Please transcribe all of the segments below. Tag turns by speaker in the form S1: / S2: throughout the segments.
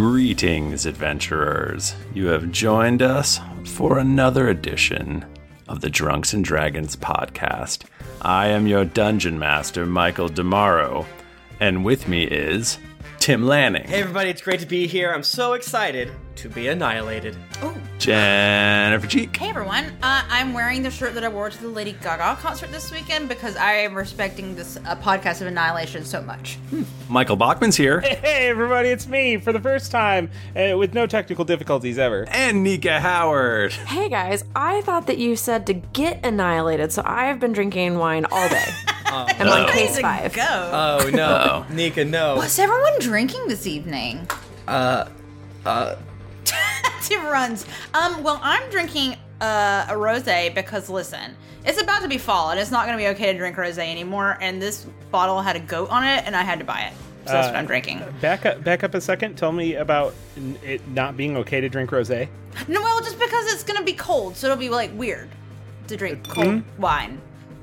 S1: Greetings, adventurers. You have joined us for another edition of the Drunks and Dragons podcast. I am your dungeon master, Michael Damaro, and with me is Tim Lanning,
S2: Hey everybody, it's great to be here. I'm so excited to be annihilated. Um,
S3: Oh,
S1: Jennifer Cheek,
S3: hey everyone. Uh, I'm wearing the shirt that I wore to the Lady Gaga concert this weekend because I am respecting this uh, podcast of Annihilation so much.
S1: Michael Bachman's here,
S4: Hey everybody, it's me for the first time uh, with no technical difficulties ever.
S1: and Nika Howard.
S5: Hey guys, I thought that you said to get annihilated, so I've been drinking wine all day. I'm on case five.
S3: Go.
S2: Oh no, Nika, no.
S3: What's everyone drinking this evening? Uh, uh. Tim runs. Um, well, I'm drinking uh, a rosé because listen, it's about to be fall and it's not going to be okay to drink rosé anymore. And this bottle had a goat on it, and I had to buy it, so that's what I'm drinking.
S4: Uh, Back up, back up a second. Tell me about n- it not being okay to drink rosé.
S3: No, well, just because it's gonna be cold, so it'll be like weird to drink cold wine.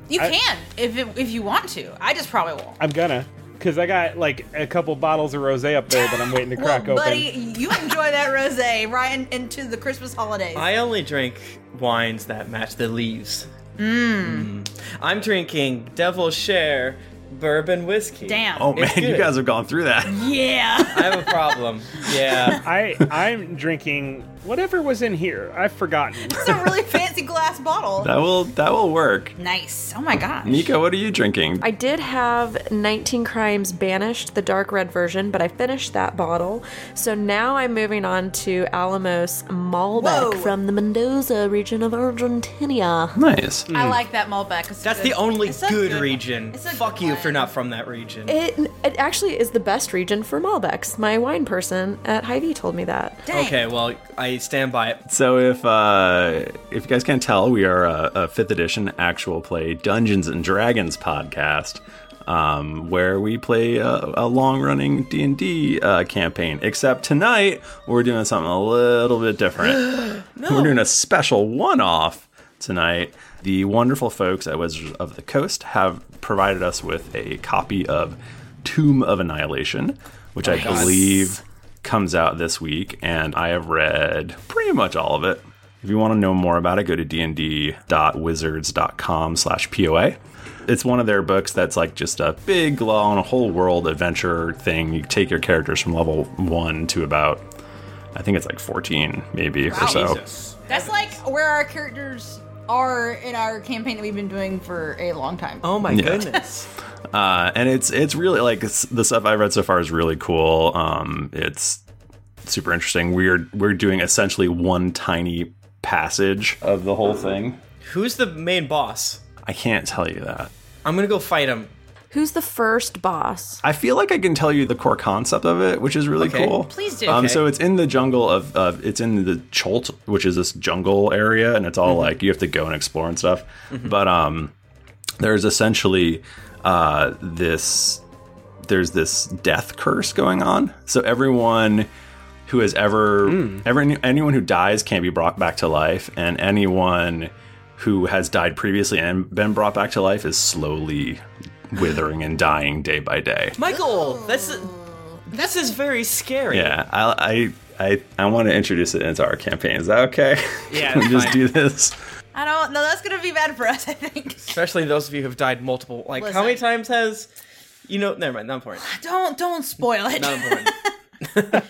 S3: You
S4: I-
S3: can if it, if you want to. I just probably won't.
S4: I'm gonna, cause I got like a couple bottles of rosé up there that I'm waiting to
S3: Well,
S4: crack
S3: buddy,
S4: open.
S3: you enjoy that rosé right in, into the Christmas holidays.
S2: I only drink wines that match the leaves.
S3: Mm.
S2: Mmm. I'm drinking Devil Share bourbon whiskey.
S3: Damn.
S1: Oh man,
S2: It's
S1: you
S2: good.
S1: guys have gone through that.
S3: yeah.
S2: I have a problem. yeah.
S4: I I'm drinking whatever was in here. I've forgotten.
S3: it's a really fancy glass bottle.
S1: That will that will work.
S3: nice. Oh my gosh.
S1: Nika, what are you drinking?
S5: I did have 19 Crimes Banished, the dark red version, but I finished that bottle. So now I'm moving on to Alamos Malbec
S3: Whoa.
S5: from the Mendoza region of Argentina.
S1: nice.
S3: I like that Malbec. It's
S2: Mm. That's
S3: good.
S2: the only
S3: It's a
S2: good,
S3: one.
S2: region.
S3: It's a
S2: Fuck
S3: good
S2: you
S3: one.
S2: for not from that region.
S5: It, it actually is the best region for Malbecs. My wine person at Hy-Vee told me that.
S3: Dang.
S2: okay, well, I stand by it.
S1: So if uh, if you guys can't tell, we are a, a fifth edition actual play Dungeons and Dragons podcast, um, where we play a, a long running D and D uh, campaign. Except tonight, we're doing something a little bit different. We're doing a special one off tonight. The wonderful folks at Wizards of the Coast have provided us with a copy of Tomb of Annihilation, which I believe comes out this week, and I have read pretty much all of it. If you want to know more about it, go to dnd.wizards.com slash POA. It's one of their books that's like just a big, long, whole world adventure thing. You take your characters from level one to about, I think it's like 14 maybe or so.
S3: That's like where our characters are in our campaign that we've been doing for a long time.
S2: Oh my goodness.
S1: uh, and it's it's really like it's, the stuff I've read so far is really cool. Um, it's super interesting. We're we're doing essentially one tiny passage of the whole thing.
S2: Who's the main boss?
S1: I can't tell you that.
S2: I'm gonna go fight him.
S5: Who's the first boss?
S1: I feel like I can tell you the core concept of it, which is really
S2: Okay.
S1: cool.
S3: Please do.
S1: Um,
S3: Okay.
S1: So it's in the jungle of, of it's in the Cholt, which is this jungle area, and it's
S3: Mm-hmm.
S1: all like you have to go and explore and stuff. But um, there's essentially uh, this there's this death curse going on. So everyone who has ever,
S2: Hmm.
S1: every, anyone who dies can be brought back to life, and anyone who has died previously and been brought back to life is slowly withering and dying day by day.
S2: Michael, that's this is very scary.
S1: Yeah, I I I, I want to introduce it into our campaign. Is that okay?
S2: Yeah,
S1: Can we
S2: it's
S1: just
S2: fine.
S1: do this.
S3: I don't know. That's gonna be bad for us. I think.
S2: Especially those of you who have died multiple. Like, how many
S3: Listen.
S2: times has you know? Never mind. Not important.
S3: Don't don't spoil it.
S2: Not important.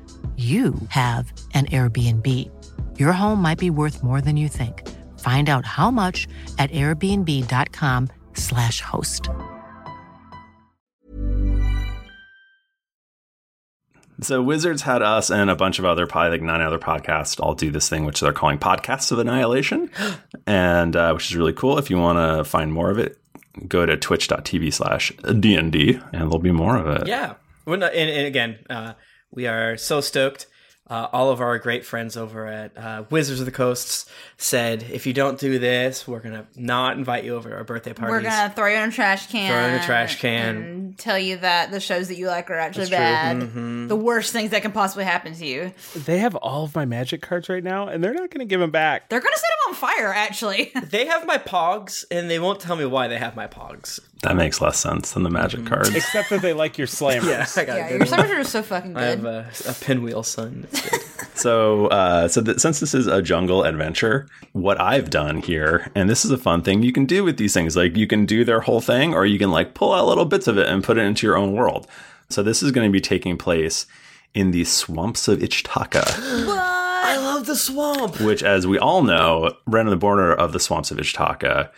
S6: you have an Airbnb. Your home might be worth more than you think. Find out how much at airbnb.com/slash host.
S1: So Wizards had us and a bunch of other, probably like nine other podcasts, all do this thing which they're calling Podcasts of Annihilation, and uh, which is really cool. If you want to find more of it, go to twitch.tv slash dnd, and there'll be more of it.
S2: Yeah. We're not, and, and again, uh, we are so stoked. Uh, all of our great friends over at uh, Wizards of the Coasts said, if you don't do this, we're going to not invite you over to our birthday parties.
S3: We're gonna throw you in a trash can.
S2: Throw you in a trash can.
S3: And tell you that the shows that you like are actually
S2: That's
S3: bad.
S2: true. Mm-hmm.
S3: The worst things that can possibly happen to you.
S4: They have all of my magic cards right now, and they're not going to give them back.
S3: They're gonna set them on fire. Actually,
S2: They have my pogs, and they won't tell me why they have my pogs.
S1: That makes less sense than the magic cards.
S4: Except that they like your slammers.
S2: Yeah, I got a
S3: yeah,
S2: good one.
S3: your servers are so fucking
S2: I have
S3: good.
S2: a, a pinwheel son. It's good.
S1: So, uh, so that since this is a jungle adventure, what I've done here, and this is a fun thing you can do with these things, like you can do their whole thing, or you can like pull out little bits of it and put it into your own world. So this is going to be taking place in the swamps of Ichtaka,
S2: I love the swamp.
S1: which, as we all know, right on the border of the swamps of Ichtaka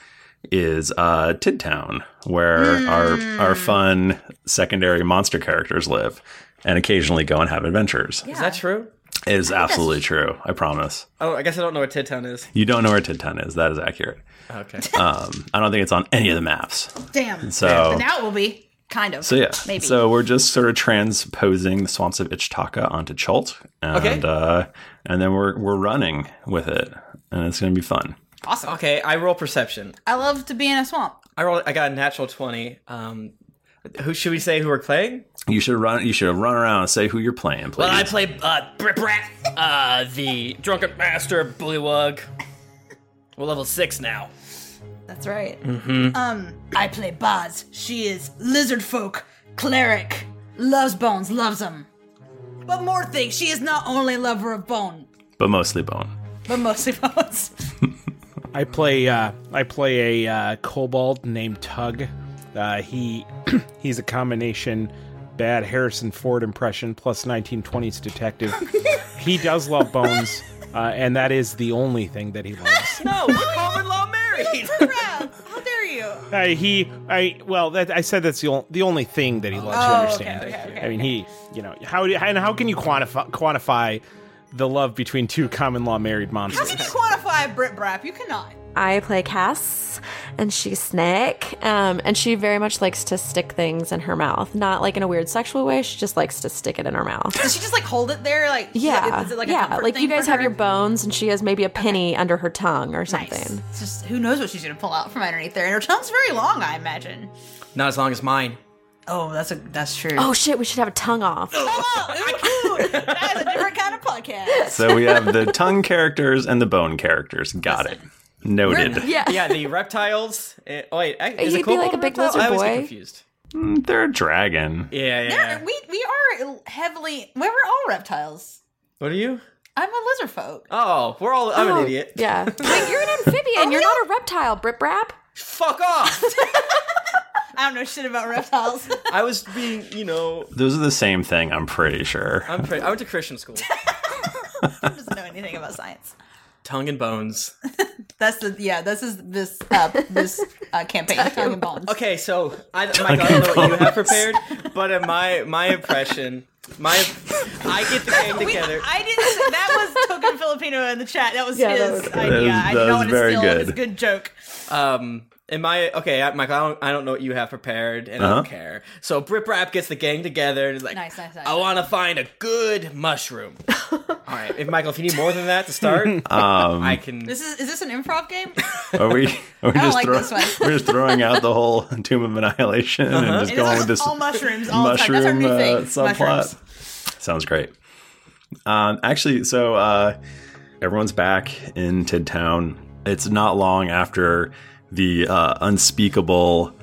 S1: is uh, Tid Town, where our our fun secondary monster characters live, and occasionally go and have adventures.
S2: Is that true? Oh,
S1: It is absolutely true. I promise.
S2: I, don't, I guess I don't know what Tid Town is.
S1: You don't know where Tintan is. That is accurate.
S2: Okay.
S1: Um, I don't think it's on any of the maps.
S3: Damn.
S1: So,
S3: But now it will be kind of.
S1: so yeah.
S3: maybe.
S1: So we're just sort of transposing the swamps of Ichtaka onto Chult, and
S2: Okay.
S1: uh, and then we're we're running with it, and it's going to be fun.
S3: awesome.
S2: okay, I roll perception.
S3: I love to be in a swamp.
S2: I roll. I got a natural twenty. Um, who should we say who we're playing?
S1: You should run. You should run around and say who you're playing, please.
S2: Well, I play uh, Brit Brat, uh, the drunken master bullywug. We're level six now.
S3: That's right.
S1: Mm-hmm.
S3: Um, I play Boz. She is lizard folk, cleric, loves bones, loves them. But more things, she is not only lover of bone,
S1: but mostly Bone.
S3: but mostly bones.
S4: I play uh, I play a uh, kobold named Tug. Uh, he he's a combination bad Harrison Ford impression plus 1920s detective. he does love bones, uh, and that is the only thing that he loves.
S2: No, we're common law married.
S3: How dare you?
S4: Uh, he I well that I said that's the only the only thing that he loves. you understand?
S3: Oh, okay, okay,
S4: I mean he you know how do- and how can you quantify quantify the love between two common law married
S3: How can you
S4: monsters?
S3: quantify Brit Brap? You cannot.
S5: I play Cass, and she's Snake, um, and she very much likes to stick things in her mouth. Not like in a weird sexual way. She just likes to stick it in her mouth.
S3: Does she just like hold it there? Like
S5: Yeah,
S3: is it like a
S5: yeah.
S3: comfort
S5: Like you
S3: thing
S5: guys
S3: for
S5: have
S3: her?
S5: your bones, and she has maybe a penny under her tongue or
S3: Nice.
S5: something.
S3: It's just who knows what she's gonna pull out from underneath there, and her tongue's very long, I imagine.
S2: Not as long as mine.
S3: Oh, that's a that's true.
S5: Oh shit, we should have a tongue off.
S3: Hello, ooh, ooh, that is a different kind of podcast.
S1: So we have the tongue characters and the bone characters. Got it. Noted.
S5: Yeah,
S2: Yeah, the reptiles. eh, oh wait, I- is
S5: You'd
S2: it
S5: be
S2: called
S5: like a
S2: Golden
S5: big
S2: Reptile?
S5: lizard
S2: I always get
S5: boy.
S2: confused.
S1: Mm, They're a dragon.
S2: Yeah, yeah.
S3: There-
S2: yeah.
S3: we we are heavily we were all reptiles.
S2: What are you?
S3: I'm a lizard folk.
S2: Oh, we're all. I'm
S5: Oh,
S2: an idiot.
S5: Yeah, Wait, you're an
S3: Oh,
S5: amphibian. You're not a reptile, Brip Rap.
S2: Fuck off.
S3: I don't know shit about reptiles.
S2: I was being, you know,
S1: Those are the same thing. I'm pretty sure.
S2: I'm. Pre- I went to Christian school.
S3: I don't know anything about science.
S2: Tongue and bones.
S3: That's the yeah. This is this uh, this uh, campaign. Talking bombs.
S2: Okay, so I, Mike, I don't know what you have prepared, but in my my impression, my I get the game
S3: We-
S2: together.
S3: I didn't. Say, that was token Filipino in the chat. That was
S5: Yeah, that
S3: his
S5: was-
S3: idea.
S1: That was- that
S3: I did
S1: was
S3: not want to
S1: very
S3: steal his
S1: good.
S3: good joke.
S2: Um, in my okay, I, Mike, I don't I don't know what you have prepared, and I don't
S1: Uh-huh.
S2: care. So Brip Rap gets the gang together and is like,
S3: Nice, nice, nice.
S2: I want to find a good mushroom. All right, if Michael, if you need more than that to start,
S5: Um,
S1: Um,
S2: I can.
S3: This is is this an improv game?
S1: Are we? Are we
S3: I don't
S1: just
S3: like
S1: throw-
S3: this one. Uh-huh.
S1: We're just throwing out the whole Tomb of Annihilation and just
S3: It
S1: going
S3: is
S1: with this
S3: all mushrooms. All the time. That's our
S1: mushroom
S3: new thing.
S1: uh, subplot.
S3: Mushrooms.
S1: Sounds great. Um, actually, so uh, everyone's back in Tid Town. It's not long after the uh, unspeakable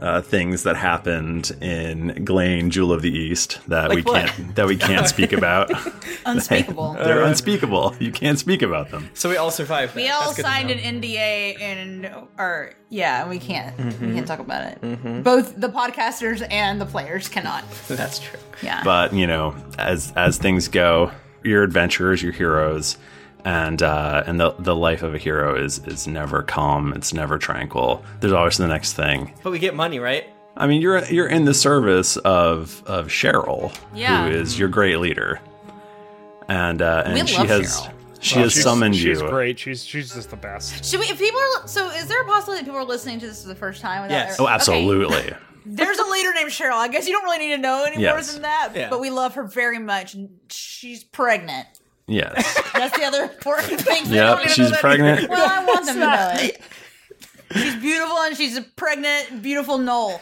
S1: uh, things that happened in Glane, Jewel of the East, that we
S2: what?
S1: can't that we can't speak about.
S3: Unspeakable.
S1: They're unspeakable. You can't speak about them.
S2: So we all survived. that.
S3: We all
S2: That's good to
S3: signed
S2: know.
S3: an NDA and or yeah, and we can't we
S2: Mm-hmm.
S3: can't talk about it.
S1: Mm-hmm.
S3: Both the podcasters and the players cannot.
S2: That's true.
S3: Yeah.
S1: but you know as as things go your adventurers your heroes and uh and the the life of a hero is is never calm it's never tranquil there's always the next thing
S2: But we get money, right?
S1: i mean you're you're in the service of of cheryl
S3: Yeah.
S1: who is your great leader and uh and
S3: We
S1: she
S3: love
S1: has
S3: Cheryl.
S1: she
S4: Well,
S1: has
S4: she's-
S1: summoned
S4: she's
S1: you
S4: great. She's she's just the best.
S3: Should we? If people are so, is there a possibility that people are listening to this for the first time? Without
S2: Yes.
S1: oh
S3: Okay.
S1: absolutely
S3: There's a leader named Cheryl. I guess you don't really need to know any more
S1: Yes.
S3: than that,
S2: Yeah.
S3: but we love her very much. and She's pregnant.
S1: yes
S3: That's the other important thing. They don't
S1: yep
S3: need to
S1: she's
S3: know that.
S1: pregnant
S3: Well, I want them to know it. She's beautiful and she's a pregnant, beautiful knoll.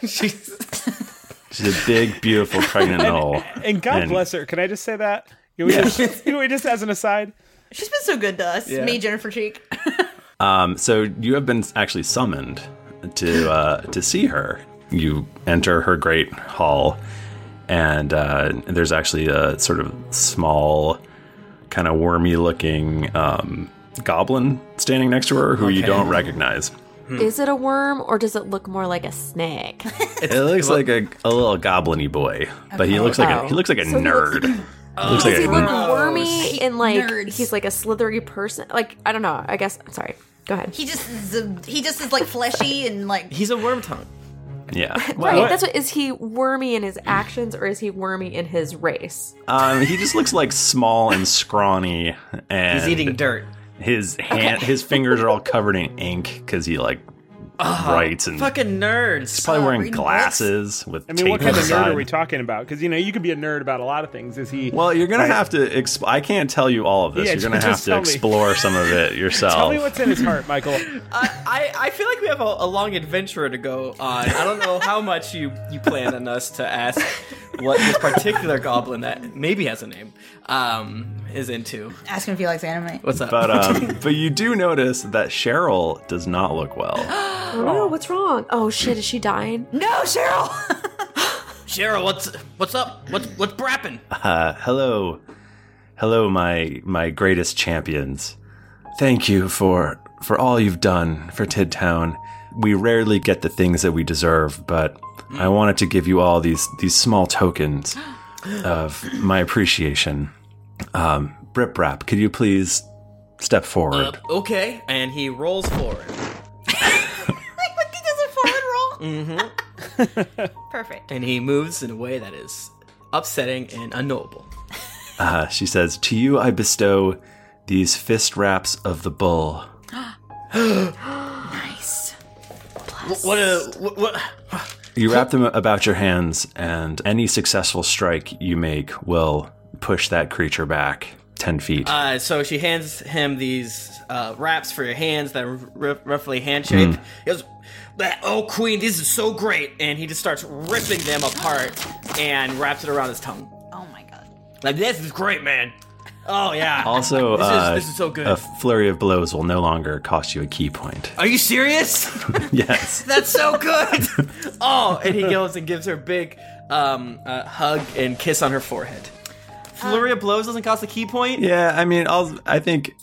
S1: she's a big beautiful pregnant doll
S4: And God
S1: And-
S4: bless her. Can I just say that? Can we, just, can we just as an aside?
S3: She's been so good to us. Me, Jennifer Cheek.
S1: Um, so you have been actually summoned to uh, to see her. You enter her great hall, and uh, there's actually a sort of small, kind of wormy looking um, goblin standing next to her who you don't recognize.
S5: Is it a worm or does it look more like a snake?
S1: it looks like a, a little gobliny boy, but he looks like a,
S5: Oh.
S1: he looks like a
S5: So he looks-
S1: nerd. looks like
S5: Does he
S1: a-
S5: look wormy and like
S3: Nerds.
S5: he's like a slithery person? Like I don't know. I guess. Sorry. Go ahead.
S3: He just is a, he just is like fleshy and like
S2: He's a worm tongue.
S1: yeah.
S5: right. That's what. Is he wormy in his actions or is he wormy in his race?
S1: Um, he just looks like small and scrawny, and
S2: He's eating dirt.
S1: His hand, his fingers are all covered in ink because he like
S3: Oh,
S2: Uh-huh.
S1: writes and
S2: Fucking nerds.
S1: probably wearing
S3: reading
S1: glasses with
S4: I
S1: tape
S4: mean, what kind
S1: on
S4: of
S1: the
S4: nerd are
S1: side.
S4: we talking about? Because you know, you can be a nerd about a lot of things. Is he?
S1: well, you're gonna
S4: Right.
S1: have to. Exp- I can't tell you all of this.
S4: Yeah,
S1: you're gonna
S4: just
S1: have to
S4: tell me.
S1: explore some of it yourself.
S4: Tell me what's in his heart, Michael.
S2: I, I feel like we have a, a long adventure to go on. I don't know how much you, you plan on us to ask what this particular goblin that maybe has a name um, is into.
S3: ask him if he likes anime.
S2: What's up?
S1: but um, but you do notice that Cheryl does not look well.
S5: Oh no! What's wrong? Oh shit! Is she dying?
S3: No, Cheryl.
S2: Cheryl, what's what's up? What's what's brapping?
S1: Uh, hello, hello, my my greatest champions. Thank you for for all you've done for Tid Town. We rarely get the things that we deserve, but I wanted to give you all these these small tokens of my appreciation. Um, Brip Rap, could you please step forward?
S2: Uh, Okay, and he rolls forward.
S3: like when he does a forward roll. Perfect.
S2: Mm-hmm. and he moves in a way that is upsetting and unknowable.
S1: Uh, she says, "To you I bestow these fist wraps of the bull."
S2: What uh, a what, what
S1: You wrap them about your hands, and any successful strike you make will push that creature back 10 feet.
S2: uh, so she hands him these uh, wraps for your hands that are r- roughly hand shaped.
S1: Hmm.
S2: He goes, "That- "Oh, queen, this is so great!" And he just starts ripping them apart and wraps it around his tongue.
S3: Oh my god.
S2: Like this is great, man. Oh yeah.
S1: also,
S2: this is,
S1: uh,
S2: this is so good.
S1: a flurry of blows will no longer cost you a key point.
S2: are you serious?
S1: yes.
S2: That's so good. oh, and he goes and gives her a big um, uh, hug and kiss on her forehead. Flurry of blows doesn't cost a key point.
S1: Yeah, I mean, I'll, I think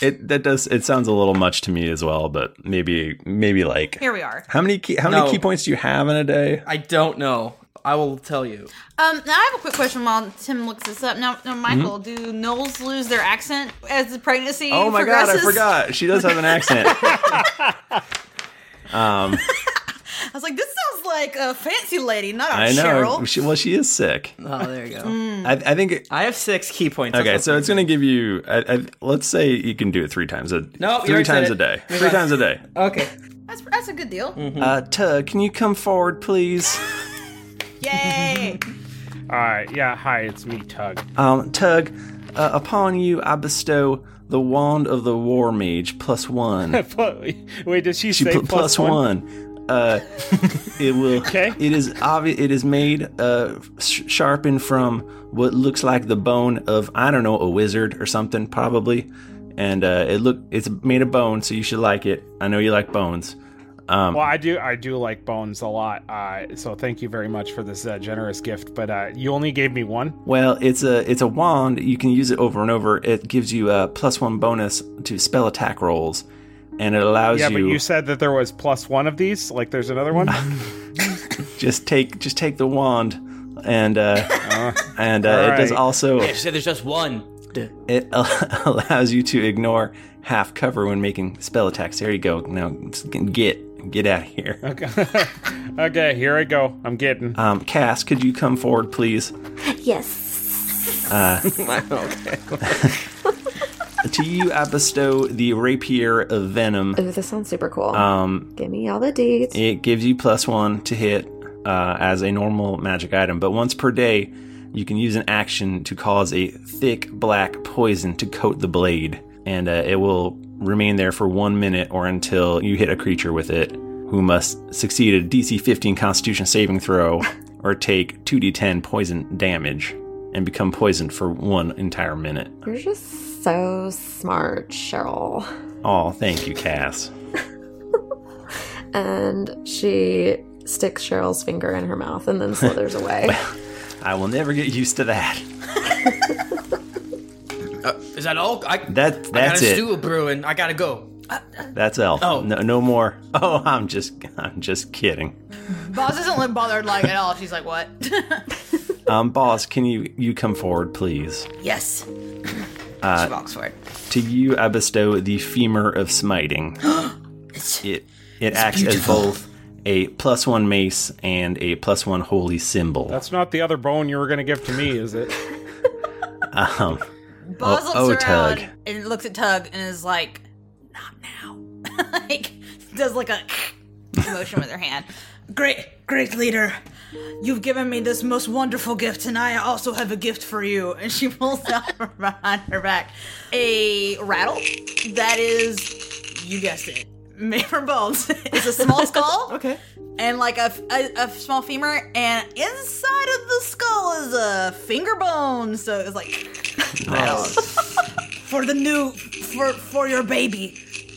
S1: it that does it sounds a little much to me as well, but maybe maybe like
S3: Here we are.
S1: how many key, how many
S2: No.
S1: key points do you have in a day?
S2: I don't know. I will tell you.
S3: Um, now I have a quick question while Tim looks this up. Now, now Michael, do Knowles lose their accent as the pregnancy
S1: Mm-hmm. Oh my god, I
S3: progresses?
S1: forgot. She does have an accent. um,
S3: I was like, this sounds like a fancy lady, not a
S1: I know.
S3: Cheryl.
S1: She, well, she is sick.
S2: Oh, there you go.
S1: I, I think. it-
S2: I have six key points.
S1: Okay,
S2: That's
S1: so
S2: what-
S1: it's going to give you. I, I, let's say you can do it three times a.
S2: Nope, you
S1: three
S2: already said
S1: times
S2: it.
S1: a day.
S2: Move
S1: Three
S2: on.
S1: times a day.
S2: okay.
S3: That's, that's a good deal.
S2: Mm-hmm.
S1: Uh, Tug, can you come forward, please?
S3: Yay!
S4: All right, yeah, hi, it's me, Tug.
S1: Um, Tug, uh, upon you I bestow the wand of the war mage plus one.
S4: Wait, did she,
S1: She
S4: say
S1: put plus one. Uh, it will.
S4: Okay.
S1: It is obvious. It is made uh, sh- sharpened from what looks like the bone of I don't know a wizard or something probably, and uh, it look it's made of bone, so you should like it. I know you like bones. Um,
S4: Well, I do, I do like bones a lot. Uh, so thank you very much for this uh, generous gift. But uh, you only gave me one.
S1: Well, it's a it's a wand. You can use it over and over. It gives you a plus one bonus to spell attack rolls, and it allows
S4: Yeah,
S1: you,
S4: but you said that there was plus one of these. Like, there's another one.
S1: just take just take the wand, and uh, and uh, it does
S4: alright.
S1: also
S7: She said there's just one.
S1: it al- allows you to ignore half cover when making spell attacks. There you go. Now get get out of here.
S4: okay, here I go. I'm getting.
S1: Um, Cass, could you come forward, please? Uh,
S5: Yes.
S1: to you, I bestow the rapier of venom.
S5: Ooh, this sounds super cool.
S1: Uh.
S5: Um, Give me all the deeds.
S1: It gives you plus one to hit uh, as a normal magic item, but once per day, you can use an action to cause a thick black poison to coat the blade, and uh, it will remain there for one minute or until you hit a creature with it, who must succeed a DC 15 Constitution saving throw or take 2d10 poison damage and become poisoned for one entire minute.
S5: You're just so smart, Cheryl.
S1: Oh, thank you, Cass.
S5: And she sticks Cheryl's finger in her mouth and then slithers away.
S1: I will never get used to that.
S7: Is that all? I,
S1: That
S7: I got
S1: that's
S7: a
S1: it.
S7: stew brewing. I gotta go.
S1: That's Elf.
S7: Oh.
S1: no, no more. Oh, I'm just, I'm just kidding.
S3: Boz doesn't look bothered like at all. She's like, what?
S1: Um, boss, can you you come forward, please? Uh,
S3: yes. she walks forward.
S1: To you, I bestow the femur of smiting. it it acts as both a plus one mace and a plus one holy symbol.
S4: That's not the other bone you were going to give to me, is it?
S1: um, Oh,
S3: Boz looks
S1: oh,
S3: around
S1: Tug.
S3: and looks at Tug and is like, not now. like, does like a motion with her hand. Great, great leader. You've given me this most wonderful gift, and I also have a gift for you. And she pulls out from behind her back a rattle that is, you guessed it, made from bones. It's a small skull. okay. And like a, f- a- a small femur, and inside of the skull is a finger bone. So it's like for the new for for your baby,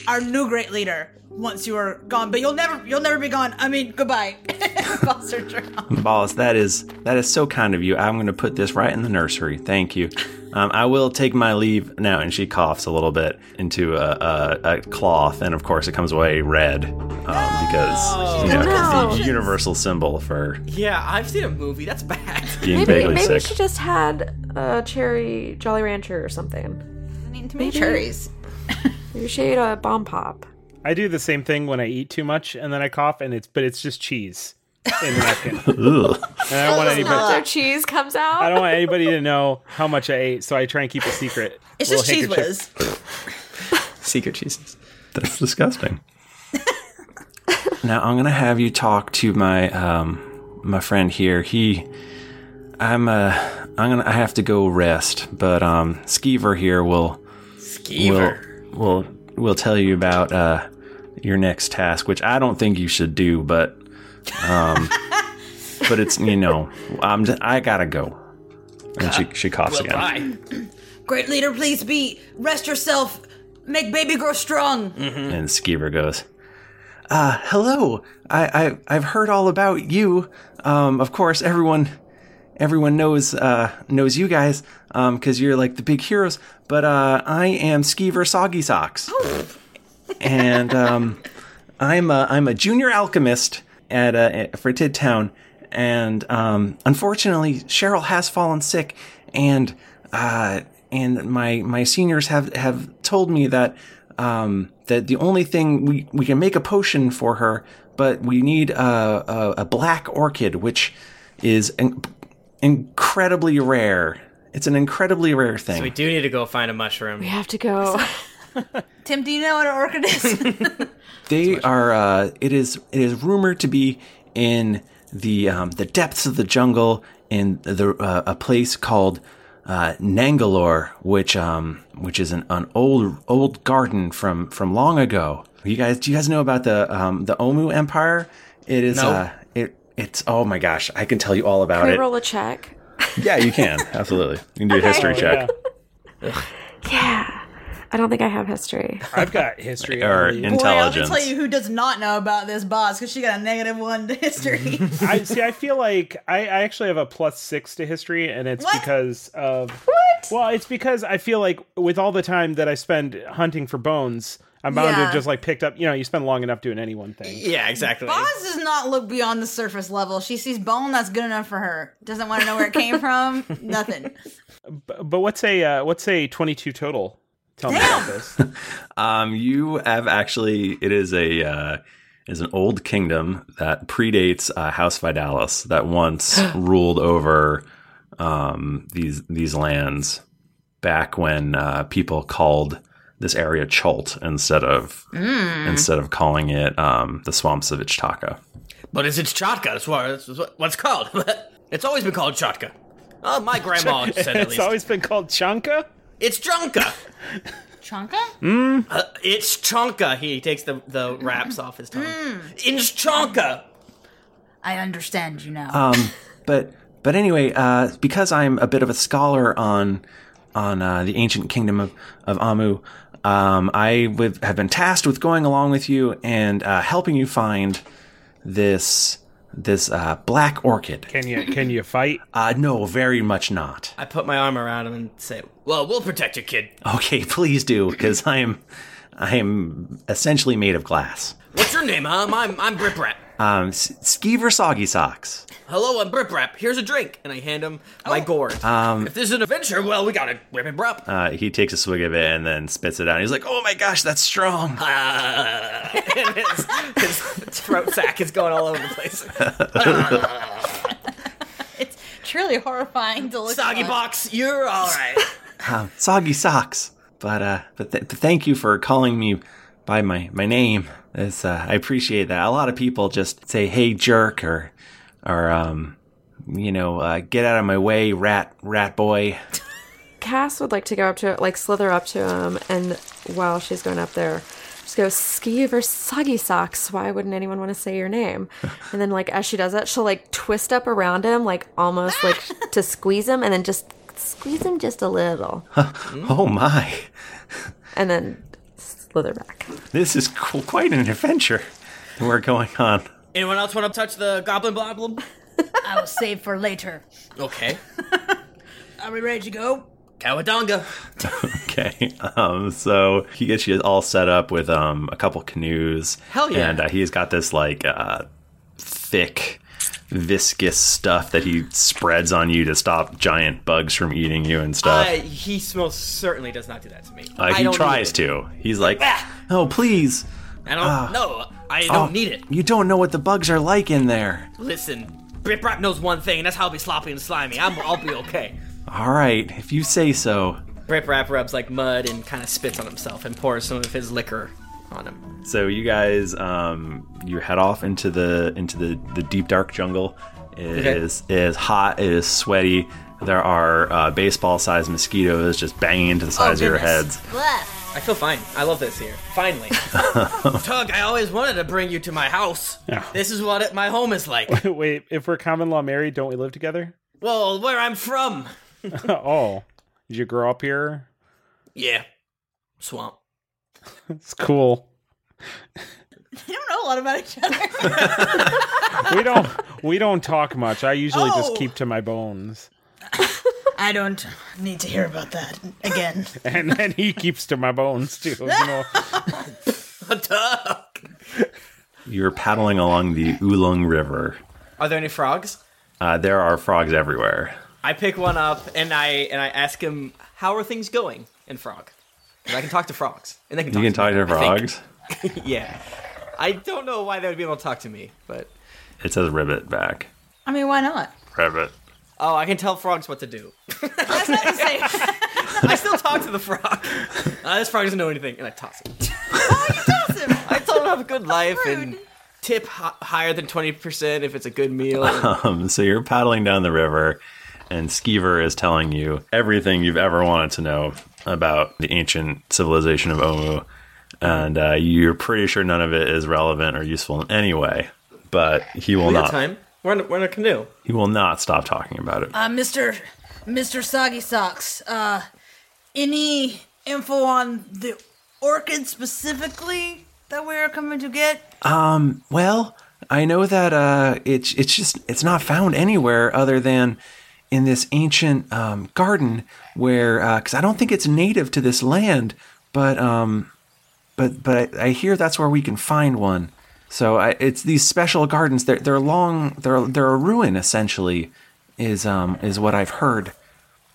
S3: our new great leader. Once you are gone, but you'll never you'll never be gone. I mean, goodbye. Foster Drown.
S1: boss, that is that is so kind of you. I'm going to put this right in the nursery. Thank you. Um, I will take my leave now. And she coughs a little bit into a, a, a cloth, and of course, it comes away red um, because you know it's
S5: No.
S1: the universal symbol for
S2: Yeah, I've seen a movie. That's bad.
S1: being
S5: Maybe,
S1: vaguely
S5: maybe
S1: sick.
S5: she just had a cherry Jolly Rancher or something.
S3: Need to make cherries.
S5: Maybe she ate a bomb pop.
S4: I do the same thing when I eat too much and then I cough, and it's but it's just cheese in the napkin. and
S1: Ugh.
S4: I don't want anybody.
S5: So cheese comes out.
S4: I don't want anybody to know how much I ate, so I try and keep a secret.
S3: It's
S4: Little
S3: just cheese
S4: handkerchief.
S3: whiz.
S7: Secret cheeses.
S1: That's disgusting. now I'm gonna have you talk to my um my friend here. He I'm uh I'm gonna I have to go rest, but um Skeever here will will will will tell you about uh your next task, which I don't think you should do, but um but it's you know I'm j- I gotta go. And she she coughs
S7: Well,
S1: again.
S7: bye.
S3: Great leader, please be. Rest yourself. Make baby grow strong.
S1: And Skeever goes, Mm-hmm. uh, hello. I, I I've heard all about you. Um, of course, everyone everyone knows uh, knows you guys because you're like the big heroes. But uh, I am Skeever Soggy Socks, and um, I'm a, I'm a junior alchemist at uh, at- for Tid Town, and um, unfortunately, Cheryl has fallen sick, and uh, and my my seniors have have told me that um, that the only thing we we can make a potion for her, but we need a a, a black orchid, which is in- incredibly rare. It's an incredibly rare thing.
S2: So we do need to go find a mushroom.
S5: We have to go.
S3: Tim, do you know what an orchid is?
S1: They are. Uh, it is. It is rumored to be in the um, the depths of the jungle in the uh, a place called uh, Nangalore, which um which is an, an old old garden from from long ago. You guys, do you guys know about the um the Omu Empire? It is.
S5: No.
S1: Uh, it it's. Oh my gosh, I can tell you all about
S5: Can we
S1: it.
S5: roll a check?
S1: Yeah, you can absolutely. You can do
S5: Okay.
S1: a history
S5: Oh,
S1: check
S5: Yeah. I don't think I have history.
S4: I've got history.
S1: or
S3: Boy,
S1: intelligence.
S3: I'll tell you who does not know about this boss because she got a negative one to history.
S4: I see. I feel like I, I actually have a plus six to history, and it's because of
S3: what?
S4: Well, it's because I feel like with all the time that I spend hunting for bones, I'm bound to
S3: Yeah.
S4: have just like picked up. You know, you spend long enough doing any one thing.
S2: Yeah, exactly.
S3: Boz does not look beyond the surface level. She sees bone that's good enough for her. Doesn't want to know where it came from. Nothing.
S4: But, but what's a uh, what's a 22 total? Tell me about this.
S1: Um, you have actually. It is a uh, is an old kingdom that predates uh, House Vidalis that once ruled over um, these these lands back when uh, people called this area Chult instead of
S2: Hmm.
S7: Mm.
S1: instead of calling it um, the swamps of Ichtaka.
S7: But it's it's Chatka. That's what that's what- what's called. it's always been called Chatka. Oh, my grandma said at
S4: it's
S7: least.
S4: always been called Chanka.
S7: It's Chunka.
S3: Chunka?
S4: Mm.
S7: Uh, it's Chunka. He takes the, the wraps off his tongue. It's Chunka.
S3: Mm. I understand you now.
S1: Um, but but anyway, uh, because I'm a bit of a scholar on on uh, the ancient kingdom of of Amu, um, I would have been tasked with going along with you and uh, helping you find this this uh, black orchid.
S4: Can you can you fight?
S1: Uh, no, very much not.
S2: I put my arm around him and say,
S7: Well, we'll protect you, kid.
S1: Okay, please do, because I'm I am essentially made of glass.
S7: What's your name, huh? I'm I'm Briprap.
S1: Um, S- Skeever soggy socks.
S7: Hello, I'm Briprap. Here's a drink, and I hand him my gourd.
S1: Um,
S7: If this is an adventure, well, we gotta rip it up.
S1: uh, he takes a swig of it and then spits it out. He's like, "Oh my gosh, that's strong."
S7: and his, his throat sack is going all over the place.
S3: it's truly horrifying to look
S7: Soggy
S3: at.
S7: box, you're all right.
S1: um, soggy socks. But uh, but, th- but thank you for calling me by my my name. It's, uh, I appreciate that. A lot of people just say "Hey jerk" or or um, you know, uh, "Get out of my way, rat rat boy."
S5: Cass would like to go up to like slither up to him, and while she's going up there, just go ski or soggy socks. Why wouldn't anyone want to say your name? And then like as she does that, she'll like twist up around him, like almost like to squeeze him, and then just squeeze him just a little,
S1: Oh my!
S5: and then slither back.
S1: This is qu- quite an adventure we're going on.
S7: Anyone else want to touch the goblin bloblin?
S3: I will save for later.
S7: Okay.
S3: Are we ready to go?
S7: Cowadonga.
S1: Okay, um, so he gets you all set up with um, a couple canoes.
S7: Hell yeah.
S1: And uh, he's got this like uh, thick, viscous stuff that he spreads on you to stop giant bugs from eating you and stuff.
S2: uh, he smells certainly does not do that to me.
S1: Uh, he tries to. He's like, oh please.
S7: Ah! I don't
S1: Ah.
S7: know. I don't
S1: Oh,
S7: need it.
S1: You don't know what the bugs are like in there.
S7: Listen, Briprap knows one thing, and that's how I'll be sloppy and slimy. I'm, I'll be okay.
S1: All right, if you say so.
S2: Briprap rubs like mud and kind of spits on himself and pours some of his liquor on him.
S1: So you guys, um, you head off into the into the, the deep dark jungle. It
S2: Okay.
S1: is it is hot. It is sweaty. There are uh, baseball sized mosquitoes just banging into the
S2: Oh,
S1: sides of your heads.
S2: I feel fine. I love this here. Finally.
S7: Tug, I always wanted to bring you to my house. This is what it, my home is like.
S4: Wait, if we're common law married, don't we live together?
S7: Well, where I'm from.
S4: oh, did you grow up here?
S7: Yeah. Swamp.
S4: It's cool.
S3: They don't know a lot about each other.
S4: We don't we don't talk much. I usually just
S3: Oh.
S4: keep to my bones,
S3: I don't need to hear about that again.
S4: and then he keeps to my bones too. You know,
S1: You're paddling along the Oolong River.
S2: Are there any frogs?
S1: Uh, there are frogs everywhere.
S2: I pick one up and I and I ask him, "How are things going?" in frog, and I can talk to frogs, and they can
S1: You
S2: talk.
S1: can talk to
S2: me, I think.
S1: frogs.
S2: yeah, I don't know why they would be able to talk to me, but
S1: It says ribbit back.
S3: I mean, why not?
S1: Ribbit.
S2: oh, I can tell frogs what to do.
S3: That's not the same.
S2: I still talk to the frog. Uh, this frog doesn't know anything, and I toss him.
S3: Oh,
S2: I told him to have a good life and tip hi- higher than twenty percent if it's a good meal.
S1: Um, so you're paddling down the river, and Skeever is telling you everything you've ever wanted to know about the ancient civilization of Omu, and uh, you're pretty sure none of it is relevant or useful in any way. But he will
S2: We got
S1: not.
S2: time. We're in, we're in a canoe.
S1: He will not stop talking about it.
S3: Uh, Mr. Mr. Soggy Socks, uh, any info on the orchid specifically that we're coming to get?
S1: Um, well, I know that uh, it's it's just it's not found anywhere other than in this ancient um, garden where because I don't think it's native to this land, but um, but but I, I hear that's where we can find one. So I, it's these special gardens. They're they're long. They're they're a ruin essentially. Is um is what I've heard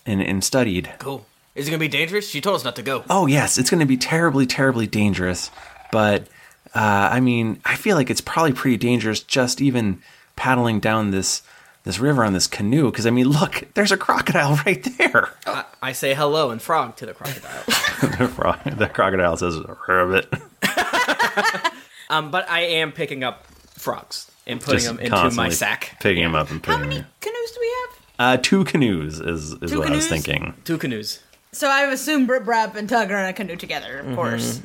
S1: and and studied.
S8: Cool. Is it gonna be dangerous? She told us not to go.
S1: Oh yes, it's going to be terribly, terribly dangerous. But uh, I mean, I feel like it's probably pretty dangerous just even paddling down this this river on this canoe. Because I mean, look, there's a crocodile right there.
S2: I, I say hello and frog to the crocodile.
S1: the crocodile says, "Ribbit."
S2: um, but I am picking up frogs and putting them into my
S1: constantly
S2: sack.
S1: picking him up and putting. How many?
S3: Canoes do we have?
S1: Uh, two canoes is is
S3: Two
S1: what I was
S3: canoes?
S1: thinking.
S2: Two canoes.
S3: So I assume Brip Brap and Tug are in a canoe together, of
S9: Mm-hmm.
S3: course.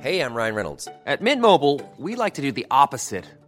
S9: Hey, I'm Ryan Reynolds. At Mint Mobile, we like to do the opposite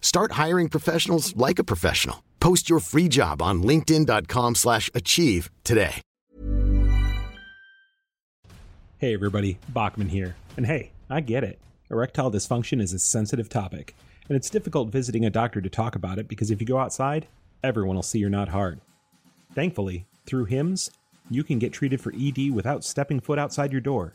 S10: Start hiring professionals like a professional. Post your free job on linkedin.com/achieve slash achieve today.
S4: Hey, everybody, Bachman here. And hey, I get it. Erectile dysfunction is a sensitive topic, and it's difficult visiting a doctor to talk about it because if you go outside, everyone will see you're not hard. Thankfully, through HIMS, you can get treated for ED without stepping foot outside your door.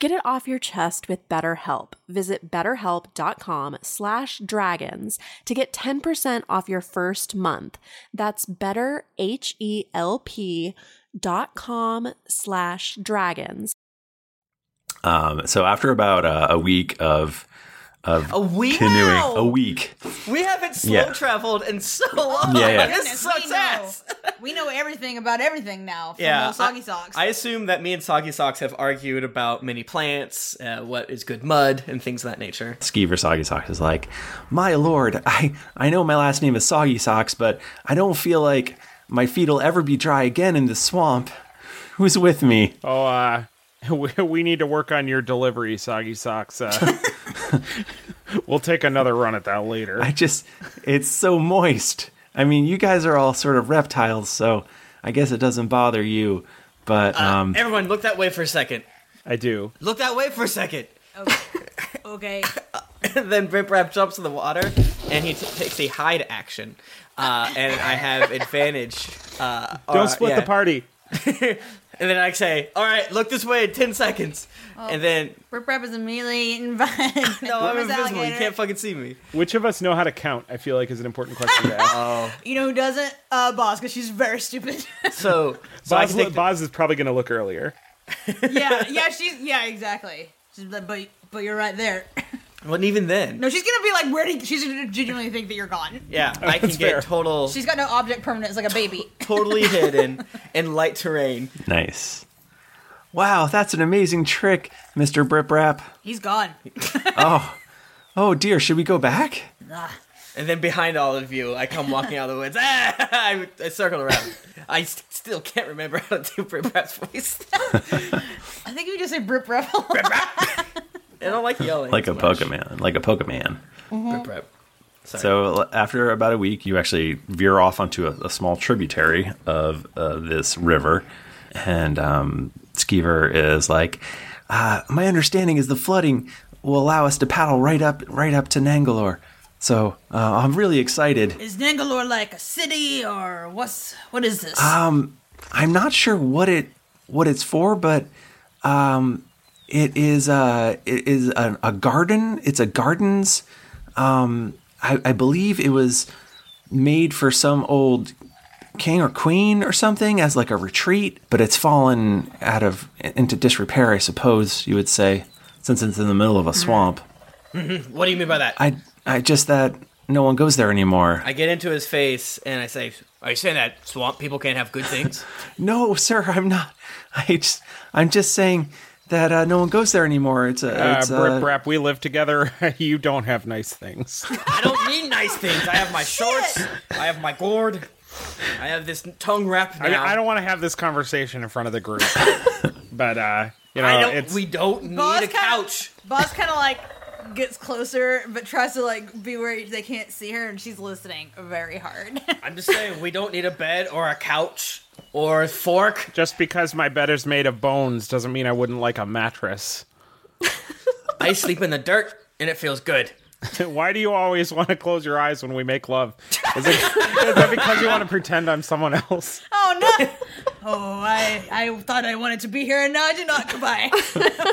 S11: Get it off your chest with BetterHelp. Visit betterhelp.com slash dragons to get 10% off your first month. That's betterhelp.com slash dragons.
S1: Um, so after about uh, a week of of
S2: A week?
S1: canoeing,
S2: Wow.
S1: a week.
S2: We haven't slow
S1: Yeah.
S2: traveled in so
S3: Oh
S2: long.
S1: Yeah, yeah.
S2: This sucks ass.
S3: we know everything about everything now from
S2: Yeah,
S3: old soggy
S2: I-
S3: socks.
S2: I assume that me and Soggy Socks have argued about many plants, uh, what is good mud, and things of that nature.
S1: Ski Soggy Socks is like, my lord, I I know my last name is Soggy Socks, but I don't feel like my feet'll ever be dry again in the swamp. Who's with me?
S4: Oh, uh, we, we need to work on your delivery, Soggy Socks. Uh, we'll take another run at that later.
S1: I just, it's so moist. I mean, you guys are all sort of reptiles, so I guess it doesn't bother you. But um,
S2: Everyone, look that way for a second.
S1: I do.
S2: Look that way for a second.
S3: Okay.
S2: and then Rip Rap jumps in the water, and he t- takes a hide action, uh, and I have advantage. Uh,
S4: Don't
S2: uh,
S4: split
S2: yeah.
S4: the party.
S2: And then I say, "All right, look this way in ten seconds,"
S3: Oh.
S2: and then
S3: Rip Rap is immediately invited.
S2: no, I'm
S3: Miss
S2: invisible. You
S3: Alligator.
S2: can't fucking see me.
S4: Which of us know how to count? I feel like is an important question to ask. oh.
S3: You know who doesn't? Uh, Boss, because she's very stupid.
S2: So,
S4: so Boz, Boz is probably going to look earlier.
S3: yeah, yeah, she's yeah, exactly. She's like, but but you're right there.
S2: Well, and even then,
S3: No, she's gonna be like, where did she's gonna genuinely think that you're gone?
S2: yeah, I can
S4: Oh, That's
S2: get
S4: fair.
S2: total,
S3: She's got no object permanence, like a baby.
S2: totally hidden in light terrain.
S1: Nice. Wow, that's an amazing trick, Mr. Briprap.
S3: He's gone.
S1: Oh, oh dear, should we go back?
S2: And then behind all of you, I come walking out of the woods. Ah! I, I circle around. I s- still can't remember how to do Brit Brat's voice.
S3: I think you just say Rip Rap.
S2: I don't like yelling.
S1: Like a
S2: as much.
S1: Pokemon, like a Pokemon.
S2: Rip Rap. Sorry.
S1: So l- after about a week, you actually veer off onto a, a small tributary of uh, this river, and um, Skeever is like, uh, "My understanding is the flooding will allow us to paddle right up, right up to Nangalore. So uh, I'm really excited.
S3: Is Nangalore like a city or what's what is this?
S1: Um, I'm not sure what it what it's for, but um, it is uh, it is a, a garden. It's a gardens. Um, I, I believe it was made for some old king or queen or something as like a retreat, but it's fallen out of into disrepair. I suppose you would say, since it's in the middle of a swamp.
S2: Mhm. what do you mean by that?
S1: I I just that no one goes there anymore.
S2: I get into his face and I say, "Are you saying that swamp people can't have good things?"
S1: No, sir, I'm not. I just, I'm just saying that uh, no one goes there anymore. It's a,
S4: Uh,
S1: it's a-
S4: Brip Brap, we live together. you don't have nice things.
S2: I don't need nice things. I have my shorts. I have my gourd. I have this tongue wrap
S4: I, mean,
S2: now.
S4: I don't want to have this conversation in front of the group, but uh, you know,
S2: I don't-
S4: it's
S2: we don't need
S3: Boss
S2: a
S3: kinda-
S2: couch.
S3: Boss kind of like gets closer, but tries to like be where they can't see her, and she's listening very hard.
S2: I'm just saying we don't need a bed or a couch or a fork.
S4: Just because my bed is made of bones doesn't mean I wouldn't like a mattress.
S2: I sleep in the dirt and it feels good.
S4: Why do you always want to close your eyes when we make love? Is, it, is that because you want to pretend I'm someone else?
S3: oh no! Oh, I I thought I wanted to be here, and now I do not. Goodbye.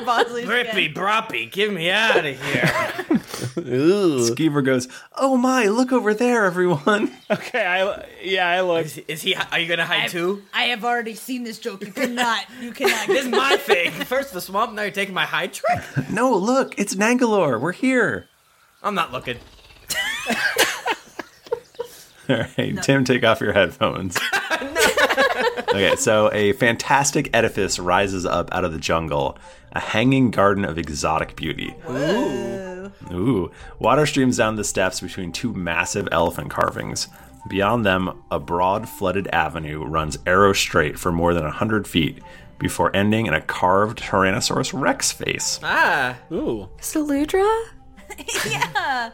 S3: Boss leaves
S2: Rippy
S3: again.
S2: broppy, get me out of here.
S1: Skeever goes, oh my, look over there, everyone.
S4: Okay, I yeah, I look.
S2: Is, is he? Are you gonna hide
S3: I've-
S2: too?
S3: I have already seen this joke. You cannot. You cannot.
S2: This is my thing. First the swamp, now you're taking my hide trick.
S1: No, look, it's Nangalore. We're here.
S2: I'm not looking.
S1: All right, Tim, take off your headphones. okay, so a fantastic edifice rises up out of the jungle, a hanging garden of exotic beauty.
S3: Ooh.
S1: Ooh, water streams down the steps between two massive elephant carvings. Beyond them, a broad flooded avenue runs arrow straight for more than 100 feet before ending in a carved Tyrannosaurus Rex face.
S2: Ah.
S4: Ooh.
S5: Saludra?
S3: yeah.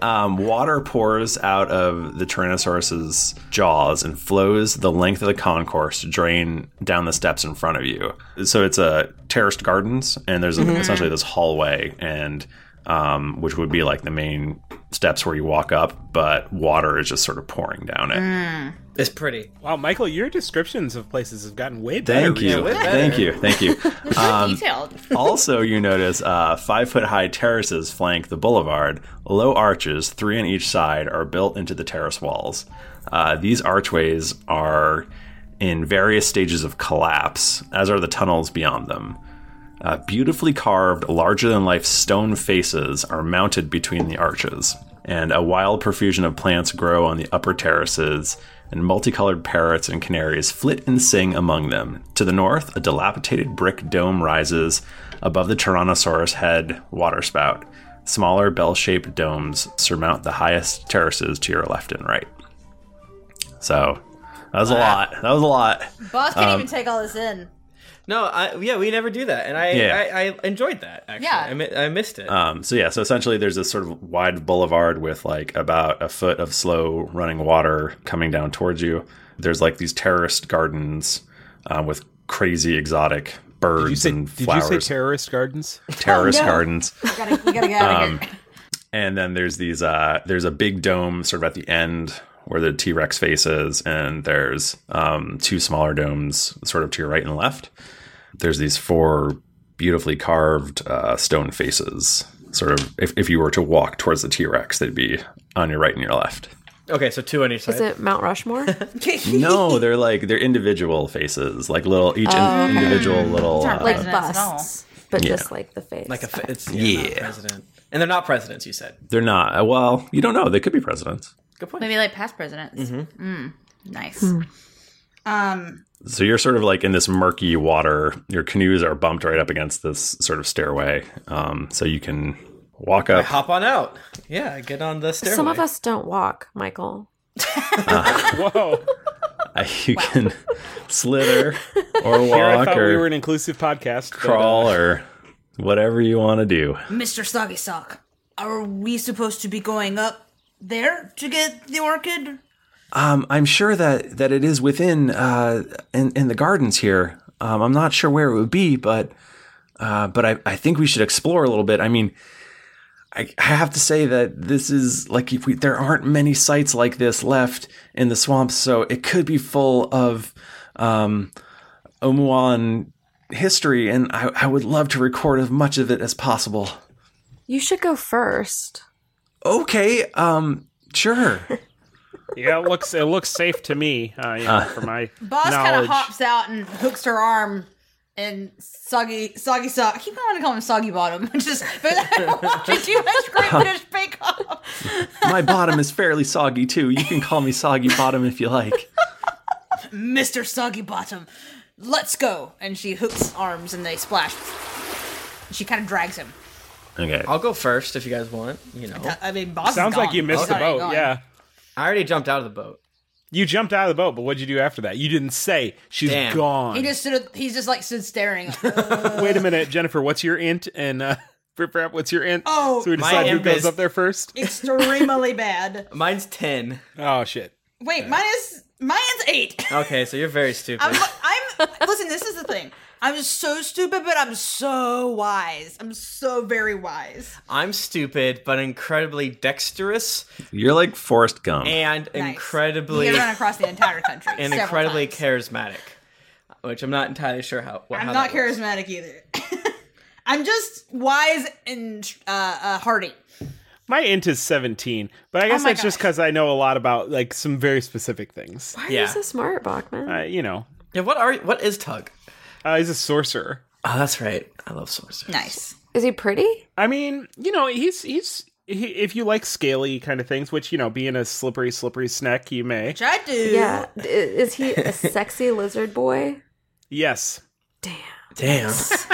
S1: Um, water pours out of the Tyrannosaurus's jaws and flows the length of the concourse to drain down the steps in front of you. So it's a terraced gardens, and there's
S12: Mhm.
S1: essentially this hallway, and um, which would be like the main steps where you walk up, but water is just sort of pouring down it.
S4: It's pretty. Wow, Michael, your descriptions of places have gotten way better.
S1: Thank you.
S4: recently.
S1: Thank you. Thank you. Um,
S3: Detailed.
S1: also, you notice uh, five foot high terraces flank the boulevard. Low arches, three on each side, are built into the terrace walls. Uh, these archways are in various stages of collapse, as are the tunnels beyond them. Uh, beautifully carved, larger than life stone faces are mounted between the arches, and a wild profusion of plants grow on the upper terraces, and multicolored parrots and canaries flit and sing among them. To the north, a dilapidated brick dome rises above the Tyrannosaurus head waterspout. Smaller bell shaped domes surmount the highest terraces to your left and right. So, that was a lot. That was a lot.
S3: Boss can't
S1: Um,
S3: even take all this in.
S2: No, I, yeah, we never do that, and I
S1: Yeah.
S2: I, I enjoyed that actually.
S3: Yeah.
S2: I, mi- I missed it.
S1: Um, so yeah, so essentially there's this sort of wide boulevard with like about a foot of slow running water coming down towards you. There's like these terraced gardens uh, with crazy exotic birds and
S4: Did
S1: flowers,
S4: you say terrorist gardens?
S1: terraced gardens.
S3: Oh, We gotta, we gotta get out of
S1: Um,
S3: here.
S1: and then there's these uh, there's a big dome sort of at the end where the T Rex face is, and there's um, two smaller domes sort of to your right and left. There's these four beautifully carved uh, stone faces. Sort of, if, if you were to walk towards the T Rex, they'd be on your right and your left.
S2: okay, so two on each side.
S5: Is it Mount Rushmore?
S1: no, they're like they're individual faces, like little each in-
S5: Oh, okay.
S1: individual little uh,
S5: like busts, but
S1: Yeah.
S5: just like the face.
S2: Like a f- it's yeah,
S1: yeah.
S2: not president, and they're not presidents. You said
S1: They're not. uh, Well, you don't know. They could be presidents.
S3: Maybe like past presidents.
S1: Mhm.
S2: Mm-hmm.
S3: Mm, nice.
S1: Hmm.
S3: Um,
S1: So you're sort of like in this murky water. Your canoes are bumped right up against this sort of stairway. Um, so you can walk
S2: I
S1: up.
S2: hop on out. Yeah, get on the stairway. Ah.
S5: Some of us don't walk, Michael.
S4: Whoa.
S1: uh, you can slither or
S4: Here I
S1: walk
S4: thought
S1: or
S4: we were an inclusive podcast. but, uh,
S1: crawl or whatever you want to do.
S13: Mr. Soggy Sock, are we supposed to be going up there to get the orchid?
S1: Um, I'm sure that that it is within uh, in in the gardens here. Um, I'm not sure where it would be, but uh, but I, I think we should explore a little bit. I mean, I, I have to say that this is like if we, there aren't many sites like this left in the swamps, so it could be full of um, Oumuan history, and I, I would love to record as much of it as possible.
S5: You should go first.
S1: Okay, um, sure.
S4: Yeah, it looks it looks safe to me. Uh, you know,
S1: Uh.
S4: for my
S3: boss kind of
S4: knowledge.
S3: hops out and hooks her arm. And soggy, soggy sock. I keep wanting to call him soggy bottom, which is but I don't watch too much Great British Bake Off.
S1: My bottom is fairly soggy too. You can call me soggy bottom if you like.
S13: Mr. Soggy Bottom,
S3: Let's go. And she hooks arms, and they splash. She kind of drags him.
S1: Okay,
S2: I'll go first if you guys want. You know,
S3: I mean, boss. is
S4: Sounds like
S3: gone.
S4: you missed
S3: He's
S4: the
S3: already
S4: boat.
S3: gone.
S4: Yeah,
S2: I already jumped out of the boat.
S4: You jumped out of the boat, but what'd you do after that? You didn't say. She's
S2: Damn.
S4: gone.
S3: He just stood. He's just like stood staring.
S4: Wait a minute, Jennifer. What's your int? And uh, Rip Rap, what's your int?
S3: Oh,
S4: so we
S2: My
S4: decide who
S2: int
S4: goes
S2: is-
S4: up there first.
S3: Extremely bad.
S2: Mine's ten.
S4: Oh shit.
S3: Wait, mine is mine's eight.
S2: Okay, so you're very stupid.
S3: I'm, I'm listen. This is the thing. I'm so stupid, but I'm so wise. I'm so very wise.
S2: I'm stupid, but incredibly dexterous
S1: You're like Forrest Gump.
S2: and incredibly
S3: You can run across the entire country.
S2: and
S3: several
S2: incredibly
S3: times.
S2: charismatic, which I'm not entirely sure how. What,
S3: I'm
S2: how
S3: not
S2: that works.
S3: charismatic either. I'm just wise and uh, uh, hardy.
S4: My int is seventeen, but I guess
S3: my
S4: that's just because I know a lot about like some very specific things.
S5: Why are you so smart, Bachman?
S4: Uh, you know.
S2: Yeah. What are? What is Tug?
S4: Uh, he's a sorcerer.
S2: Oh, that's right. I love sorcerers.
S3: Nice.
S5: Is he pretty?
S4: I mean, you know, he's he's he, if you like scaly kind of things, which you know, being a slippery, slippery snack, you may.
S3: Try to.
S5: Yeah. I- Is he a sexy lizard boy?
S4: Yes.
S2: Damn.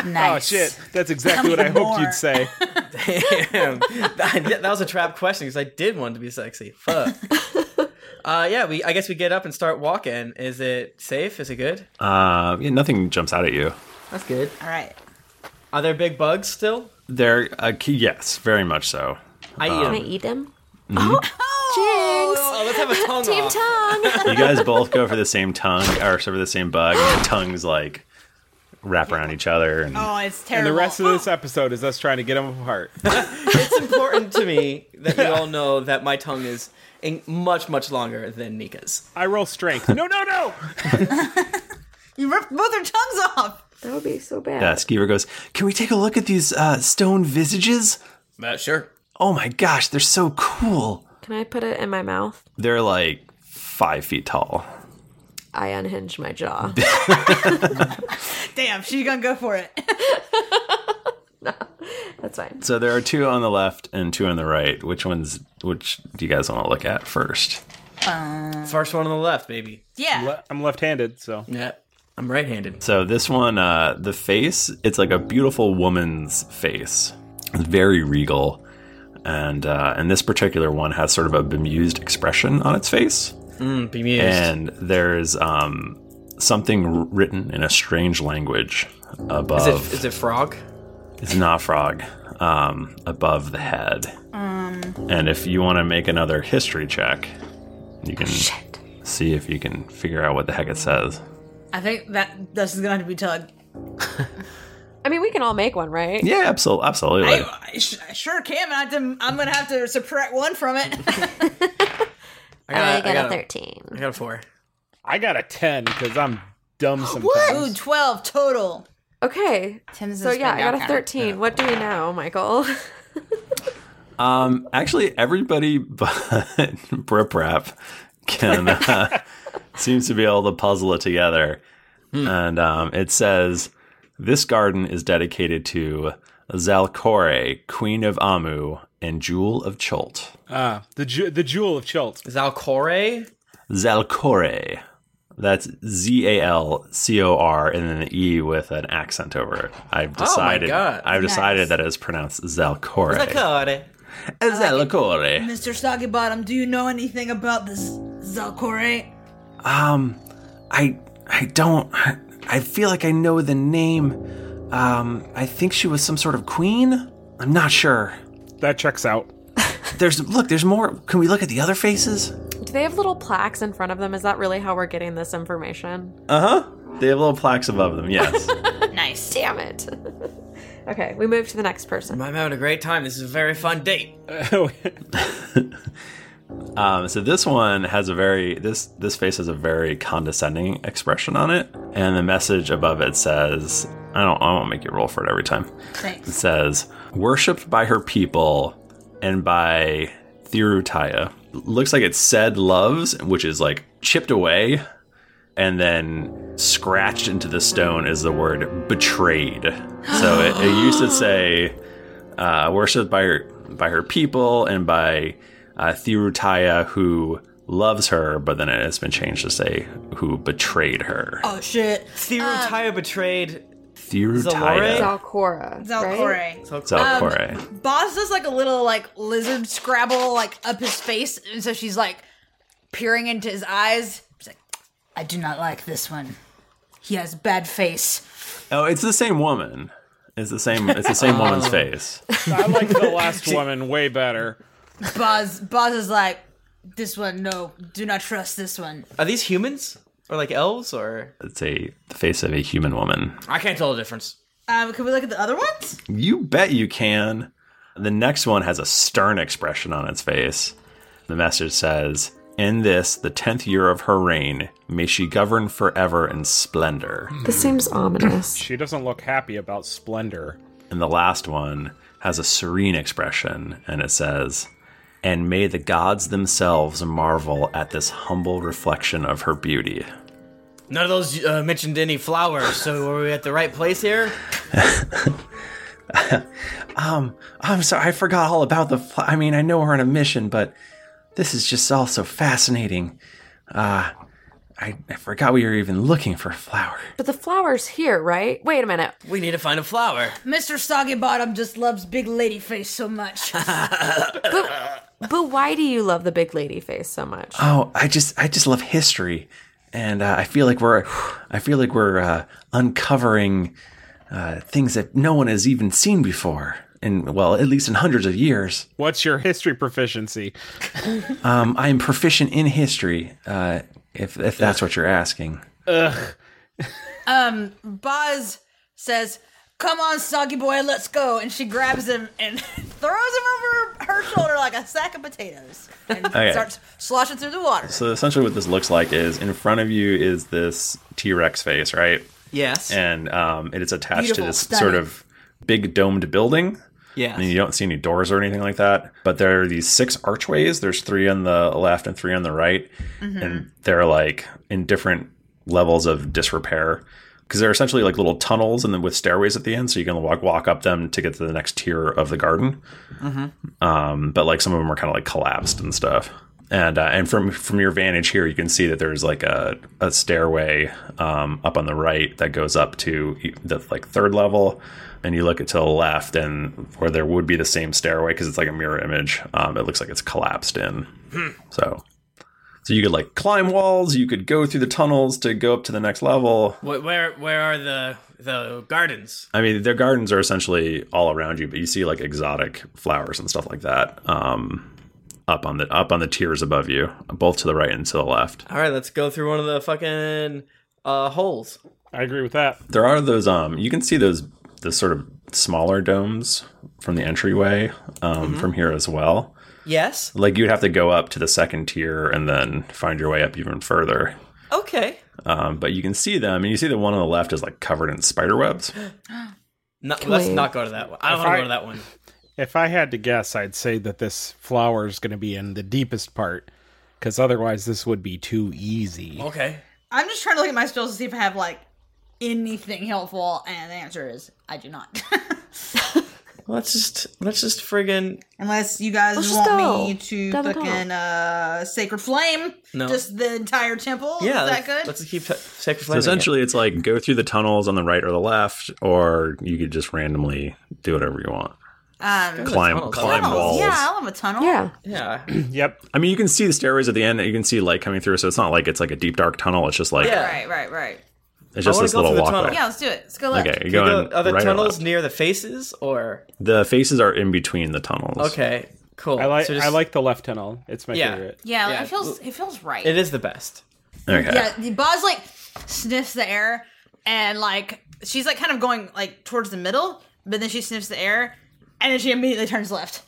S4: Oh shit! That's exactly what I hoped you'd say.
S2: Damn. that, that was a trap question because I did want to be sexy. Fuck. uh, yeah. We. I guess we get up and start walking. Is it safe? Is it good?
S1: Uh, yeah, nothing jumps out at you.
S2: That's good.
S3: All right.
S2: Are there big bugs still?
S1: There, uh, k- yes, very much so.
S2: I eat
S1: Um,
S2: them.
S5: Can I eat them?
S1: Mhm.
S5: Oh,
S2: let's have a tongue
S5: Team
S2: off.
S5: tongue.
S1: you guys both go for the same tongue, or for the same bug, and the tongues like wrap around each other. And
S3: Oh, it's
S4: And
S3: terrible.
S4: the rest of this episode is us trying to get them apart.
S2: it's important to me that you all know that my tongue is in much, much longer than Nika's.
S4: I roll strength. No, no, no!
S3: You ripped both their tongues off.
S5: That would be so bad.
S1: yeah, Skeever goes, "Can we take a look at these uh, stone visages?
S7: Uh, sure.
S1: Oh my gosh, they're so cool.
S5: Can I put it in my mouth?
S1: They're like five feet tall."
S5: I unhinge my jaw.
S3: Damn, she's gonna go for it.
S5: That's fine.
S1: So there are two on the left and two on the right. Which ones? Which do you guys want to look at first?
S2: First one on the left, baby.
S3: Yeah.
S4: I'm left-handed, so
S2: yeah, I'm right-handed.
S1: So this one, uh, the face, it's like a beautiful woman's face. It's very regal, and uh, and this particular one has sort of a bemused expression on its face.
S2: Mm, bemused.
S1: And there's um, something written in a strange language above.
S2: Is it is it frog?
S1: It's not frog. Um, above the head.
S2: Um.
S1: And if you want to make another history check, you can see if you can figure out what the heck it says.
S3: I think that this is gonna have to be Tug.
S5: I mean, we can all make one, right?
S1: Yeah, absol- absolutely.
S3: I, sh- I sure can. I have to, I'm gonna have to subtract one from it.
S2: I got,
S3: I got a
S5: 13.
S2: I got a 4.
S4: I got a 10 because I'm dumb sometimes.
S3: Ooh, twelve total.
S5: Okay. so
S3: is
S5: yeah, I
S3: my
S5: got a
S3: background.
S5: 13. What do we know, Michael?
S1: Um, actually, everybody but Brip Rap can uh, seems to be able to puzzle it together,
S2: Hmm.
S1: and um, it says this garden is dedicated to Zalcore, Queen of Amu, and Jewel of Cholt.
S4: Uh, the, ju- the Jewel of Chult.
S2: Zalcore?
S1: Zalcore, that's Z A L C O R, and then an E with an accent over it. I've
S2: Oh my
S1: decided.
S2: God.
S1: I've
S3: Nice.
S1: decided that it's pronounced Zalcore.
S2: Zalcore.
S1: Zalcore.
S3: Mr. Soggy Bottom, do you know anything about this Zalcore?
S1: Um, I I don't. I, I feel like I know the name. Um, I think she was some sort of queen. I'm not sure.
S4: That checks out.
S1: there's look. There's more. Can we look at the other faces?
S5: do they have little plaques in front of them? Is that really how we're getting this information?
S1: Uh huh. They have little plaques above them. Yes.
S5: nice. Damn it. okay, we move to the next person.
S2: I'm having a great time. This is a very fun date.
S4: Oh,
S1: um, so this one has a very this this face has a very condescending expression on it, and the message above it says, "I don't. I won't make you roll for it every time."
S3: Thanks.
S1: It says, worshipped by her people and by Thirutaya. Looks like it said loves, which is like chipped away, and then scratched into the stone is the word betrayed. So it, it used to say, uh, worshipped by her by her people and by uh, Thirutaya, who loves her, but then it has been changed to say who betrayed her.
S3: Oh shit.
S2: Thirutaya betrayed
S1: Thirutaya.
S5: Um, Zalcora.
S3: Zalcore.
S1: Zalcore.
S3: Boss does like a little like lizard scrabble like up his face, and so she's like peering into his eyes. She's like, I do not like this one. He has bad face.
S1: oh, it's the same woman. It's the same. It's the same woman's
S4: Oh.
S1: face.
S4: I like the last woman way better.
S3: Boz Boz is like, this one, no, do not trust this one.
S2: Are these humans? Or like elves? Or.
S1: It's a the face of a human woman.
S2: I can't tell the difference.
S3: Um, can we look at the other ones?
S1: You bet you can. The next one has a stern expression on its face. The message says, "In this, the tenth year of her reign, may she govern forever in splendor."
S5: This seems ominous.
S4: She doesn't look happy about splendor.
S1: And the last one has a serene expression, and it says, "And may the gods themselves marvel at this humble reflection of her beauty."
S2: None of those uh, mentioned any flowers, so are we at the right place here?
S1: Um, I'm sorry, I forgot all about the. Fl- I mean, I know we're on a mission, but this is just all so fascinating. Uh, I, I forgot we were even looking for a flower.
S5: But the flower's here, right? Wait a minute.
S2: We need to find a flower.
S3: Mr. Soggy Bottom just loves big lady face so much.
S5: But why do you love the big lady face so much?
S1: Oh, I just, I just love history, and uh, I feel like we're, I feel like we're uh, uncovering uh, things that no one has even seen before. in well, at least in hundreds of years.
S4: What's your history proficiency?
S1: Um, I am proficient in history, uh, if if that's what you're asking.
S4: Ugh.
S3: Um, Buzz says, "Come on, soggy boy, let's go!" And she grabs him and throws him over her shoulder like a sack of potatoes, and
S1: Okay.
S3: starts sloshing through the water.
S1: So essentially, what this looks like is in front of you is this T Rex face, right?
S2: Yes.
S1: And um, it is attached
S2: Beautiful,
S1: to this
S2: stunning.
S1: sort of big domed building.
S2: Yes.
S1: I mean, you don't see any doors or anything like that, but there are these six archways. There's three on the left and three on the right,
S5: Mm-hmm.
S2: Mhm.
S1: and they're like in different levels of disrepair because they're essentially like little tunnels and then with stairways at the end, so you can walk walk up them to get to the next tier of the garden.
S2: Mm-hmm.
S1: Um, but like some of them are kind of like collapsed and stuff. And uh, and from from your vantage here, you can see that there's like a a stairway um, up on the right that goes up to e, the like third level, and you look it to the left, and where there would be the same stairway because it's like a mirror image. Um, it looks like it's collapsed in.
S7: Hmm.
S1: So so you could like climb walls, you could go through the tunnels to go up to the next level.
S7: Wh- Where where are the the gardens?
S1: I mean, their gardens are essentially all around you, but you see like exotic flowers and stuff like that um, up on the up on the tiers above you, both to the right and to the left.
S2: All right, let's go through one of the fucking uh, holes.
S4: I agree with that.
S1: There are those. Um, you can see those the sort of smaller domes from the entryway um,
S2: Mhm.
S1: from here as well.
S2: Yes.
S1: Like you'd have to go up to the second tier and then find your way up even further.
S2: Okay.
S1: Um, but you can see them, and you see the one on the left is like covered in spider webs.
S2: No,
S4: Can
S2: let's
S4: we-
S2: not go to that one. I don't
S4: If
S2: want to
S4: I-
S2: go to that one.
S4: If I had to guess, I'd say that this flower is going to be in the deepest part, because otherwise this would be too easy.
S7: Okay.
S3: I'm just trying to look at my spells to see if I have like anything helpful, and the answer is I do not.
S2: Let's just let's just friggin'
S3: Unless you guys
S2: Let's just
S3: want
S2: go.
S3: me to
S2: Double
S3: fucking uh, sacred flame,
S1: No.
S3: just the entire temple.
S2: yeah.
S3: Oh, is
S2: let's,
S3: that good?
S2: Let's keep t- sacred
S1: So
S2: flame.
S1: essentially, it's like go through the tunnels on the right or the left, or you could just randomly do whatever you want.
S3: um,
S1: Climb- climb
S3: tunnels.
S1: walls.
S3: Yeah, I love a tunnel.
S5: Yeah,
S2: yeah.
S4: yep.
S1: I mean, you can see the stairways at the end. and You can see light coming through, so it's not like it's like a deep dark tunnel. It's just like
S3: right, right, right.
S1: it's just
S2: I wanna
S1: this
S2: go
S1: little
S2: through the
S1: walkway.
S2: tunnel.
S3: Yeah, let's do it. Let's go left.
S1: Okay,
S2: Can
S1: you're
S2: we
S1: going
S2: go- are the
S1: right or
S2: tunnels
S1: left.
S2: near the faces or
S1: The faces are in between the tunnels.
S2: okay? Cool.
S4: I like
S2: So just-
S4: I like the left tunnel. It's my
S2: Yeah.
S4: favorite.
S3: Yeah,
S2: Yeah.
S3: it feels it feels right.
S2: It is the best.
S1: Okay.
S3: Yeah, the Boz like sniffs the air and like she's like kind of going like towards the middle, but then she sniffs the air and then she immediately turns left.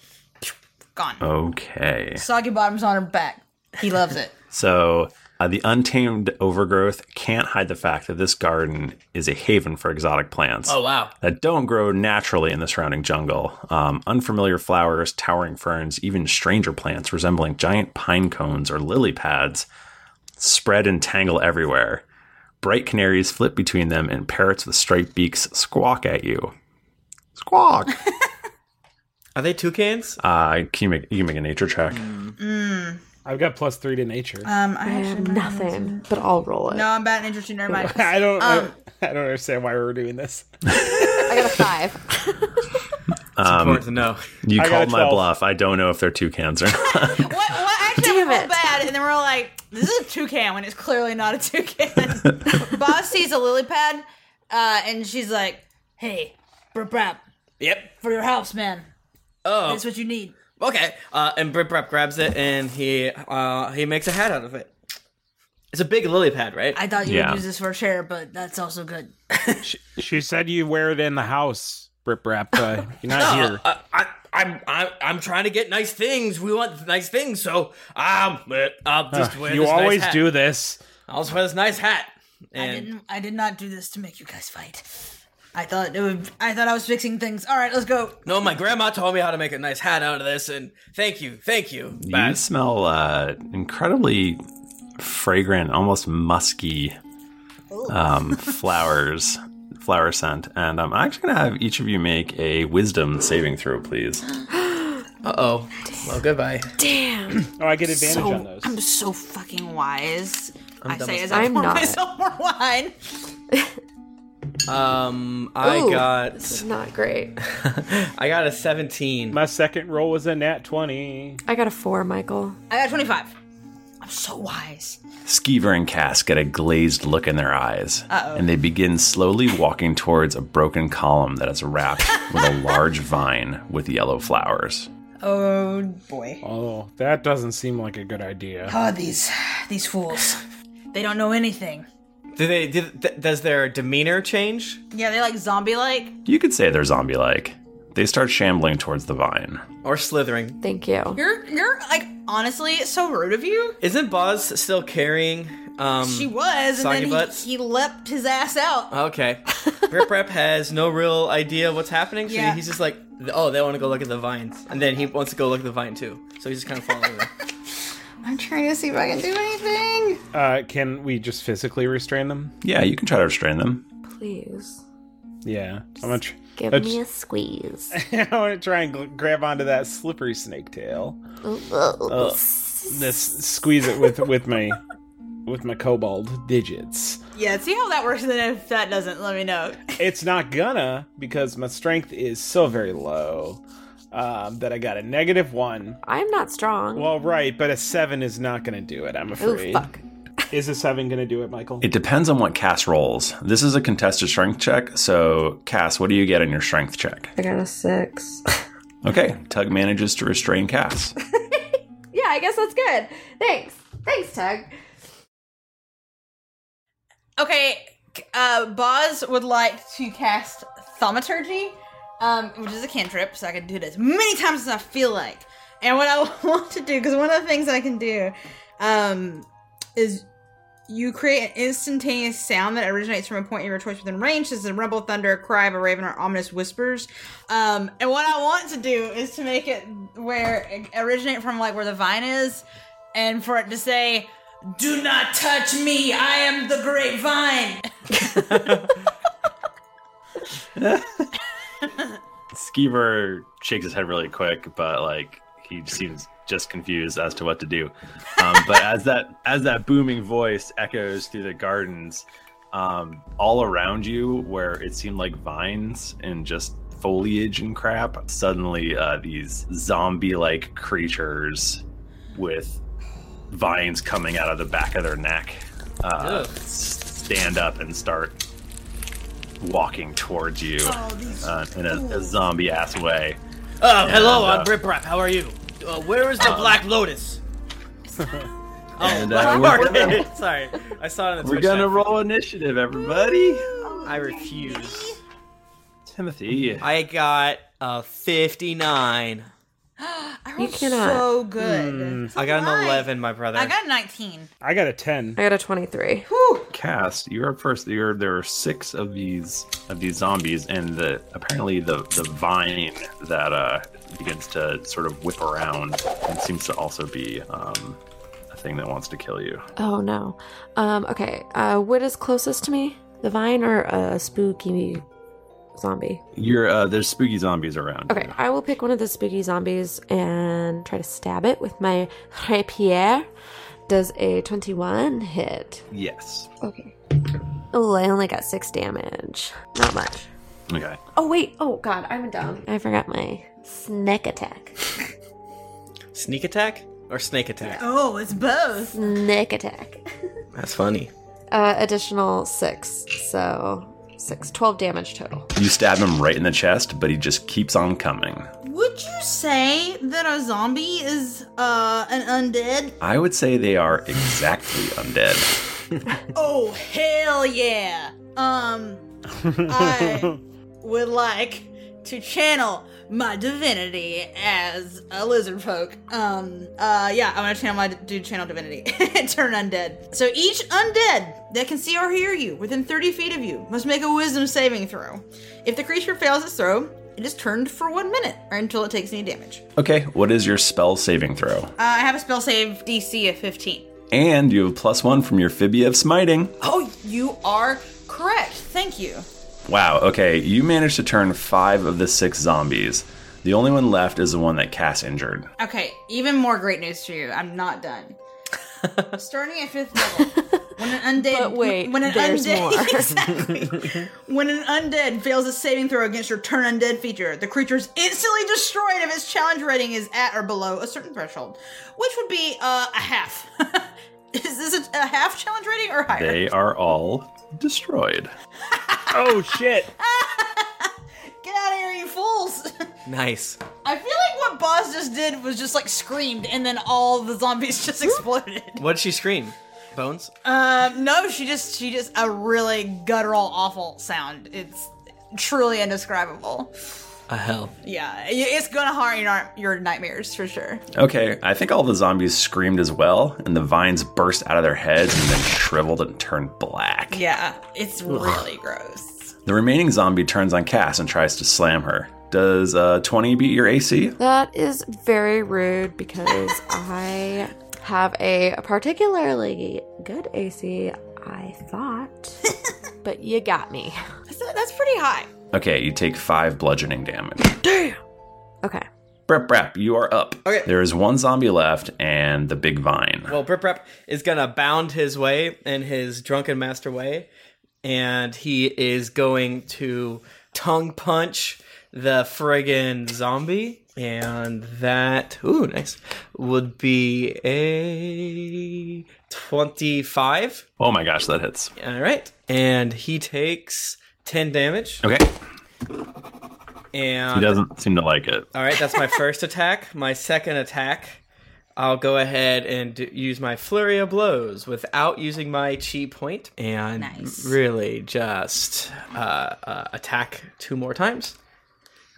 S3: Gone.
S1: Okay.
S3: Soggy bottoms on her back. He loves it.
S1: So uh, the untamed overgrowth can't hide the fact that this garden is a haven for exotic plants.
S7: Oh, wow.
S1: That don't grow naturally in the surrounding jungle. Um, unfamiliar flowers, towering ferns, even stranger plants resembling giant pine cones or lily pads spread and tangle everywhere. Bright canaries flip between them, and parrots with striped beaks squawk at you. Squawk.
S2: Are they toucans?
S1: Uh, can you make, you can make a nature check.
S3: Mm.
S4: I've got plus three to nature.
S3: Um, I have
S5: nothing, Uh, but I'll roll it.
S3: No, I'm bad at interesting. Never mind.
S4: I don't. I-
S3: Um,
S4: I, don't understand why we're doing this.
S5: I got a five.
S1: It's
S2: important to know.
S1: Um, You
S4: I got a
S1: called my
S4: 12.
S1: bluff. I don't know if they're toucans or not.
S3: Damn it. bad, and then we're all like, "This is a toucan when it's clearly not a toucan." Boz sees a lily pad, uh, and she's like, "Hey, brap brap
S7: Yep.
S3: for your house, man.
S2: Oh.
S3: That's what you need."
S2: Okay. Uh, and Brip Brap grabs it and he uh, he makes a hat out of it. It's a big lily pad, right?
S3: I thought you would use this for a chair, but that's also good.
S4: She said you wear it in the house, Rip Rap. Uh, you're not
S7: No,
S4: here.
S7: I, I, I'm I'm I'm trying to get nice things. We want nice things, so um, I'll just
S4: Ugh,
S7: wear
S4: Uh, you
S7: this nice
S4: always
S7: hat.
S4: do this.
S7: I'll just wear this nice hat.
S3: I
S7: And
S3: didn't. I did not do this to make you guys fight. I thought it would. I thought I was fixing things. All right, let's go.
S7: no, my grandma told me how to make a nice hat out of this, and thank you, thank you.
S1: You smell uh, incredibly fragrant, almost musky
S4: Oh.
S1: um, flowers, flower scent. And I'm actually going to have each of you make a wisdom saving throw, please.
S2: Uh oh. Well, goodbye.
S3: Damn.
S4: Oh, I get
S1: advantage on those.
S3: I'm so fucking wise.
S2: I'm
S3: i
S2: dumb
S3: say
S2: as
S3: as
S2: fuck.
S3: I
S2: I'm
S3: pour
S2: not.
S3: myself more wine.
S2: Um, I
S5: Ooh,
S2: got
S5: This is not great.
S2: I got a seventeen.
S4: My second roll was a nat twenty.
S5: I got a four, Michael.
S3: I got 25. I'm
S13: so wise.
S1: Skeever and Cass get a glazed look in their eyes,
S13: Uh-oh.
S1: and they begin slowly walking towards a broken column that is wrapped with a large vine with yellow flowers.
S13: Oh boy.
S4: Oh, that doesn't seem like a good idea.
S13: Ah, these these fools. They don't know anything.
S2: Do they? Did, th- does their demeanor change?
S3: Yeah, they like zombie like.
S1: You could say they're zombie like. They start shambling towards the vine.
S2: Or slithering.
S5: Thank you.
S3: You're you're like honestly it's so rude of you.
S2: Isn't Boz still carrying? Um,
S3: she was,
S2: soggy
S3: and then
S2: butts.
S3: he, he leapt his ass out.
S2: Okay. Rip Rap has no real idea what's happening, so
S3: Yeah.
S2: he's just like, oh, they want to go look at the vines. And then he wants to go look at the vine too. So he's just kind of following them.
S3: I'm trying to see if I can do anything.
S4: Uh, can we just physically restrain them?
S1: Yeah, you can try to restrain them.
S5: Please.
S4: Yeah. I'm gonna tr-
S5: Give
S4: That's-
S5: me a squeeze.
S4: I want to try and gl- grab onto that slippery snake tail.
S5: Oh,
S4: Uh, this squeeze it with with my with my kobold digits.
S3: Yeah, see how that works, and then if that doesn't, let me know.
S4: It's not gonna because my strength is so very low um, that I got a negative one.
S5: I'm not strong.
S4: Well, right, but a seven is not gonna do it. I'm afraid.
S5: fuck.
S4: Is a seven gonna do it, Michael?
S1: It depends on what Cass rolls. This is a contested strength check, so Cass, what do you get on your strength check?
S5: I got a six.
S1: Okay, Tug manages to restrain Cass.
S5: Yeah, I guess that's good. Thanks. Thanks, Tug.
S3: Okay, uh, Boz would like to cast Thaumaturgy, um, which is a cantrip, so I can do this many times as I feel like. And what I want to do, because one of the things I can do, um, is you create an instantaneous sound that originates from a point of your choice within range. This is a rumble, thunder, a cry of a raven, or ominous whispers. Um, and what I want to do is to make it where it originate from like where the vine is, and for it to say, "Do not touch me. I am the great vine."
S1: Skeever shakes his head really quick, but like he seems just confused as to what to do. Um, but as that as that booming voice echoes through the gardens, um, all around you, where it seemed like vines and just foliage and crap, suddenly uh, these zombie-like creatures with vines coming out of the back of their neck uh,
S2: Ugh.
S1: s- stand up and start walking towards you
S7: Oh, these-
S1: uh, in a, a zombie ass way.
S7: Oh, hello,
S1: And,
S7: I'm Rip Rap. How are you? Uh, where is the Black Lotus?
S2: Oh,
S1: And, uh, we're,
S2: Sorry. I saw it in the
S1: we're
S2: Twitch
S1: gonna
S2: chat.
S1: roll initiative, everybody.
S2: I refuse.
S1: Timothy.
S2: I got a 59.
S3: I
S5: You
S3: rolled
S5: cannot. Mm.
S3: so good.
S2: I got an
S3: Why?
S2: 11, my brother.
S3: I got a 19.
S4: I got a ten.
S5: I got a twenty-three.
S1: Cast, you're up first. You're, there are six of these of these zombies, and the apparently the the vine that uh, begins to sort of whip around and seems to also be um, a thing that wants to kill you.
S5: Oh no. Um, okay. Uh, what is closest to me? The vine or a spooky zombie?
S1: You're uh, there's spooky zombies around.
S5: Okay, I will pick one of the spooky zombies and try to stab it with my rapier. Does a 21 hit?
S1: Yes.
S5: Okay. Oh, I only got six damage. Not much.
S1: Okay.
S5: Oh, wait. Oh, God, I went down. I forgot my snake attack.
S2: Sneak attack or snake attack?
S3: Oh, it's both.
S5: Snake attack.
S2: That's funny.
S5: Uh, additional six. So, six. 12 damage total.
S1: You stab him right in the chest, but he just keeps on coming.
S3: Would you say that a zombie is uh an undead?
S1: I would say they are exactly undead.
S3: oh hell yeah. Um I would like to channel my divinity as a lizard folk. Um uh yeah, I'm gonna channel my dude channel divinity. Turn undead. So each undead that can see or hear you within 30 feet of you must make a wisdom saving throw. If the creature fails its throw, it is turned for one minute or until it takes any damage.
S1: Okay, what is your spell saving throw?
S3: Uh, I have a spell save DC of 15.
S1: And you have plus one from your Phibia of Smiting.
S3: Oh, you are correct. Thank you.
S1: Wow, okay, you managed to turn five of the six zombies. The only one left is the one that Cass injured.
S3: Okay, even more great news for you. I'm not done. Starting at fifth level, When an undead
S11: But wait,
S3: when an
S11: there's
S3: undead
S11: more.
S3: Exactly. when an undead fails a saving throw against your turn undead feature, the creature is instantly destroyed if its challenge rating is at or below a certain threshold, which would be uh, a half. is this a, a half challenge rating or higher?
S1: They are all destroyed.
S4: oh shit!
S3: Get out of here, you fools!
S2: Nice.
S3: I feel like what Boz just did was just like screamed, and then all the zombies just exploded.
S2: What did she scream? Bones?
S3: Um, no, she just she just a really guttural, awful sound. It's truly indescribable.
S2: A hell.
S3: Yeah, i- it's gonna harm your your nightmares for sure.
S1: Okay, I think all the zombies screamed as well, and the vines burst out of their heads and then shriveled and turned black.
S3: Yeah, it's really gross.
S1: The remaining zombie turns on Cass and tries to slam her. Does uh, 20 beat your AC?
S5: That is very rude because I have a particularly good AC, I thought. but you got me.
S3: That's, that's pretty high.
S1: Okay, you take 5 bludgeoning damage.
S5: Damn. Okay.
S1: Brep, brep, you are up.
S2: Okay.
S1: There is one zombie left and the big vine.
S2: Well, Brip Rep is gonna bound his way in his drunken master way, and he is going to tongue punch the friggin' zombie, and that ooh nice would be a twenty-five.
S1: Oh my gosh, that hits.
S2: All right, and he takes ten damage,
S1: Okay.
S2: and Uh,
S1: He doesn't seem to like it.
S2: All right, that's my first attack. My second attack, I'll go ahead and d- use my flurry of blows without using my chi point, and really just uh, uh, attack two more times.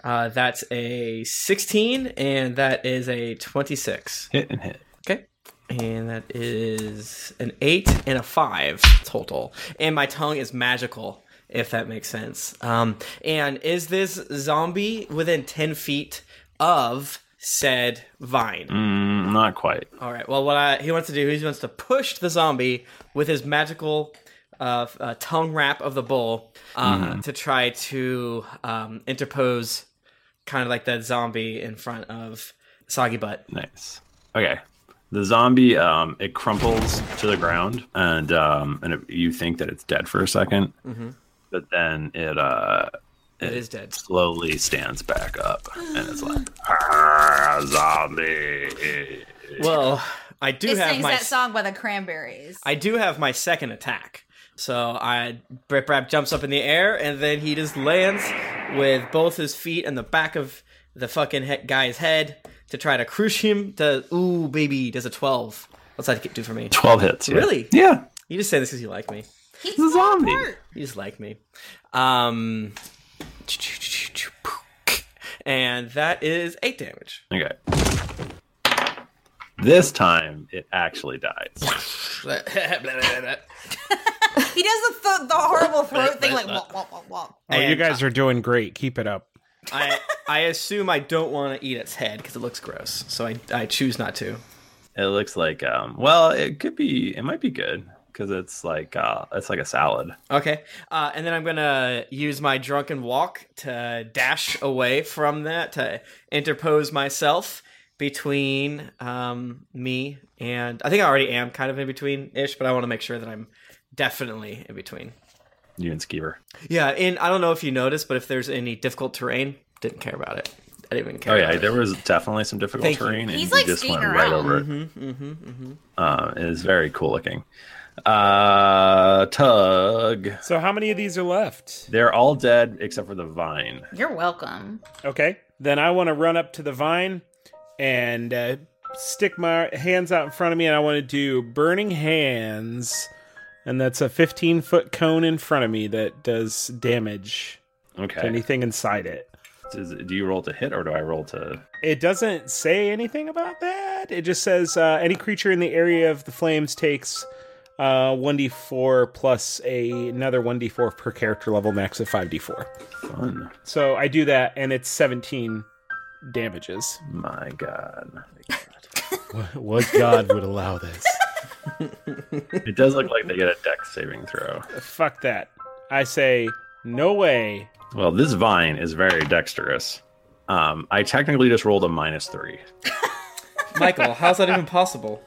S2: Uh, that's a 16, and that is a 26.
S1: Hit and hit.
S2: Okay. And that is an eight and a five total. And my tongue is magical, if that makes sense. Um, and is this zombie within 10 feet of said vine?
S1: Mm, not quite.
S2: All right. Well, what I, he wants to do, he wants to push the zombie with his magical uh, f- uh, tongue wrap of the bull uh,
S1: Mhm.
S2: to try to um, interpose kind of like that zombie in front of Soggy Butt.
S1: Nice. Okay. The zombie, um, it crumples to the ground, and um, and it, you think that it's dead for a 2nd
S2: Mhm.
S1: but then it uh,
S2: It is dead.
S1: Slowly stands back up, and it's like, "Arr, zombie.
S2: Well, I do
S3: it
S2: have
S3: sings
S2: my
S3: that song by the Cranberries.
S2: I do have my second attack. So I Brip Rap jumps up in the air and then he just lands with both his feet and the back of the fucking he- guy's head to try to crush him to ooh baby does a 12. What's that do for me?
S1: 12 hits, yeah.
S2: Really?
S1: Yeah.
S2: You just say this cuz you like me.
S3: He's a zombie.
S2: You just like me. Um and that is 8 damage.
S1: Okay. This time it actually dies.
S3: he does the th- the horrible throat thing, like womp womp womp womp.
S4: Oh, you guys are doing great. Keep it up.
S2: I I assume I don't want to eat its head cuz it looks gross. So I I choose not to.
S1: It looks like um well, it could be it might be good cuz it's like uh it's like a salad.
S2: Okay. Uh, and then I'm going to use my drunken walk to dash away from that, to interpose myself between um, me and. I think I already am kind of in between ish, but I want to make sure that I'm definitely in between.
S1: You and Skeever.
S2: Yeah. And I don't know if you noticed, but if there's any difficult terrain, didn't care about it. I didn't even care.
S1: Oh yeah,
S2: about it.
S1: there was definitely some difficult
S2: Thank you.
S1: terrain and
S2: He's,
S1: you
S2: like,
S1: just went
S2: skating
S1: right
S2: around.
S1: over it.
S2: Mhm, mhm, mhm.
S1: Uh, it is very cool looking. Uh tug.
S4: So how many of these are left?
S1: They're all dead except for the vine.
S3: You're welcome.
S4: Okay. Then I want to run up to the vine and uh, stick my hands out in front of me, and I want to do burning hands, and that's a 15 foot cone in front of me that does damage.
S1: Okay.
S4: To anything inside it.
S1: Does, do you roll to hit or do I roll to
S4: It doesn't say anything about that. It just says uh, any creature in the area of the flames takes uh, 1d4 plus a, another 1d4 per character level, max of 5d4.
S1: Fun.
S4: So I do that, and it's 17 damages.
S1: My God.
S4: what, what God would allow this?
S1: it does look like they get a dex saving throw.
S4: Fuck that. I say, no way.
S1: Well, this vine is very dexterous. Um, I technically just rolled a minus three.
S2: Michael, how's that even possible?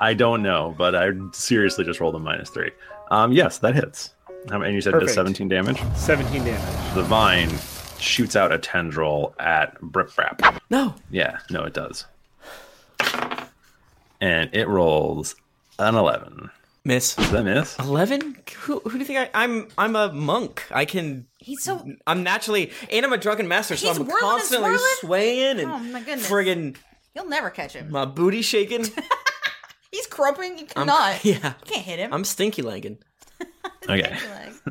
S1: I don't know, but I seriously just rolled a minus three. Um, yes, that hits. Um, and you said it does
S4: Perfect.
S1: 17 damage?
S4: 17 damage.
S1: The vine shoots out a tendril at Briprap.
S2: No.
S1: Yeah, no, it does. And it rolls an 11.
S2: Miss.
S1: Is that miss?
S2: Eleven? Who, who do you think I, I'm? I'm a monk. I can.
S3: He's so.
S2: I'm naturally, and I'm a drunken master, so
S3: He's
S2: I'm
S3: whirling and
S2: constantly
S3: swirling?
S2: swaying and
S3: Oh, my goodness.
S2: friggin'
S3: You'll never catch him.
S2: my booty shaking.
S3: He's crumping. You
S2: I'm-
S3: cannot.
S2: yeah.
S3: You can't hit him.
S2: I'm stinky legging.
S1: Okay.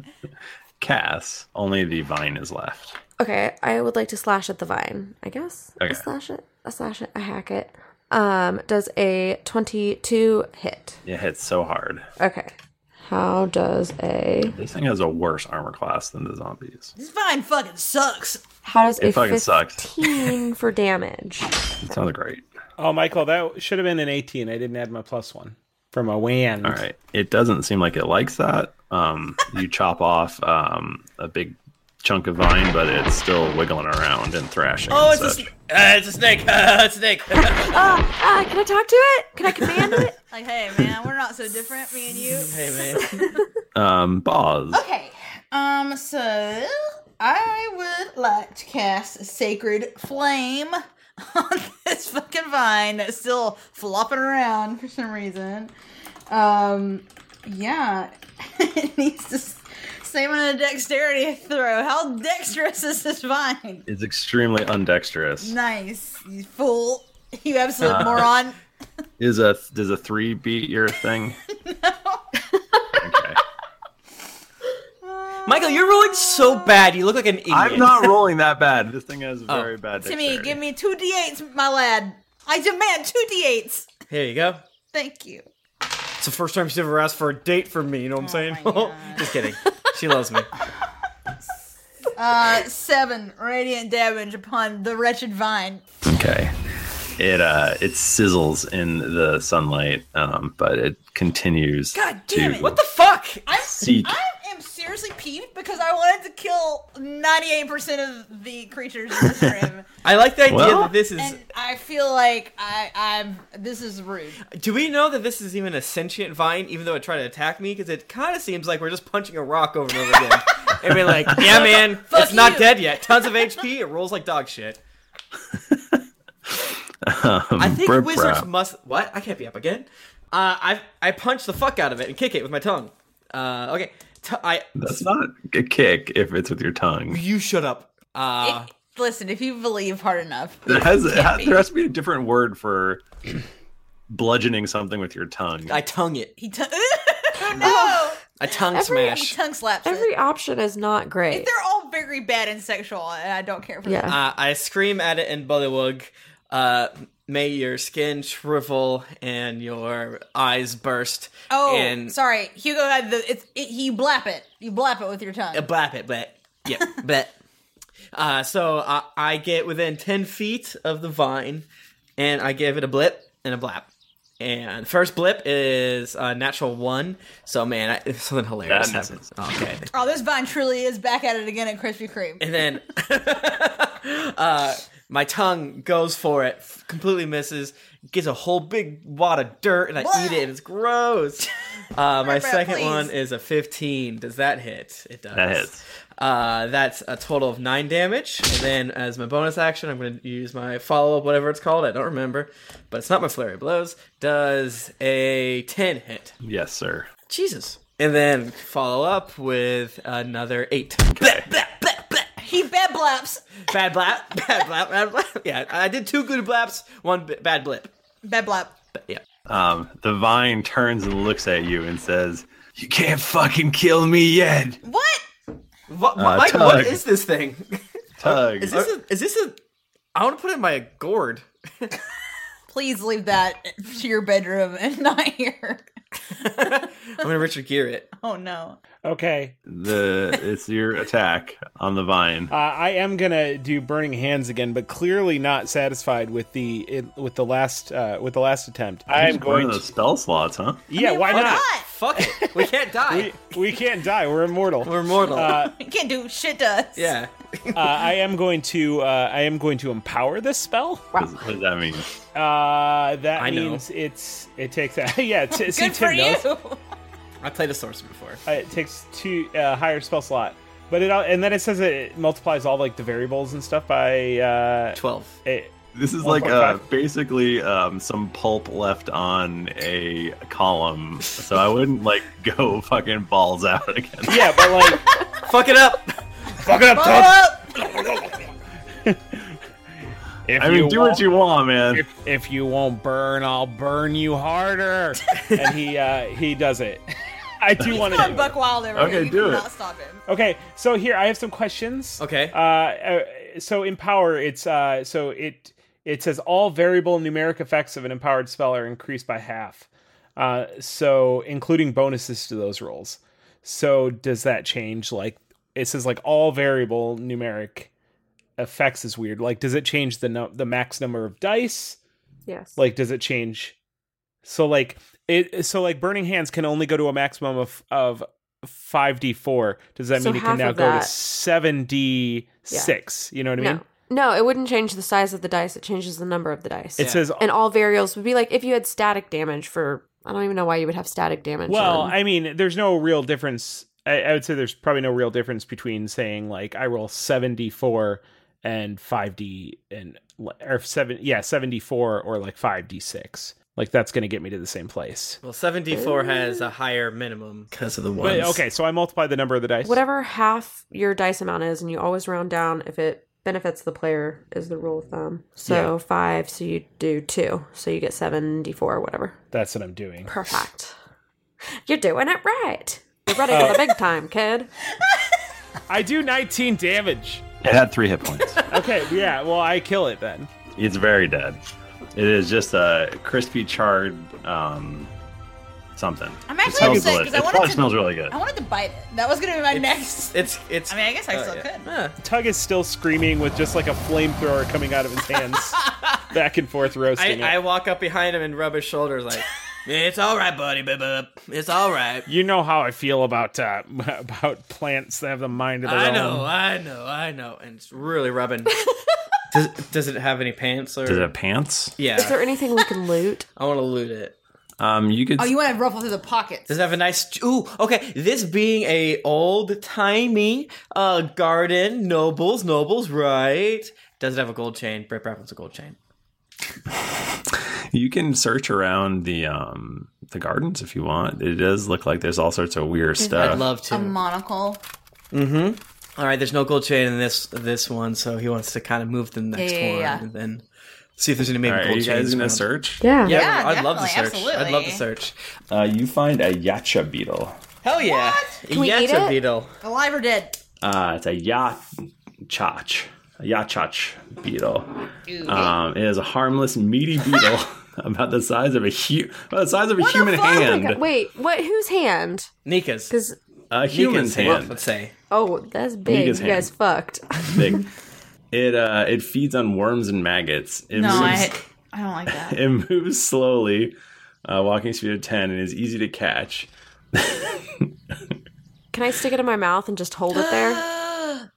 S1: Cass, only the vine is left.
S5: Okay, I would like to slash at the vine, I guess. I
S1: Okay.
S5: slash it. I slash it. I hack it. Um, does a 22 hit.
S1: It hits so hard.
S5: Okay. How does a
S1: This thing has a worse armor class than the zombies.
S13: This vine fucking sucks.
S5: How does
S1: It
S5: a
S1: fucking sucked.
S5: 15 for damage?
S1: It sounds great.
S4: Oh, Michael, that should have been an 18. I didn't add my plus one from a WAN.
S1: All right. It doesn't seem like it likes that. Um, you chop off um, a big chunk of vine, but it's still wiggling around and thrashing.
S7: Oh,
S1: and
S7: it's a,
S1: such.
S7: sn- uh, it's a snake. Uh, it's a snake.
S3: uh,
S5: Ah, can I talk to it? Can I command it?
S3: Like, hey, man, we're not so different, me and you.
S2: hey,
S3: man.
S1: um, Boz.
S3: Okay. Um. So I would like to cast Sacred Flame on this fucking vine that's still flopping around for some reason. Um. Yeah. it needs to. s- Same on a dexterity throw. How dexterous is this vine?
S1: It's extremely undexterous.
S3: Nice, you fool. You absolute
S1: Uh,
S3: moron.
S1: Is a does a three beat your thing?
S2: Michael, you're rolling so bad. You look like an idiot.
S1: I'm not rolling that bad. This thing has
S2: Oh.
S1: very bad.
S3: Timmy, give me two d8s, my lad. I demand two d8s.
S2: Here you go.
S3: Thank you.
S2: It's the first time she's ever asked for a date from me. You know what I'm
S3: Oh
S2: saying? Just kidding. She loves me.
S3: Uh, seven radiant damage upon the wretched vine.
S1: Okay. It uh it sizzles in the sunlight, um, but it continues. to-
S2: What the fuck?
S3: I'm,
S1: Seek.
S3: I am seriously peeved because I wanted to kill 98% of the creatures in this room.
S2: I like the idea
S1: Well-
S2: that this is.
S3: and I feel like I, I'm. This is rude.
S2: Do we know that this is even a sentient vine, even though it tried to attack me? Because it kind of seems like we're just punching a rock over and over again. and we're like, yeah, man,
S7: Fuck
S2: it's not
S7: you."
S2: dead yet. Tons of HP. It rolls like dog shit.
S1: Um,
S2: I think
S1: Brip
S2: wizards
S1: Rap.
S2: must. What? I can't be up again. Uh, I I punch the fuck out of it and kick it with my tongue. Uh, okay. T- I.
S1: That's not a kick if it's with your tongue.
S2: You shut up. Uh,
S3: Listen, if you believe hard enough,
S1: It has, it
S3: can't
S1: has
S3: be.
S1: there has to be a different word for bludgeoning something with your tongue.
S2: I tongue it.
S3: he t- no,
S2: I tongue
S3: he tongue slaps. it.
S5: Every option is not great.
S3: They're all very bad and sexual, and I don't care for them.
S2: Uh, I scream at it in Bullywug. Uh, may your skin shrivel and your eyes burst.
S3: Oh,
S2: and
S3: sorry, Hugo had the. It's it, you blap it. You blap it with your tongue.
S2: Uh, blap it, but yeah, but uh, so I, I get within ten feet of the vine, and I give it a blip and a blap. And first blip is a natural one. So man, I, something hilarious
S1: That
S2: happens. Okay.
S3: Oh, this vine truly is back at it again at Krispy Kreme.
S2: And then uh, my tongue goes for it, f- completely misses, gets a whole big wad of dirt, and I eat it, and it's gross. Uh, my
S7: Rip, rip,
S2: second
S7: please.
S2: one is a 15. Does that hit? It does.
S1: That hits.
S2: Uh, that's a total of nine damage. And then, as my bonus action, I'm going to use my follow up, whatever it's called. I don't remember, but it's not my flurry of blows. Does a 10 hit?
S1: Yes, sir.
S2: Jesus. And then follow up with another eight.
S3: He bad blaps.
S2: Bad blap, bad blap, bad blap. Yeah, I did two good blaps, one b- bad blip.
S3: Bad blap.
S2: yeah.
S4: Uh,
S1: Um, the vine turns and looks at you and says, "You can't fucking kill me yet."
S3: What?
S2: What,
S1: Uh,
S2: Mike, what
S1: tug.
S2: is this thing?
S1: Tug.
S2: Is this a, is this a? I want to put it in my gourd.
S3: Please leave that to your bedroom and not here.
S2: I'm gonna Richard Gear it.
S3: Oh no.
S4: Okay.
S1: The it's your attack on the vine.
S4: Uh, I am gonna do burning hands again, but clearly not satisfied with the it, with the last uh, with the last attempt. I am
S1: Just burn
S4: going.
S1: those
S4: To,
S1: spell slots, huh?
S4: yeah, why, not?
S2: Fuck it. We can't die.
S4: we, we can't die. We're immortal. We're
S2: immortal.
S4: Uh,
S3: You can't do shit to us.
S2: yeah.
S4: uh, I am going to uh, I am going to empower this spell.
S1: What does that mean?
S4: Uh, that
S1: I know.
S4: means it's it takes a, yeah. T- see,
S2: Good for
S4: Tim knows.
S2: you. I played a sorcerer before.
S4: Uh, it takes two uh, higher spell slot, but it all, and then it says it, it multiplies all like the variables and stuff by uh,
S2: twelve.
S1: This is like uh, basically um, some pulp left on a column, so I wouldn't like go fucking balls out again.
S4: yeah, but like
S2: fuck it up,
S4: fuck it up,
S1: Fuck
S4: If
S1: uh, I mean, do what you want, man.
S4: If, if you won't burn, I'll burn you harder. and he uh, he does it. I do want to
S3: Not Buck Wild over here. You cannot stop him.
S4: Okay, so here I have some questions.
S2: Okay.
S4: Uh, uh, so empower, it's uh, so it it says all variable numeric effects of an empowered spell are increased by half. Uh, so including bonuses to those rolls. So does that change? Like it says, like all variable numeric effects is weird. Like does it change the no- the max number of dice?
S5: Yes.
S4: Like does it change? So like it so like burning hands can only go to a maximum of of 5d4. Does that
S5: So
S4: mean it
S5: half
S4: can now
S5: of
S4: go to
S5: that-
S4: 7d6? You know what I mean?
S5: No. No, it wouldn't change the size of the dice. It changes the number of the dice.
S4: It says-
S5: and all variables would be like if you had static damage for. I don't even know why you would have static damage.
S4: Well,
S5: on-
S4: I mean, there's no real difference. I, I would say there's probably no real difference between saying like I roll 7d4 and 5d and or 7 yeah, 74 or like 5d6. Like that's going to get me to the same place.
S2: Well, seventy four has a higher minimum because of the
S4: Wait, okay, so I multiply the number of the dice.
S5: whatever half your dice amount is, and you always round down if it benefits the player is the rule of thumb. So
S4: Yeah.
S5: five, so you do two, so you get seven d four, whatever.
S4: That's what I'm doing.
S5: Perfect. You're doing it right. You're ready for the big time, kid.
S4: Uh, I do 19 damage.
S1: It had three hit points.
S4: okay, yeah, well, I kill it then.
S1: It's very dead. It is just a crispy charred um, something.
S3: I'm
S1: It
S3: actually
S1: smells
S3: upset
S1: deli-
S3: because I
S1: It
S3: wanted
S1: probably
S3: to.
S1: smells really good.
S3: I wanted to bite it. That was gonna be my next.
S2: It's it's. uh,
S3: I mean, I guess I
S4: oh,
S3: still
S4: yeah.
S3: could.
S4: Tug is still screaming with just like a flamethrower coming out of his hands, back and forth roasting
S2: I,
S4: it.
S2: I walk up behind him and rub his shoulders like, "It's all right, buddy. buh, buh. It's all right."
S4: You know how I feel about uh, about plants that have the mind of their
S2: I
S4: own.
S2: know, I know, I know, and it's really rubbing. does, does it have any pants or?
S1: Does it have pants?
S2: Yeah,
S5: Is there anything we can loot?
S2: I want to loot it.
S1: Um, you could.
S3: Oh, you want to ruffle through the pockets?
S2: Does it have a nice? Ooh, okay. This being a old timey uh garden, nobles, nobles, right? Does it have a gold chain? Brett Brett wants a gold chain.
S1: You can search around the um, the gardens if you want. It does look like there's all sorts of weird stuff.
S3: A monocle.
S2: Mm-hmm. All right. There's no gold chain in this this one, so he wants to kind of move to the next
S3: Yeah, yeah,
S2: one
S3: yeah.
S2: and then see if there's any maybe
S1: All right,
S2: gold
S1: are you guys
S2: chains
S1: gonna
S2: around.
S1: search?
S2: Yeah.
S1: Yeah,
S2: I'd love to search.
S3: definitely,
S2: I'd love to
S3: absolutely.
S2: search.
S1: Uh, you find a yacha beetle.
S2: Hell yeah!
S3: Can we
S2: Yacha
S3: eat it?
S2: beetle.
S3: Alive or dead?
S1: Uh, it's a yachach, a yachach beetle.
S3: Ooh.
S1: Um, it is a harmless, meaty beetle about the size of a hu- about the size of a human hand.
S5: Wait, what? Whose hand?
S2: Nika's.
S5: Because
S1: A human's hand.
S2: Let's say.
S5: oh, that's big.
S1: Nika's
S5: you guys
S1: hand.
S5: fucked.
S1: Big. It uh, it feeds on worms and maggots. It
S3: no,
S1: moves,
S3: I, I don't like that.
S1: it moves slowly, uh, walking speed of ten, and is easy to catch.
S5: Can I stick it in my mouth and just hold it there?
S3: Oh,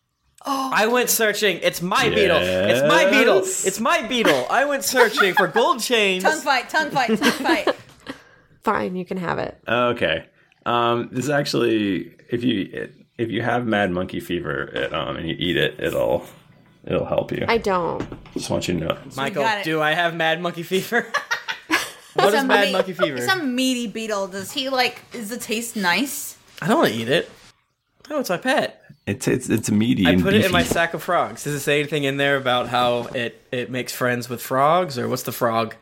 S2: I went searching. It's my beetle. It's my beetle. It's my beetle. I went searching for gold chains.
S3: Tongue fight, tongue fight, tongue fight.
S5: Fine, you can have it.
S1: Okay. Um, this actually, if you it, if you have mad monkey fever it, um, and you eat it, it'll it'll help you.
S5: I don't.
S1: Just want you to know.
S2: Michael,
S3: Got it.
S2: do I have mad monkey fever? what is
S3: Some
S2: mad
S3: meat-
S2: monkey fever?
S3: Some meaty beetle. Does he like? Is the taste nice?
S2: I don't want to eat it. Oh, it's my pet.
S1: It's it's it's meaty.
S2: I
S1: and
S2: put it in
S1: beefy.
S2: my sack of frogs. Does it say anything in there about how it, it makes friends with frogs, or what's the frog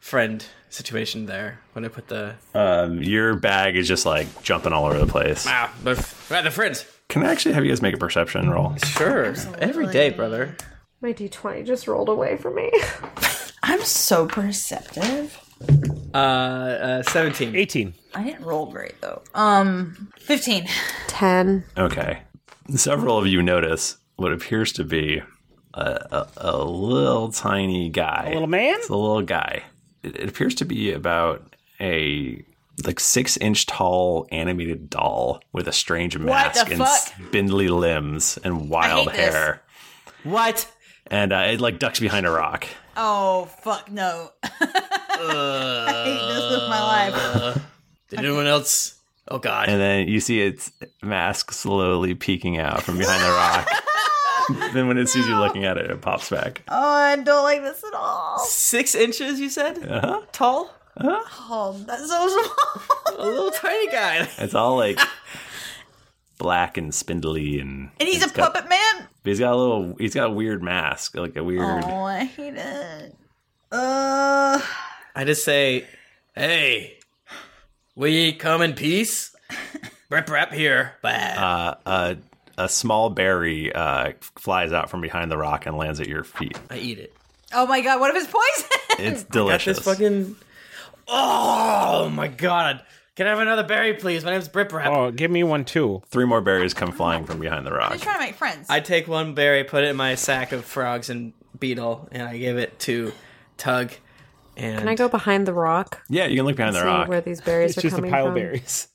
S2: friend situation there? When I put the
S1: Um, your bag is just like jumping all over the place.
S2: ah, the right, the friends.
S1: Can I actually have you guys make a perception roll?
S2: Sure, every day, brother.
S5: My d20 just rolled away from me.
S13: I'm so perceptive.
S2: Uh, uh, seventeen.
S4: Eighteen.
S13: I didn't roll great though.
S3: Um, fifteen.
S5: 10.
S1: Okay. Several of you notice what appears to be a, a, a little tiny guy. A little
S4: man?
S1: It's a little guy. It, it appears to be about a like six inch tall animated doll with a strange mask
S7: the
S1: and
S7: fuck?
S1: spindly limbs and wild
S13: hate this.
S1: hair.
S7: What?
S1: And uh, it like ducks behind a rock.
S13: Oh fuck no! I hate this with my life.
S7: Uh, did anyone else? Oh god.
S1: And then you see its mask slowly peeking out from behind the rock. then when it sees you looking at it, it pops back.
S13: Oh, I don't like this at all.
S2: Six inches, you said?
S1: Uh-huh.
S2: Tall?
S13: Oh, that's so small.
S2: A little tiny guy.
S1: It's all like black and spindly, and
S13: And he's a
S1: it's got-
S13: puppet man.
S1: but he's got a little. He's got a weird mask, like a weird.
S13: Oh, I hate it. Uh,
S7: I just say, hey, we come in peace. Rip rap here. Bah.
S1: Uh, a a small berry uh, flies out from behind the rock and lands at your feet.
S7: I eat it.
S3: Oh my god, what if it's poison?
S1: It's delicious.
S2: fucking.
S7: Oh my god. Can I have another berry, please? My name's Brip Rap.
S1: Oh, give me one too. Three more berries come flying from behind the rock.
S3: trying to make friends.
S2: I take one berry, put it in my sack of frogs and beetle, and I give it to Tug. And
S5: Can I go behind the rock?
S1: Yeah, you can look behind the
S5: See
S1: rock.
S5: where these berries
S1: It's
S5: are
S1: just a
S5: coming
S1: pile of
S5: from.
S1: berries.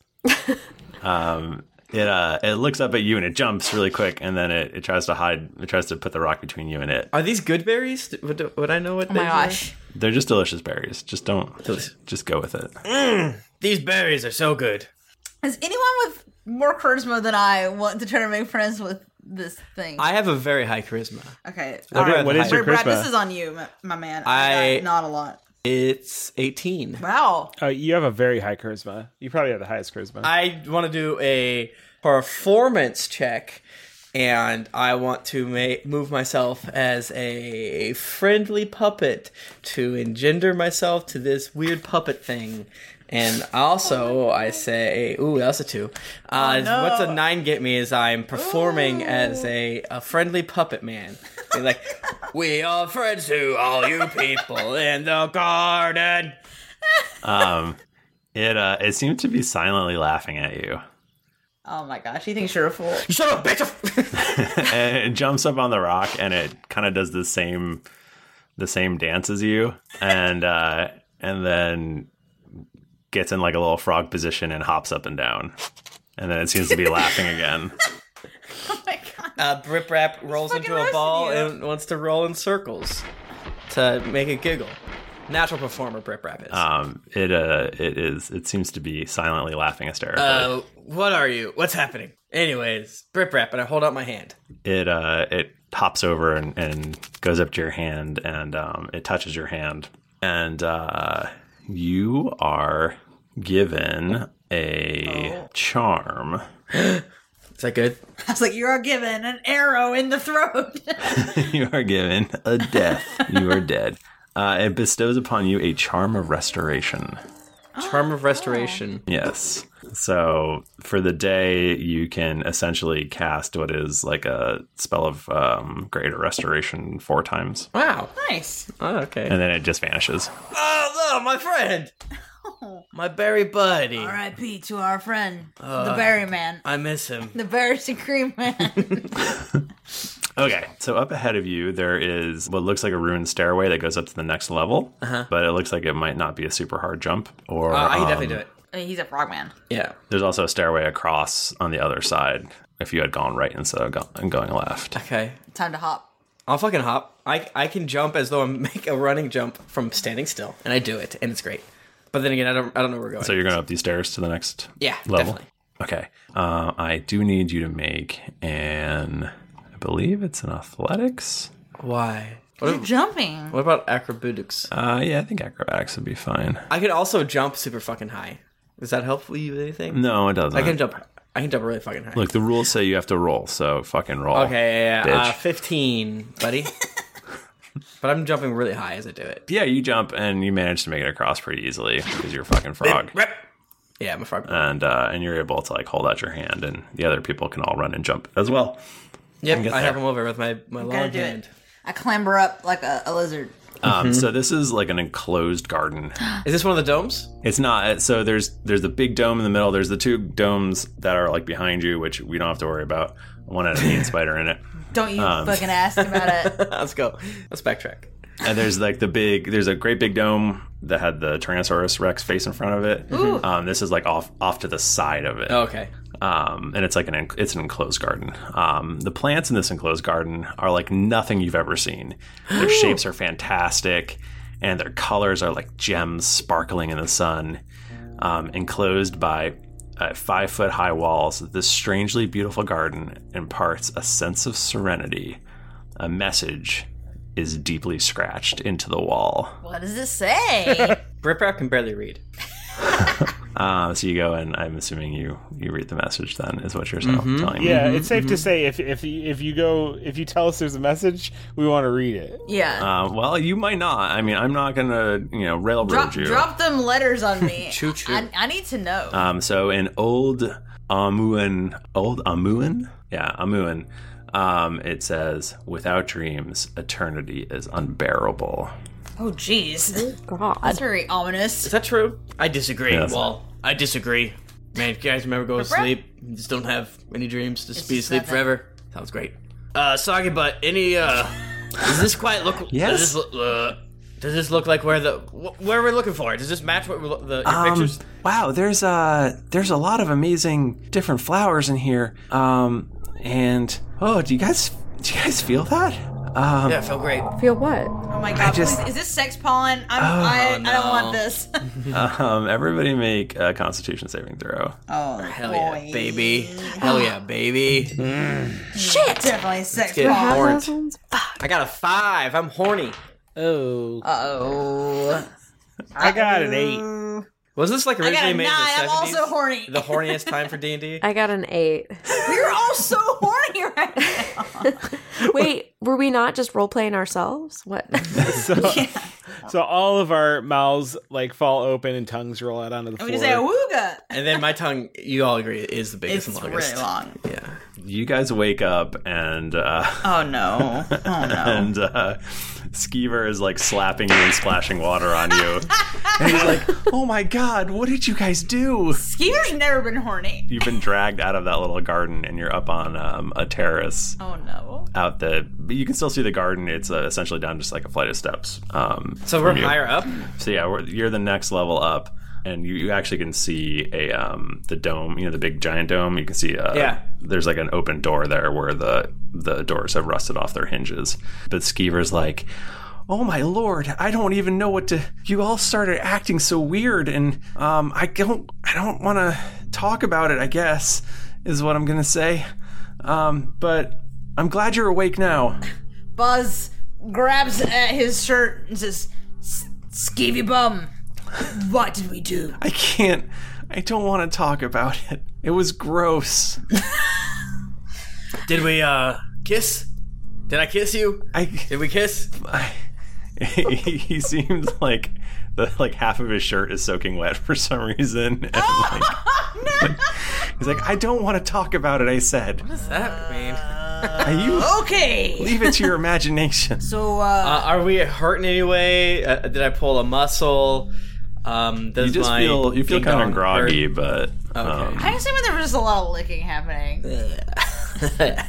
S1: Um, it uh, it looks up at you and it jumps really quick, and then it, it tries to hide. It tries to put the rock between you and it.
S2: Are these good berries? Would, would I know what
S3: Oh my
S2: they
S3: gosh.
S1: They're just delicious berries. Just don't. Just go with it.
S7: Mm, these berries are so good.
S3: Does anyone with more charisma than I want to try to make friends with this thing?
S2: I have a very high charisma.
S3: okay.
S2: What
S3: all
S2: is- what is your
S3: Brad, Brad,
S2: charisma?
S3: this is on you, my, my man.
S2: I-
S3: I, got not a lot.
S2: It's 18.
S3: Wow.
S4: Uh, you have a very high charisma. You probably have the highest charisma.
S2: I want to do a performance check, and I want to make move myself as a friendly puppet to engender myself to this weird puppet thing. And also, I say, ooh, that's a two. Uh,
S7: Oh, no.
S2: What's a nine get me is I'm performing as a, a friendly puppet man. Be like, we are friends to all you people in the garden.
S1: Um, it uh, it seems to be silently laughing at you.
S3: Oh my gosh, he thinks you're a fool.
S7: Shut up, bitch!
S1: and it jumps up on the rock and it kind of does the same the same dance as you and uh and then gets in like a little frog position and hops up and down and then it seems to be laughing again
S2: Uh, Brip Rap rolls into a ball and wants to roll in circles to make it giggle. Natural performer, Brip Rap is.
S1: um it uh it is it seems to be silently laughing hysterically
S2: Uh, what are you? What's happening? Anyways, Brip Rap, and I hold out my hand.
S1: it uh it hops over and, and goes up to your hand and um it touches your hand and uh you are given a charm
S2: Oh. is that good
S3: I was like, you're given an arrow in the throat.
S1: you are given a death you are dead uh it bestows upon you a charm of restoration
S2: Charm
S3: Oh,
S2: of Restoration.
S1: yes so for the day you can essentially cast what is like a spell of um greater restoration four times
S2: Wow.
S3: Nice.
S2: Oh, okay.
S1: and then it just vanishes
S2: Oh, no, my friend! My berry buddy.
S3: R.I.P. to our friend, the
S2: Uh,
S3: Berry Man,
S2: I miss him.
S3: the Berry and Cream Man.
S2: Uh,
S1: Okay, so up ahead of you, there is what looks like a ruined stairway that goes up to the next level,
S2: Uh-huh.
S1: but it looks like it might not be a super hard jump. Or
S2: Uh, I can
S1: um,
S2: definitely do it.
S3: I mean, he's a frog man.
S2: Yeah,
S1: There's also a stairway across on the other side. If you had gone right instead of go- going left,
S2: Okay.
S3: Time to hop.
S2: I'll fucking hop. I, I can jump as though I'm make a running jump from standing still, and I do it, and it's great. But then again, I don't I don't know where we're going.
S1: so you're going up these stairs to the next
S2: Yeah,
S1: level. Okay, uh, I do need you to make an, I believe it's an athletics.
S2: Why?
S3: You're jumping.
S2: What about acrobatics?
S1: Uh, yeah, I think acrobatics would be fine.
S2: I could also jump super fucking high. Does that help you with anything?
S1: No, it doesn't.
S2: I can jump. I can jump really fucking high.
S1: Look, the rules say you have to roll, so fucking roll.
S2: okay, yeah, yeah.
S1: bitch.
S2: Uh, fifteen, buddy. but I'm jumping really high as I do it.
S1: yeah, you jump and you manage to make it across pretty easily because you're a fucking frog.
S2: Yeah, I'm a frog.
S1: And uh, and you're able to like hold out your hand, and the other people can all run and jump as well.
S2: Yep,
S1: Get
S2: I have
S1: there.
S2: him over with my my
S3: I'm
S2: long
S3: gonna do
S2: hand.
S3: it. I clamber up like a, a lizard.
S1: Um, So this is like an enclosed garden.
S2: Mm-hmm. Is this one of the domes?
S1: It's not. uh, So there's there's the big dome in the middle. There's the two domes that are like behind you, which we don't have to worry about. One had a mean spider in it.
S3: Don't you
S1: Um,
S3: fucking ask about it.
S2: Let's go. Let's backtrack.
S1: And there's like the big, there's a great big dome that had the Tyrannosaurus Rex face in front of it.
S2: Ooh.
S1: Um, this is like off off to the side of it.
S2: Okay.
S1: Um, and it's like an en- it's an enclosed garden. Um, the plants in this enclosed garden are like nothing you've ever seen. Their shapes are fantastic, and their colors are like gems sparkling in the sun. Um, enclosed by uh, five foot high walls, this strangely beautiful garden imparts a sense of serenity. A message is deeply scratched into the wall.
S13: What does it say?
S2: Riprap can barely read.
S1: Um, so you go and I'm assuming you you read the message. Then is what you're self-
S4: Mhm.
S1: telling me.
S4: Yeah, it's safe to say if if you- if you go if you tell us there's a message, we want to read it.
S13: yeah.
S1: Uh, well, you might not. I mean, I'm not gonna you know railroad
S13: Drop,
S1: you.
S13: drop them letters on me.
S1: Choo choo.
S13: I, I need to know.
S1: Um, so in old Amuan, old Amuan, yeah, Amuan, um, it says, "Without dreams, eternity is unbearable."
S13: Oh, jeez.
S5: God.
S13: That's very ominous.
S2: Is that true?
S7: I disagree.
S1: Yes.
S7: Well, I disagree. Man, you guys remember go to
S13: Bruh.
S7: sleep. You just don't have any dreams. Just
S13: It's
S7: be
S13: just
S7: asleep
S13: nothing.
S7: forever. Sounds great. Uh, Soggy Butt, any, uh, does this quite look,
S1: Yes.
S7: does this, look- uh, does this look like where the, wh- where we're looking for? Does this match what we're, lo- the, your
S2: Um,
S7: pictures?
S1: Um, wow, there's uh there's a lot of amazing different flowers in here. Um, and oh, do you guys do you guys feel that? Um,
S7: yeah, I feel great.
S5: Feel what?
S13: Oh
S3: my
S1: I
S3: god!
S1: just-
S3: please, is this sex pollen? I'm,
S1: Oh,
S3: I, I
S1: no.
S3: don't want this.
S1: um, everybody make a Constitution saving throw.
S3: Oh,
S7: Hell yeah, baby. Hell yeah, baby.
S1: Mm.
S13: Shit! Definitely sex
S7: get
S13: bomb.
S7: horned.
S2: I got a five. I'm horny. Oh.
S13: Uh oh.
S2: I got an eight. Was this like
S13: I got
S2: originally
S13: a
S2: made in the
S13: nine. I'm
S2: 70s?
S13: also horny.
S2: The horniest time for D&D?
S5: I got an eight.
S13: We're all so horny right
S5: Wait, were we not just role playing ourselves? What?
S4: So, so all of our mouths like fall open and tongues roll out onto the floor.
S13: awooga.
S7: And then my tongue, you all agree, is the
S13: biggest It's and longest. really long.
S7: Yeah.
S1: You guys wake up and uh,
S13: oh no, oh no,
S1: and uh, Skeever is like slapping you and splashing water on you, and he's like, "Oh my god, what did you guys do?"
S3: Skeever's never been horny.
S1: You've been dragged out of that little garden, and you're up on um, a terrace
S3: Oh no.
S1: out the. But you can still see the garden. It's uh, essentially down just like a flight of steps. Um,
S2: So we're
S1: from you.
S2: higher up?
S1: So yeah, we're, you're the next level up, and you, you actually can see a um, the dome. You know, the big giant dome. You can see uh,
S2: Yeah.
S1: There's like an open door there where the the doors have rusted off their hinges. But Skeever's like, oh my lord, I don't even know what to. You all started acting so weird, and um, I don't I don't want to talk about it. I guess is what I'm gonna say. Um, but I'm glad you're awake now.
S13: Buzz grabs at his shirt and says, "S- "Skeevy bum, what did we do?"
S1: I can't. I don't want to talk about it. It was gross.
S7: Did we, uh, kiss? Did I kiss you?
S1: I,
S7: Did we kiss?
S1: he seems like the like half of his shirt is soaking wet for some reason. And like, he's like, I don't want to talk about it. I said,
S7: What does that mean?
S1: Are you
S13: okay.
S1: leave it to your imagination.
S13: So, uh,
S2: Uh, are we hurt in any way? Uh, did I pull a muscle? Um, does
S1: you just
S2: my
S1: feel you feel
S2: ding-dong
S1: kind of groggy,
S2: hurt?
S1: but um,
S3: I assume there was just a lot of licking happening.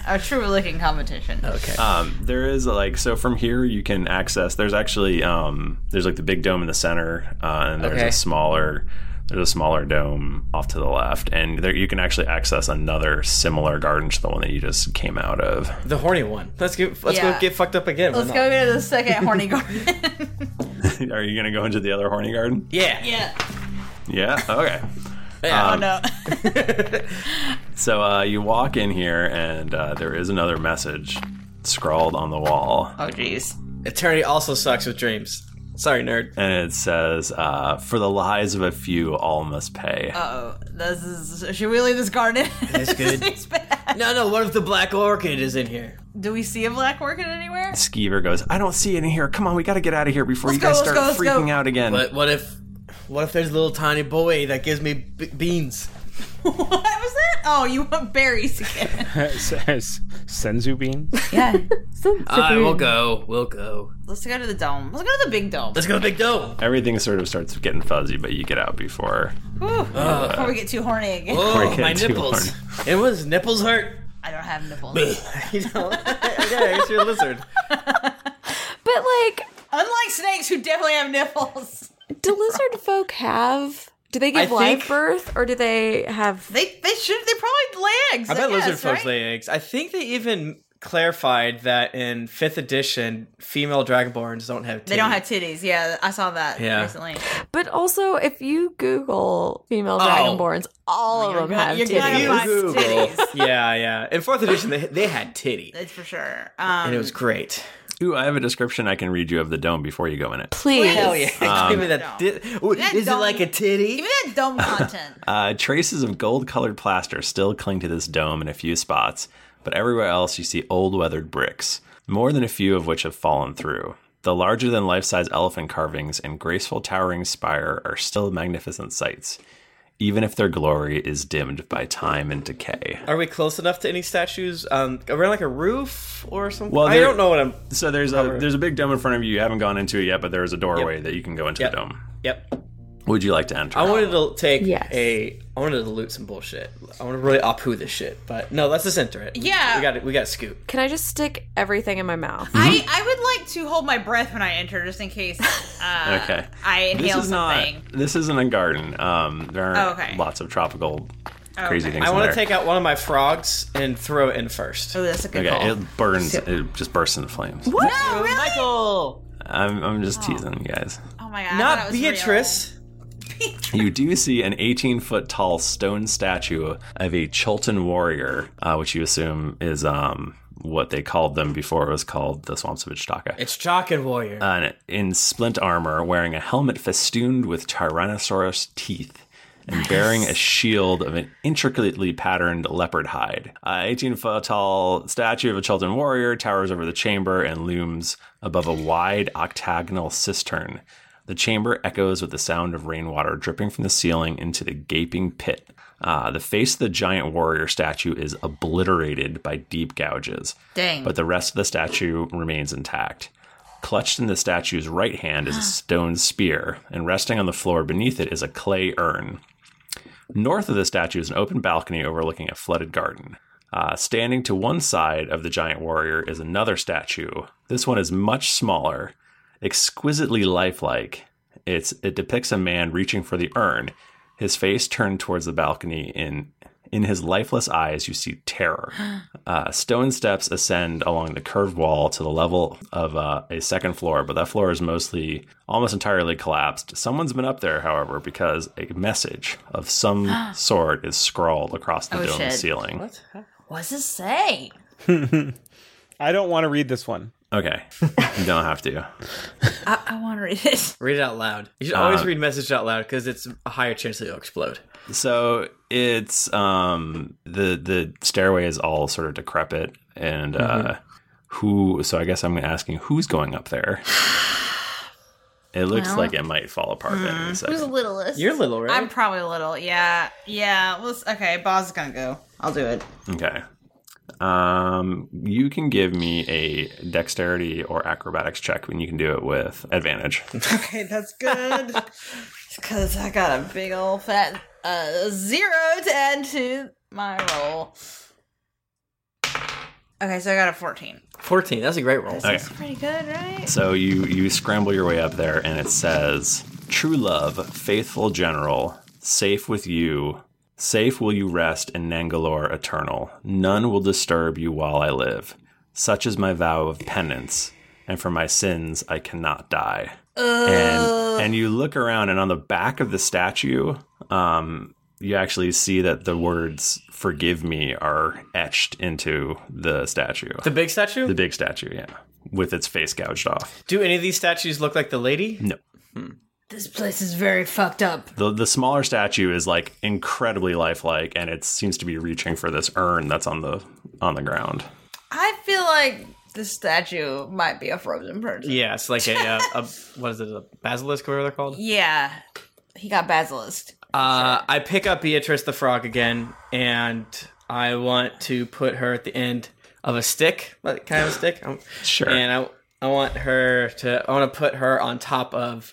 S3: a true licking competition.
S2: Okay.
S1: Um, there is like so from here you can access. There's actually um, there's like the big dome in the center, uh, and there's
S2: Okay.
S1: a smaller there's a smaller dome off to the left, and there you can actually access another similar garden to the one that you just came out of.
S2: The horny one. Let's get let's
S3: Yeah.
S2: go get fucked up again. Why
S3: Let's
S2: not?
S3: go to the second horny garden.
S1: Are you gonna go into the other horny garden?
S2: Yeah.
S3: Yeah.
S1: Yeah. Okay.
S3: Yeah.
S1: Um,
S3: oh no.
S1: So uh, you walk in here, and uh, there is another message scrawled on the wall.
S3: Oh jeez.
S2: Eternity also sucks with dreams. Sorry, nerd.
S1: And it says, uh, "For the lies of a few, all must pay."
S3: Uh oh. This is. Should we leave this garden?
S7: That's good. no, no, what if the black orchid is in here?
S3: Do we see a black orchid anywhere?
S1: Skeever goes, I don't see it in here. Come on, we gotta get out of here before
S3: Let's
S1: you guys
S3: go,
S1: start
S3: let's go, let's
S1: freaking
S3: go."
S1: out again.
S7: But what if, what if there's a little tiny boy that gives me b- beans?
S3: What was that? Oh, you want berries again?
S4: Says senzu bean.
S3: yeah.
S7: All right, we'll go. We'll go.
S3: Let's go to the dome. Let's go to the big dome.
S7: Let's go, big dome.
S1: Everything sort of starts getting fuzzy, but you get out before.
S3: Whew.
S7: Uh,
S1: Ugh.
S3: Before we get too horny again.
S7: Oh,
S1: Before we get too hard.
S7: It was nipples hurt.
S3: I don't have nipples.
S7: you know, yeah, it's your lizard.
S5: But like,
S3: Unlike snakes who definitely have nipples.
S5: Do lizard folk have? Do they give
S2: I
S5: live
S2: think-
S5: birth, or do they have?
S3: They they should. They probably lay eggs.
S2: I bet
S3: guess,
S2: lizard folks
S3: right?
S2: lay eggs. I think they even clarified that in fifth edition, female dragonborns don't have.
S3: They don't have titties. Yeah, I saw that
S2: Yeah.
S3: recently.
S5: But also, if you Google female
S2: Oh.
S5: dragonborns, all of them have titties.
S2: yeah, yeah. In fourth edition, they, they had titty,
S3: That's for sure. Um,
S2: and it was great.
S1: Ooh, I have a description I can read you of the dome before you go in it.
S2: hell yeah! Um, Give me that. Di- Ooh,
S3: Um, That
S2: is it
S3: dumb-
S2: like a titty?
S3: Even that dumb content.
S1: Uh, traces of gold colored plaster still cling to this dome in a few spots, but everywhere else you see old weathered bricks, more than a few of which have fallen through. The larger than life size elephant carvings and graceful towering spire are still magnificent sights, even if their glory is dimmed by time and decay.
S2: Are we close enough to any statues? Um, around like a roof or something?
S1: Well,
S2: I
S1: there-
S2: don't know what I'm.
S1: So there's a there's a big dome in front of you. You haven't gone into it yet, but there is a doorway that you can go into the dome.
S2: Yep.
S1: Would you like to enter?
S2: I wanted to take
S1: Yes.
S2: a. I wanted to loot some bullshit. I want to really apu this shit, but no, let's just enter it.
S3: Yeah.
S2: we got it. We got scoop.
S5: Can I just stick everything in my mouth?
S1: Mm-hmm.
S3: I, I would like to hold my breath when I enter, just in case uh,
S1: okay.
S3: I inhale
S1: this is
S3: something.
S1: not. This isn't a garden. Um, there are
S3: Oh, okay.
S1: lots of tropical
S3: Oh,
S1: crazy things.
S2: I
S1: in
S2: want
S1: there.
S2: to take out one of my frogs and throw it in first.
S3: Oh, that's a
S1: Okay, it burns. It just bursts into flames.
S2: What?
S3: No, really?
S2: Michael.
S1: I'm, I'm just teasing you guys.
S3: Oh my god!
S2: Not
S3: I thought it was
S2: Beatrice.
S1: You do see an 18 foot tall stone statue of a Chultan warrior, uh, which you assume is um, what they called them before it was called the Swamps of Ichtaka.
S2: It's Jock and Warrior.
S1: uh, in splint armor, wearing a helmet festooned with Tyrannosaurus teeth. And bearing a shield of an intricately patterned leopard hide. Uh, 18 foot tall statue of a Chultan warrior towers over the chamber and looms above a wide octagonal cistern. The chamber echoes with the sound of rainwater dripping from the ceiling into the gaping pit. Uh, the face of the giant warrior statue is obliterated by deep gouges.
S3: Dang.
S1: But the rest of the statue remains intact. Clutched in the statue's right hand is a stone spear, and resting on the floor beneath it is a clay urn. North of the statue is an open balcony overlooking a flooded garden. Uh, standing to one side of the giant warrior is another statue. This one is much smaller, exquisitely lifelike. It's, it depicts a man reaching for the urn, his face turned towards the balcony. In, in his lifeless eyes, you see terror.
S3: Oh,
S1: Uh, stone steps ascend along the curved wall to the level of uh, a second floor, but that floor is mostly, almost entirely collapsed. Someone's been up there, however, because a message of some sort is scrawled across the
S13: Oh,
S1: dome
S13: shit.
S1: ceiling.
S13: What? What's it say?
S4: I don't want to read this one.
S1: Okay, you don't have to.
S3: I, I want to read this.
S2: Read it out loud. You should always
S1: Um,
S2: read message out loud because it's a higher chance that you'll explode.
S1: So it's um the the stairway is all sort of decrepit and uh
S2: Mhm.
S1: who so I guess I'm asking who's going up there? It looks
S3: Well.
S1: like it might fall apart then in a
S3: Who's the
S1: second.
S3: littlest?
S1: You're little, right?
S3: I'm probably little. Yeah, yeah. Well, s- okay. Boz is gonna go. I'll do it.
S1: Okay. Um you can give me a dexterity or acrobatics check when you can do it with advantage.
S3: Okay, that's good. Because I got a big old fat uh, zero to add to my roll. Okay, so I got a 14.
S2: 14. That's a great roll.
S1: Okay.
S3: That's pretty good, right?
S1: So you you scramble your way up there, and it says, "True love, faithful general, safe with you, safe will you rest in Nangalore eternal. None will disturb you while I live. Such is my vow of penance, and for my sins I cannot die."
S13: Ugh.
S1: And and you look around, and on the back of the statue, um, you actually see that the words "Forgive me" are etched into the statue.
S2: The big statue.
S1: The big statue, yeah, with its face gouged off.
S2: Do any of these statues look like the lady?
S1: No.
S13: This place is very fucked up.
S1: The the smaller statue is like incredibly lifelike, and it seems to be reaching for this urn that's on the on the ground.
S3: I feel like the statue might be a frozen person.
S2: Yeah, it's like a, uh a what is it? A basilisk, whatever they're called.
S3: Yeah. He got basilisk.
S2: Uh, I pick up Beatrice the frog again, and I want to put her at the end of a stick, like, kind of a stick. Um,
S1: Sure.
S2: And I, I want her to. I want to put her on top of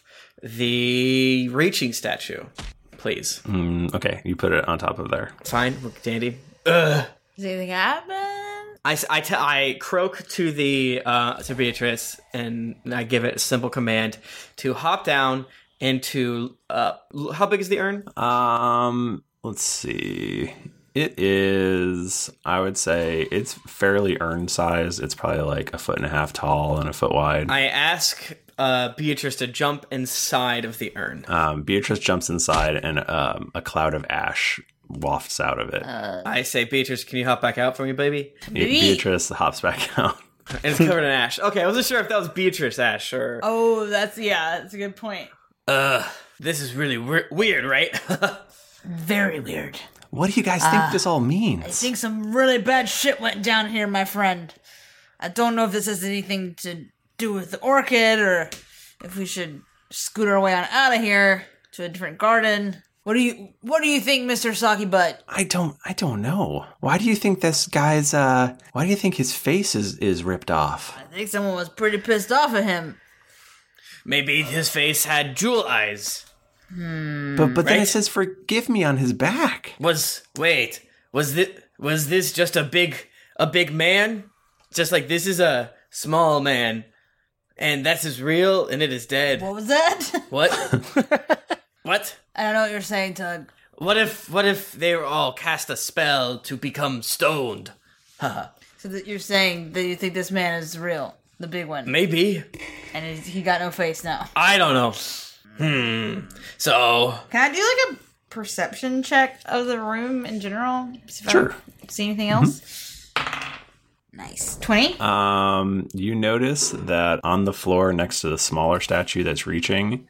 S2: the reaching statue, please.
S1: Mm, okay, you put it on top of there.
S2: Fine, dandy. Ugh.
S3: Does anything happen?
S14: I, s- I te- I croak to the uh, to Beatrice and I give it a simple command to hop down into uh, l- how big is the urn?
S1: Um, let's see. It is, I would say, it's fairly urn size. It's probably like a foot and a half tall and a foot wide.
S14: I ask uh, Beatrice to jump inside of the urn.
S1: Um, Beatrice jumps inside, and um, a cloud of ash wafts out of it.
S3: Uh.
S14: I say, Beatrice, can you hop back out for me, baby?
S1: Be- Beatrice hops back out.
S14: And it's covered in ash. Okay, I wasn't sure if that was Beatrice ash or.
S15: Oh, that's yeah, that's a good point.
S2: Uh, this is really we- weird, right?
S3: Very weird.
S1: What do you guys
S3: think Uh,
S1: this all means?
S3: I think some really bad shit went down here, my friend. I don't know if this has anything to do with the orchid or if we should scoot our way on out of here to a different garden. What do you What do you think, Mister Saki Butt?
S1: I don't. I don't know. Why do you think this guy's? uh Why do you think his face is is ripped off?
S3: I think someone was pretty pissed off at him.
S2: Maybe his face had jewel eyes.
S3: Hmm.
S1: But but then
S2: Right?
S1: it says forgive me on his back.
S2: Was wait, was this was this just a big a big man? Just like this is a small man, and that's his real, and it is dead.
S3: What was that?
S2: What? what?
S3: I don't know what you're saying, Tug.
S2: What if what if they were all cast a spell to become stoned? Haha.
S3: So that you're saying that you think this man is real, the big one,
S2: Maybe.
S3: and he's, he got no face now.
S2: I don't know. Hmm. So
S15: Can I do like a perception check of the room in general? See if I
S1: Sure.
S15: see anything else?
S3: Mm-hmm.
S15: Nice. Twenty.
S1: Um, you notice that on the floor next to the smaller statue that's reaching,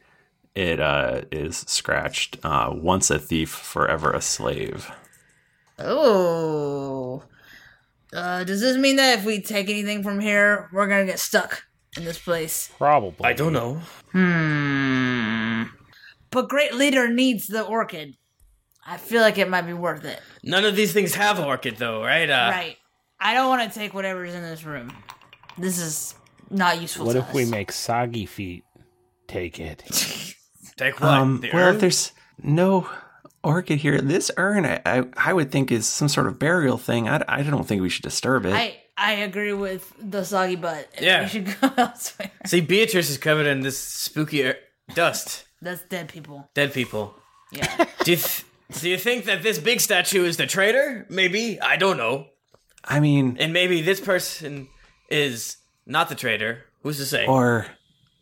S1: it uh, is scratched. Uh, once a thief, forever a slave.
S3: Oh. Uh, does this mean that if we take anything from here, we're gonna get stuck in this place?
S4: Probably.
S2: I don't know.
S14: Hmm.
S3: But Great Leader needs the orchid. I feel like it might be worth it.
S2: None of these things have orchid though, right? Uh,
S3: right. I don't want to take whatever's in this room. This is not useful
S4: What
S3: to
S4: if
S3: us.
S4: we make soggy feet take it?
S2: Take
S1: Um, well, if there's no orchid here, this urn, I, I, I would think is some sort of burial thing. I, I don't think we should disturb it.
S3: I, I agree with the soggy butt.
S2: Yeah.
S3: We should go elsewhere.
S2: See, Beatrice is covered in this spooky er- dust.
S3: That's dead people.
S2: Dead people.
S3: Yeah.
S2: do you th- do you think that this big statue is the traitor? Maybe I don't know.
S1: I mean,
S2: And maybe this person is not the traitor. Who's to say?
S1: or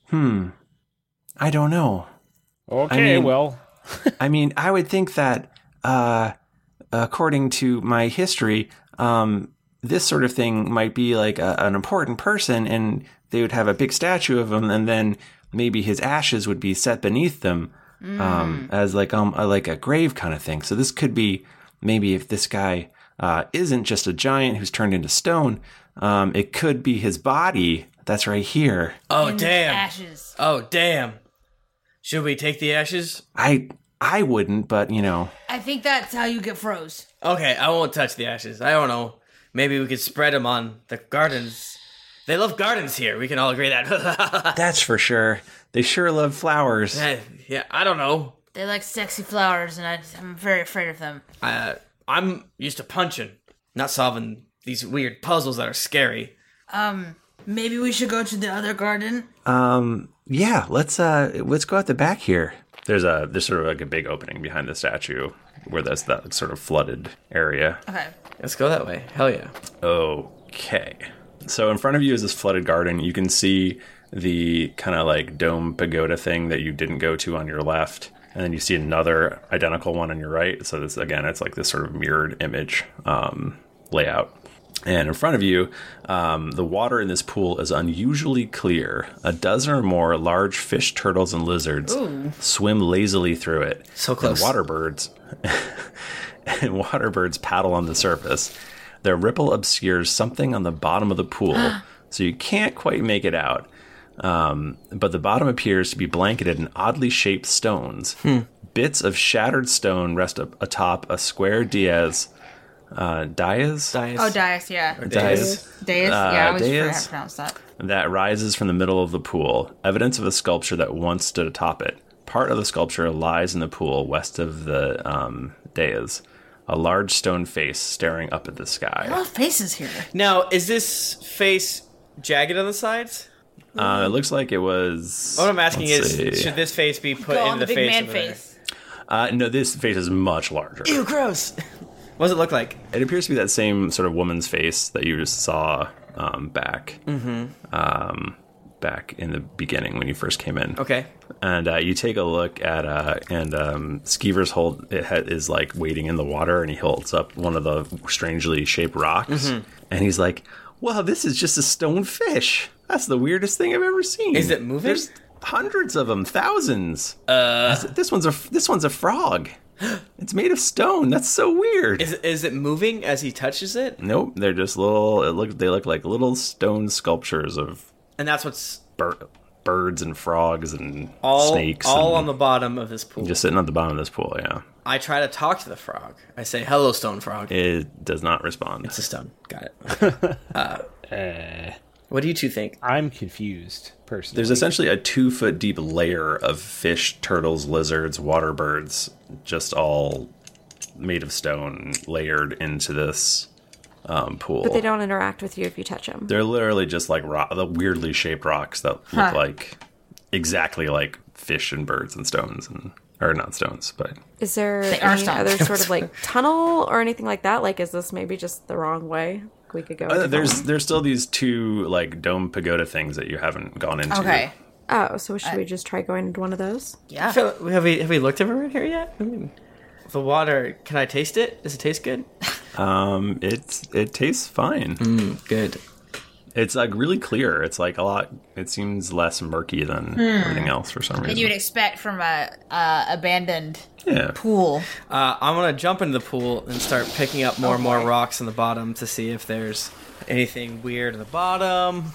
S1: hmm, I don't know.
S2: Okay,
S4: well,
S1: I mean, I would think that, uh, according to my history, um, this sort of thing might be like a, an important person, and they would have a big statue of him, and then maybe his ashes would be set beneath them um,
S2: Mm.
S1: as like um a, like a grave kind of thing. So this could be maybe if this guy uh, isn't just a giant who's turned into stone, um, it could be his body that's right here.
S2: oh
S3: In the
S2: damn!
S3: ashes.
S2: Oh damn! Should we take the ashes?
S1: I I wouldn't, but you know.
S3: I think that's how you get froze.
S2: Okay, I won't touch the ashes. I don't know. Maybe we could spread them on the gardens. They love gardens here. We can all agree that.
S1: That's for sure. They sure love flowers.
S2: Eh, yeah, I don't know.
S3: They like sexy flowers, and I, I'm very afraid of them.
S2: Uh, I'm used to punching, not solving these weird puzzles that are scary.
S3: Um, maybe we should go to the other garden.
S1: Um, yeah, let's uh let's go out the back here. There's a there's sort of like a big opening behind the statue where that's that sort of flooded area.
S3: Okay.
S2: Let's go that way. Hell yeah.
S1: Okay. So in front of you is this flooded garden. You can see the kind of like dome pagoda thing that you didn't go to on your left. And then you see another identical one on your right. So this again, it's like this sort of mirrored image um, layout. And in front of you, um, the water in this pool is unusually clear. A dozen or more large fish, turtles, and lizards
S2: Ooh.
S1: swim lazily through it. So
S2: close.
S1: And water birds and water birds paddle on the surface. Their ripple obscures something on the bottom of the pool, so you can't quite make it out. Um, but the bottom appears to be blanketed in oddly shaped stones. Bits of shattered stone rest up atop a square Diaz. Uh, Diaz?
S15: Oh, Dias, yeah.
S1: Or Dias.
S15: Dias,
S1: Uh,
S15: yeah. I always forget how
S1: Dias.
S15: to pronounce that.
S1: that rises from the middle of the pool, evidence of a sculpture that once stood atop it. Part of the sculpture lies in the pool west of the um, dais. a large stone face staring up at the sky.
S13: lot of faces here.
S2: Now, is this face jagged on the sides?
S1: Uh, it looks like it was.
S2: What I'm asking
S1: let's
S2: is,
S1: see.
S2: should this face be put
S13: Go
S2: in
S13: on the
S2: the,
S13: big
S2: face?
S13: man
S2: over there?
S13: face.
S1: Uh, no, this face is much larger.
S2: Ew, gross. what does it look like?
S1: It appears to be that same sort of woman's face that you just saw um, back
S2: Mm-hmm.
S1: um, back in the beginning when you first came in.
S2: Okay.
S1: And uh, you take a look at uh, and um, Skeever's hold it ha- is like waiting in the water, and he holds up one of the strangely shaped rocks,
S2: Mhm.
S1: and he's like, "Wow, this is just a stone fish. That's the weirdest thing I've ever seen.
S2: Is it moving?
S1: There's hundreds of them, thousands. Uh, this one's a this one's a frog. It's made of stone. That's so weird.
S2: Is is it moving as he touches it?
S1: Nope, they're just little. It look they look like little stone sculptures of
S2: And that's what's
S1: bir- birds and frogs and
S2: all
S1: snakes.
S2: all on
S1: and
S2: the bottom of this pool.
S1: just sitting at the bottom of this pool. Yeah,
S2: I try to talk to the frog. I say, "Hello, stone frog."
S1: it does not respond. It's
S2: a stone. Got it.
S1: uh,
S2: what do you two think?
S4: I'm confused personally.
S1: There's essentially a two foot deep layer of fish, turtles, lizards, water birds, just all made of stone, layered into this um, pool.
S5: But they don't interact with you if you touch them.
S1: They're literally just like rock, the weirdly shaped rocks that
S5: Huh.
S1: look like exactly like fish and birds and stones and or not stones, but
S5: Is there
S13: They are
S5: any
S13: stopped.
S5: other sort of like tunnel or anything like that? Like, is this maybe just the wrong way? We could go. a
S1: Uh,
S5: different
S1: there's
S5: way?
S1: there's still these two like dome pagoda things that you haven't gone into.
S5: Oh, so should we just try going into one of those?
S2: I feel- have we have we looked everywhere here yet? I mean, the water. Can I taste it? Does it taste good?
S1: Um, it's it tastes fine.
S2: good.
S1: It's like really clear. It's like a lot. It seems less murky than
S13: Hmm.
S1: everything else for some
S13: That
S1: reason.
S13: you would expect from a uh, abandoned.
S1: yeah.
S13: Pool.
S2: Uh, I'm gonna jump into the pool and start picking up more and more rocks in the bottom to see if there's anything weird in the bottom.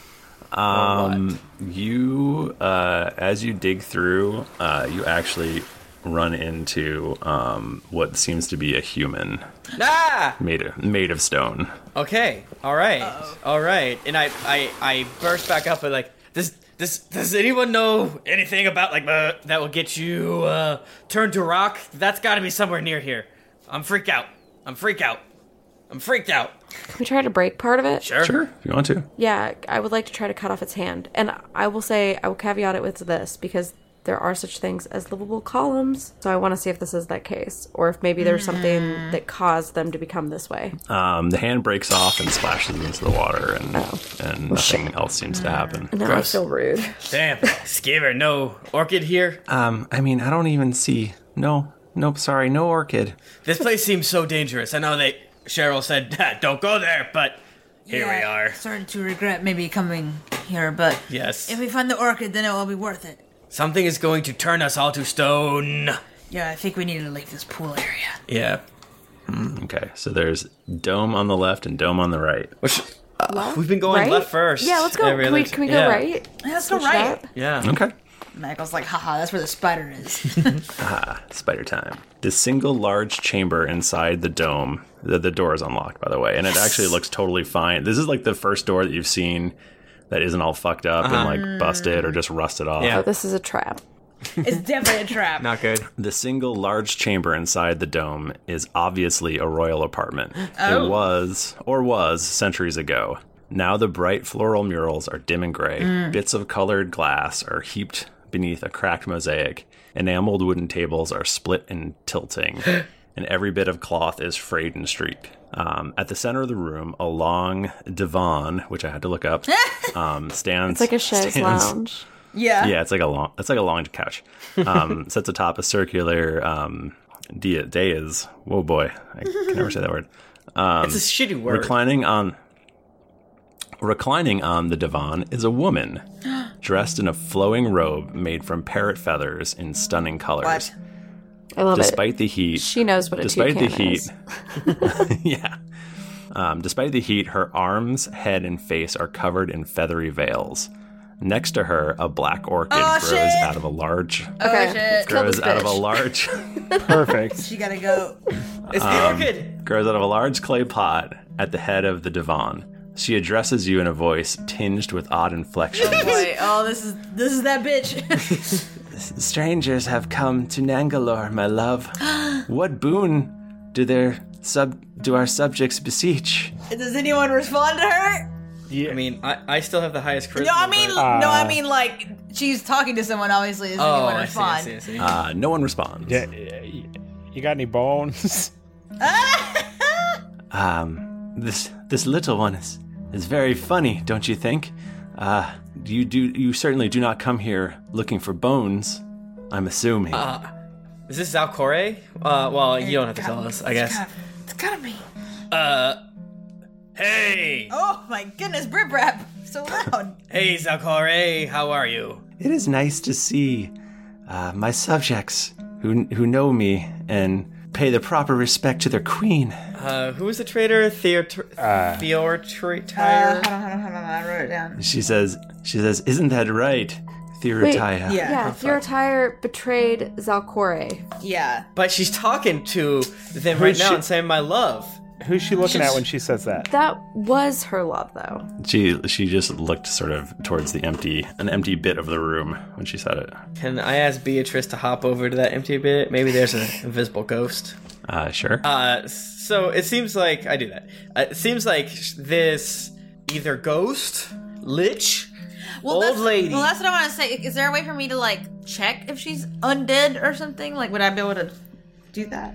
S1: Um, you uh, as you dig through, uh, you actually run into um, what seems to be a human
S2: Ah!
S1: made of, made of stone.
S2: Okay. All right. All right. And I, I, I burst back up and like, does, does, does anyone know anything about like uh, that will get you uh, turned to rock? That's got to be somewhere near here. I'm freak out. I'm freak out. I'm freaked out.
S5: Can we try to break part of it?
S2: Sure. Sure.
S1: If you want to,
S5: Yeah, I would like to try to cut off its hand, and I will say I will caveat it with this because there are such things as livable columns. So I want to see if this is that case, or if maybe there's
S3: Hmm.
S5: something that caused them to become this way.
S1: um, the hand breaks off and splashes into the water, and
S2: Oh.
S1: and nothing else seems to happen.
S5: And now I feel rude.
S2: Damn. Skiver, no orchid here.
S1: Um, I mean, I don't even see. No, nope. Sorry, no orchid.
S2: This place seems so dangerous. I know that Cheryl said, don't go there, but here we
S13: Yeah,
S2: are.
S13: Starting to regret maybe coming here, but
S2: Yes.
S13: if we find the orchid, then it will be worth it.
S2: Something is going to turn us all to stone.
S13: Yeah, I think we need to leave this pool area.
S2: Yeah.
S1: Mm. Okay, so there's dome on the left and dome on the right. Which
S2: uh, We've been going
S13: Right?
S2: left first.
S13: Yeah, let's go-
S2: Every
S13: can we-
S2: other-
S13: can we
S5: go
S2: yeah.
S5: right?
S13: Yeah, let's go
S5: Switch it
S13: right.
S2: Yeah.
S1: Okay.
S13: Michael's like, haha, that's where the spider is.
S1: Ah, spider time. The single large chamber inside the dome. The, the door is unlocked, by the way, and it actually looks totally fine. This is like the first door that you've seen that isn't all fucked up
S5: Uh-huh.
S1: and like busted or just rusted off.
S5: So this is a trap.
S13: it's definitely a trap.
S2: Not good.
S1: The single large chamber inside the dome is obviously a royal apartment.
S13: Oh.
S1: It was, or was, centuries ago. Now the bright floral murals are dim and gray.
S13: Mm.
S1: Bits of colored glass are heaped beneath a cracked mosaic. Enameled wooden tables are split and tilting, and every bit of cloth is frayed and streaked. Um, at the center of the room, a long divan, which I had to look up, um, stands.
S5: It's like a chaise
S1: stands-
S5: lounge.
S1: yeah. it's like a long, it's like a long couch. Um, sits atop a circular um, dia dais. Whoa, boy, I can never say that word. Um,
S2: It's a shitty word.
S1: Reclining on, reclining on the divan is a woman dressed in a flowing robe made from parrot feathers in stunning colors.
S5: I love
S1: despite
S5: it.
S1: the heat,
S5: She knows what a
S1: despite the
S5: toucan
S1: heat,
S5: is.
S1: yeah. Um, despite the heat, her arms, head, and face are covered in feathery veils. Next to her, a black orchid
S13: Oh,
S1: grows
S13: shit.
S1: out of a large
S13: Okay. Oh, shit. Kill
S1: grows
S13: this
S1: out of a
S13: bitch.
S1: large
S4: perfect
S13: she gotta go. It's
S1: um, grows out of a large clay pot at the head of the divan. She addresses you in a voice tinged with odd inflection.
S13: Boy, oh, this is this is that bitch.
S1: Strangers have come to Nangalore, my love. what boon do their sub do our subjects beseech?
S3: Does anyone respond to her?
S2: Yeah. I mean, I, I still have the highest charisma.
S3: No, I mean,
S2: but-
S3: no,
S4: Ah. Uh,
S3: I mean, like she's talking to someone. Obviously, does
S2: Oh,
S3: anyone
S2: I see, I
S3: respond?
S2: see, I see.
S16: Uh, no one responds.
S4: You got any bones?
S1: Um, this this little one is is very funny, don't you think? Uh, you do you certainly do not come here looking for bones. I'm assuming.
S2: Uh, is this Zalcore? Uh, well, you don't have to tell us, I guess.
S3: It's gotta be.
S2: Uh, hey,
S3: Oh my goodness, Brit Brap, so loud.
S2: hey, Zalcore, how are you?
S1: It is nice to see uh, my subjects who who know me and pay the proper respect to their queen.
S2: Uh, who is the traitor? Theotor,
S1: Uh.
S2: Theotor,
S3: Uh, hold on, hold on, hold on. I wrote it down.
S1: She says she says, "Isn't that right,
S5: Wait,
S1: Theorataya?"
S5: yeah. Theoratire betrayed Zalcore.
S3: Yeah.
S2: but she's talking to them
S4: Who
S2: right now
S4: she-
S2: and saying, "My love."
S4: Who's she looking at when she says that?
S5: That was her love, though.
S16: She she just looked sort of towards the empty an empty bit of the room when she said it.
S2: Can I ask Beatrice to hop over to that empty bit? Maybe there's an invisible ghost.
S16: Uh, sure.
S2: Uh, so it seems like I do that. Uh, it seems like sh- this either ghost, lich,
S3: Well,
S2: old
S3: that's,
S2: lady.
S3: Well, that's what I want to say. Is there a way for me to like check if she's undead or something? Like, would I be able to do that?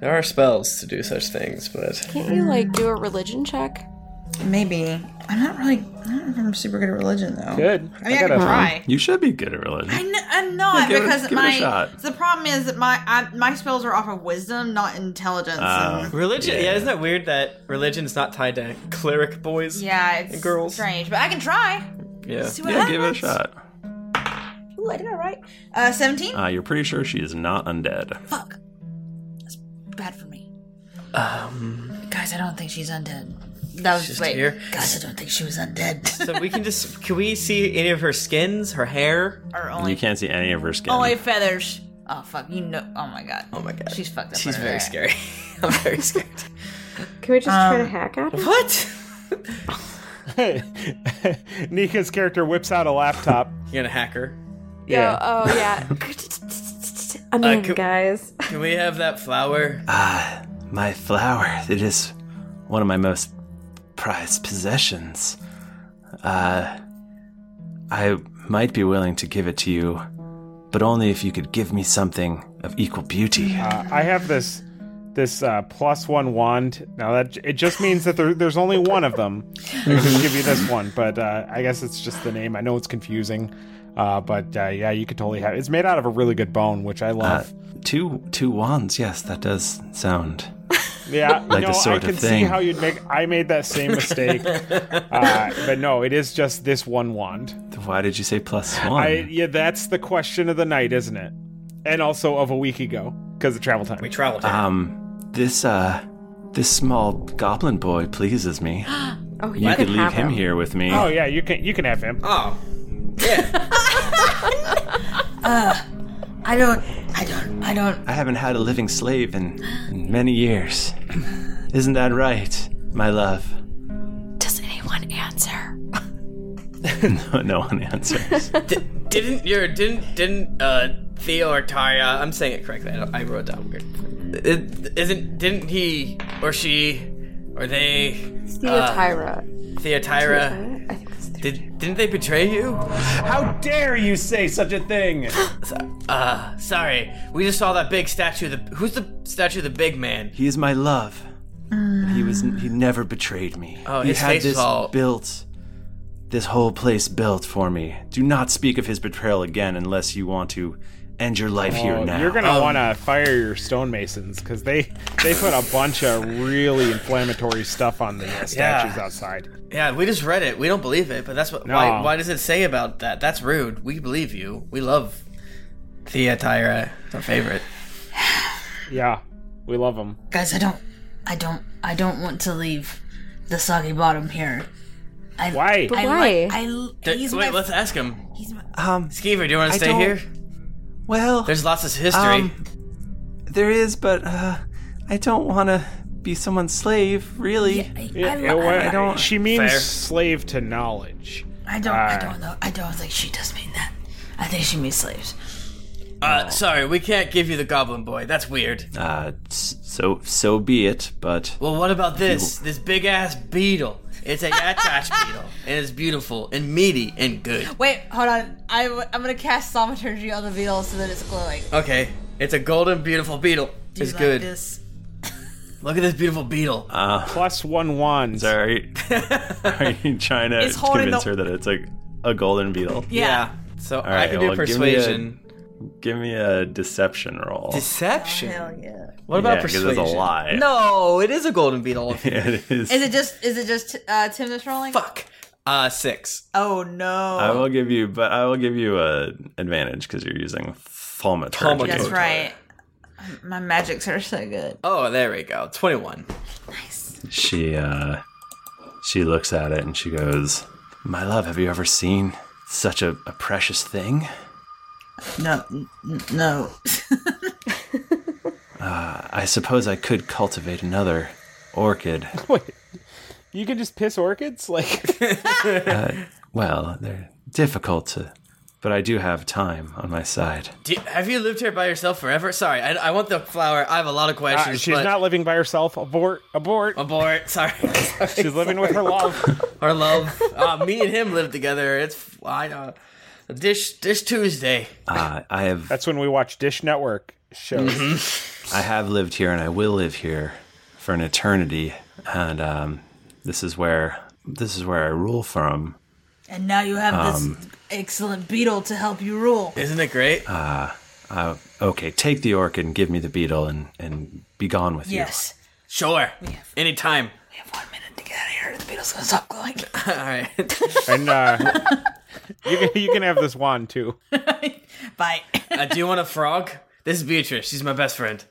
S2: there are spells to do such things, but
S5: Can't you like do a religion check?
S3: Maybe. I'm not really. I don't know if I'm super good at religion
S1: Oh.
S3: though.
S4: Good.
S3: I mean, I, can try.
S16: You should be good at religion.
S3: I kn- I'm not
S16: Give it-
S3: because
S16: give it a
S3: my
S16: shot.
S3: the problem is that my I, my spells are off of wisdom, not intelligence.
S2: Ah.
S16: Uh,
S3: and-
S2: religion. Yeah. isn't that weird that religion is not tied to cleric boys?
S3: yeah, it's strange, but I can try.
S16: Yeah,
S3: See what
S16: give it a
S3: happens.
S16: shot.
S3: Ooh, I did all right. Uh, seventeen.
S1: Ah.
S16: Uh, you're pretty sure she is not undead.
S3: Bad for me,
S2: Um,
S3: guys. I don't think she's undead. That was
S2: She's
S3: wait,
S2: here.
S3: guys. I don't think she was undead.
S2: so we can just can we see any of her skins, her hair?
S3: Or
S16: you can't see any
S3: Oh,
S16: of her skin.
S3: Only feathers. Oh fuck! You know. Oh my god. Oh my god. She's fucked up.
S2: She's
S3: by
S2: very
S3: her.
S2: scary. I'm very scared.
S5: Can we just try to
S3: Um,
S5: hack at it?
S2: What?
S4: Nika's character whips out a laptop.
S2: You're gonna hack her.
S5: Yeah. oh yeah. I'm
S2: Uh,
S5: in,
S2: could-
S5: guys.
S2: Can we have that flower?
S1: Ah, my flower. It is one of my most prized possessions. Uh, I might be willing to give it to you, but only if you could give me something of equal beauty.
S4: Uh, I have this this uh, plus one wand. Now that it just means that there, there's only one of them. I can give you this one, but uh, I guess it's just the name. I know it's confusing, uh, but uh, yeah, you could totally have. It's made out of a really good bone, which I
S1: Uh,
S4: love.
S1: two two wands. Yes, that does sound.
S4: yeah,
S1: like
S4: no,
S1: the sort
S4: I can
S1: of
S4: see
S1: thing.
S4: how you'd make. I made that same mistake, uh, but no, it is just this one wand.
S1: Why did you say plus one?
S4: I, yeah, that's the question of the night, isn't it? And also of a week ago because of travel time. We
S2: travel
S1: Um, this uh, this small goblin boy pleases me.
S5: Oh,
S1: you could leave him here with me.
S4: Oh yeah, you can you can have him.
S2: Oh,
S3: Uh, I don't. I don't. I don't.
S1: I haven't had a living slave in, in many years. Isn't that right, my love?
S17: Does anyone answer?
S1: no, no one answers.
S2: Didn't your didn't didn't uh Theo or Taya? I'm saying it correctly. I, don't- I wrote it down weird. It, isn't didn't he or she or they?
S5: Theotyra.
S2: Uh, Theotyra. Did didn't they betray you?
S18: How dare you say such a thing?
S2: Uh, sorry. We just saw that big statue. Of the who's the statue of the big man?
S1: He is my love. He was he never betrayed me.
S2: Oh,
S1: he
S2: his
S1: had
S2: face
S1: this
S2: is all-
S1: built this whole place built for me. Do not speak of his betrayal again unless you want to end your life here
S4: Oh,
S1: now. Um,
S4: You're
S2: Um,
S4: gonna want to fire your stonemasons because they they put a bunch of really inflammatory stuff on the uh, statues
S2: Yeah.
S4: outside.
S2: Yeah, we just read it. We don't believe it, but that's what.
S4: No.
S2: Why, why does it say about that? That's rude. We believe you. We love Theotyra, our favorite.
S4: Yeah, we love them.
S6: Guys, I don't, I don't, I don't want to leave the soggy bottom here. I,
S4: why?
S6: I
S2: Why?
S6: Like, I, l-
S2: D-
S6: he's
S2: wait,
S6: my
S2: let's ask him.
S1: Um,
S2: Skeever, do you want
S1: I
S2: to stay
S1: don't-
S2: here?
S1: Well,
S2: there's lots of history.
S1: um, there is, but uh, I don't want to be someone's slave, really.
S4: Yeah, yeah, well, She means slave to knowledge.
S6: I don't, I
S4: Uh,
S6: don't know. I don't think she does mean that. I think she means slaves.
S2: Uh, sorry, we can't give you the Goblin Boy. That's weird.
S19: Uh, s- so so be it. But
S2: Well, what about this? This big ass beetle. It's a Yatach beetle, and it's beautiful and meaty and good.
S3: Wait, hold on. I, am gonna cast Thaumaturgy on the beetle so that it's glowing.
S2: Okay, it's a golden, beautiful beetle.
S3: Do you
S2: it's
S3: like
S2: good.
S3: this?
S2: Look at this beautiful beetle.
S1: Uh,
S4: Plus one one.
S1: Sorry. Are you trying to
S2: It's holding
S1: convince
S2: the-
S1: her that it's like a golden beetle?
S2: Yeah. So
S1: All
S2: I
S1: right,
S2: can do
S1: well, Give me,
S2: persuasion.
S1: a, give me a deception roll.
S2: Deception. hell
S3: Oh, yeah.
S2: What about
S1: Yeah, 'cause
S2: persuasion?
S1: it's a lie.
S2: No, it is a golden beetle.
S1: it is.
S3: Is it just is it just uh, Tim that's rolling? Fuck.
S2: Uh, six.
S3: Oh no.
S1: I will give you, but I will give you an advantage because you're using thaumaturgy.
S3: That's right. My magics are so good.
S2: Oh, there we go. Twenty-one.
S19: she uh, she looks at it and she goes, "My love, have you ever seen such a, a precious thing?"
S3: No, n- no.
S19: Uh, I suppose I could cultivate another orchid.
S4: You can just piss orchids? Like
S19: Uh, well, they're difficult to, but I do have time on my side.
S2: Do, have you lived here by yourself forever? Sorry, I, I want the flower. I have a lot of
S4: Uh,
S2: questions.
S4: she's
S2: but
S4: not living by herself. Abort. Abort.
S2: Abort. Sorry.
S4: she's living with her love.
S2: Our love. uh, me and him live together. It's I, uh, dish dish Tuesday.
S19: Uh, I have.
S4: That's when we watch Dish Network shows.
S19: I have lived here and I will live here for an eternity, and um, this is where this is where I rule from.
S3: And now you have this
S19: Um,
S3: excellent beetle to help you rule.
S2: Isn't it great?
S19: Uh, uh, okay, take the orchid and give me the beetle, and and be gone with
S3: Yes.
S2: Sure. Anytime.
S3: Here, the beetle's gonna stop glowing.
S2: All right. Mm-hmm.
S4: and uh, you can you can have this wand too.
S3: Bye.
S2: uh, do you want a frog? This is Beatrice. She's my best friend.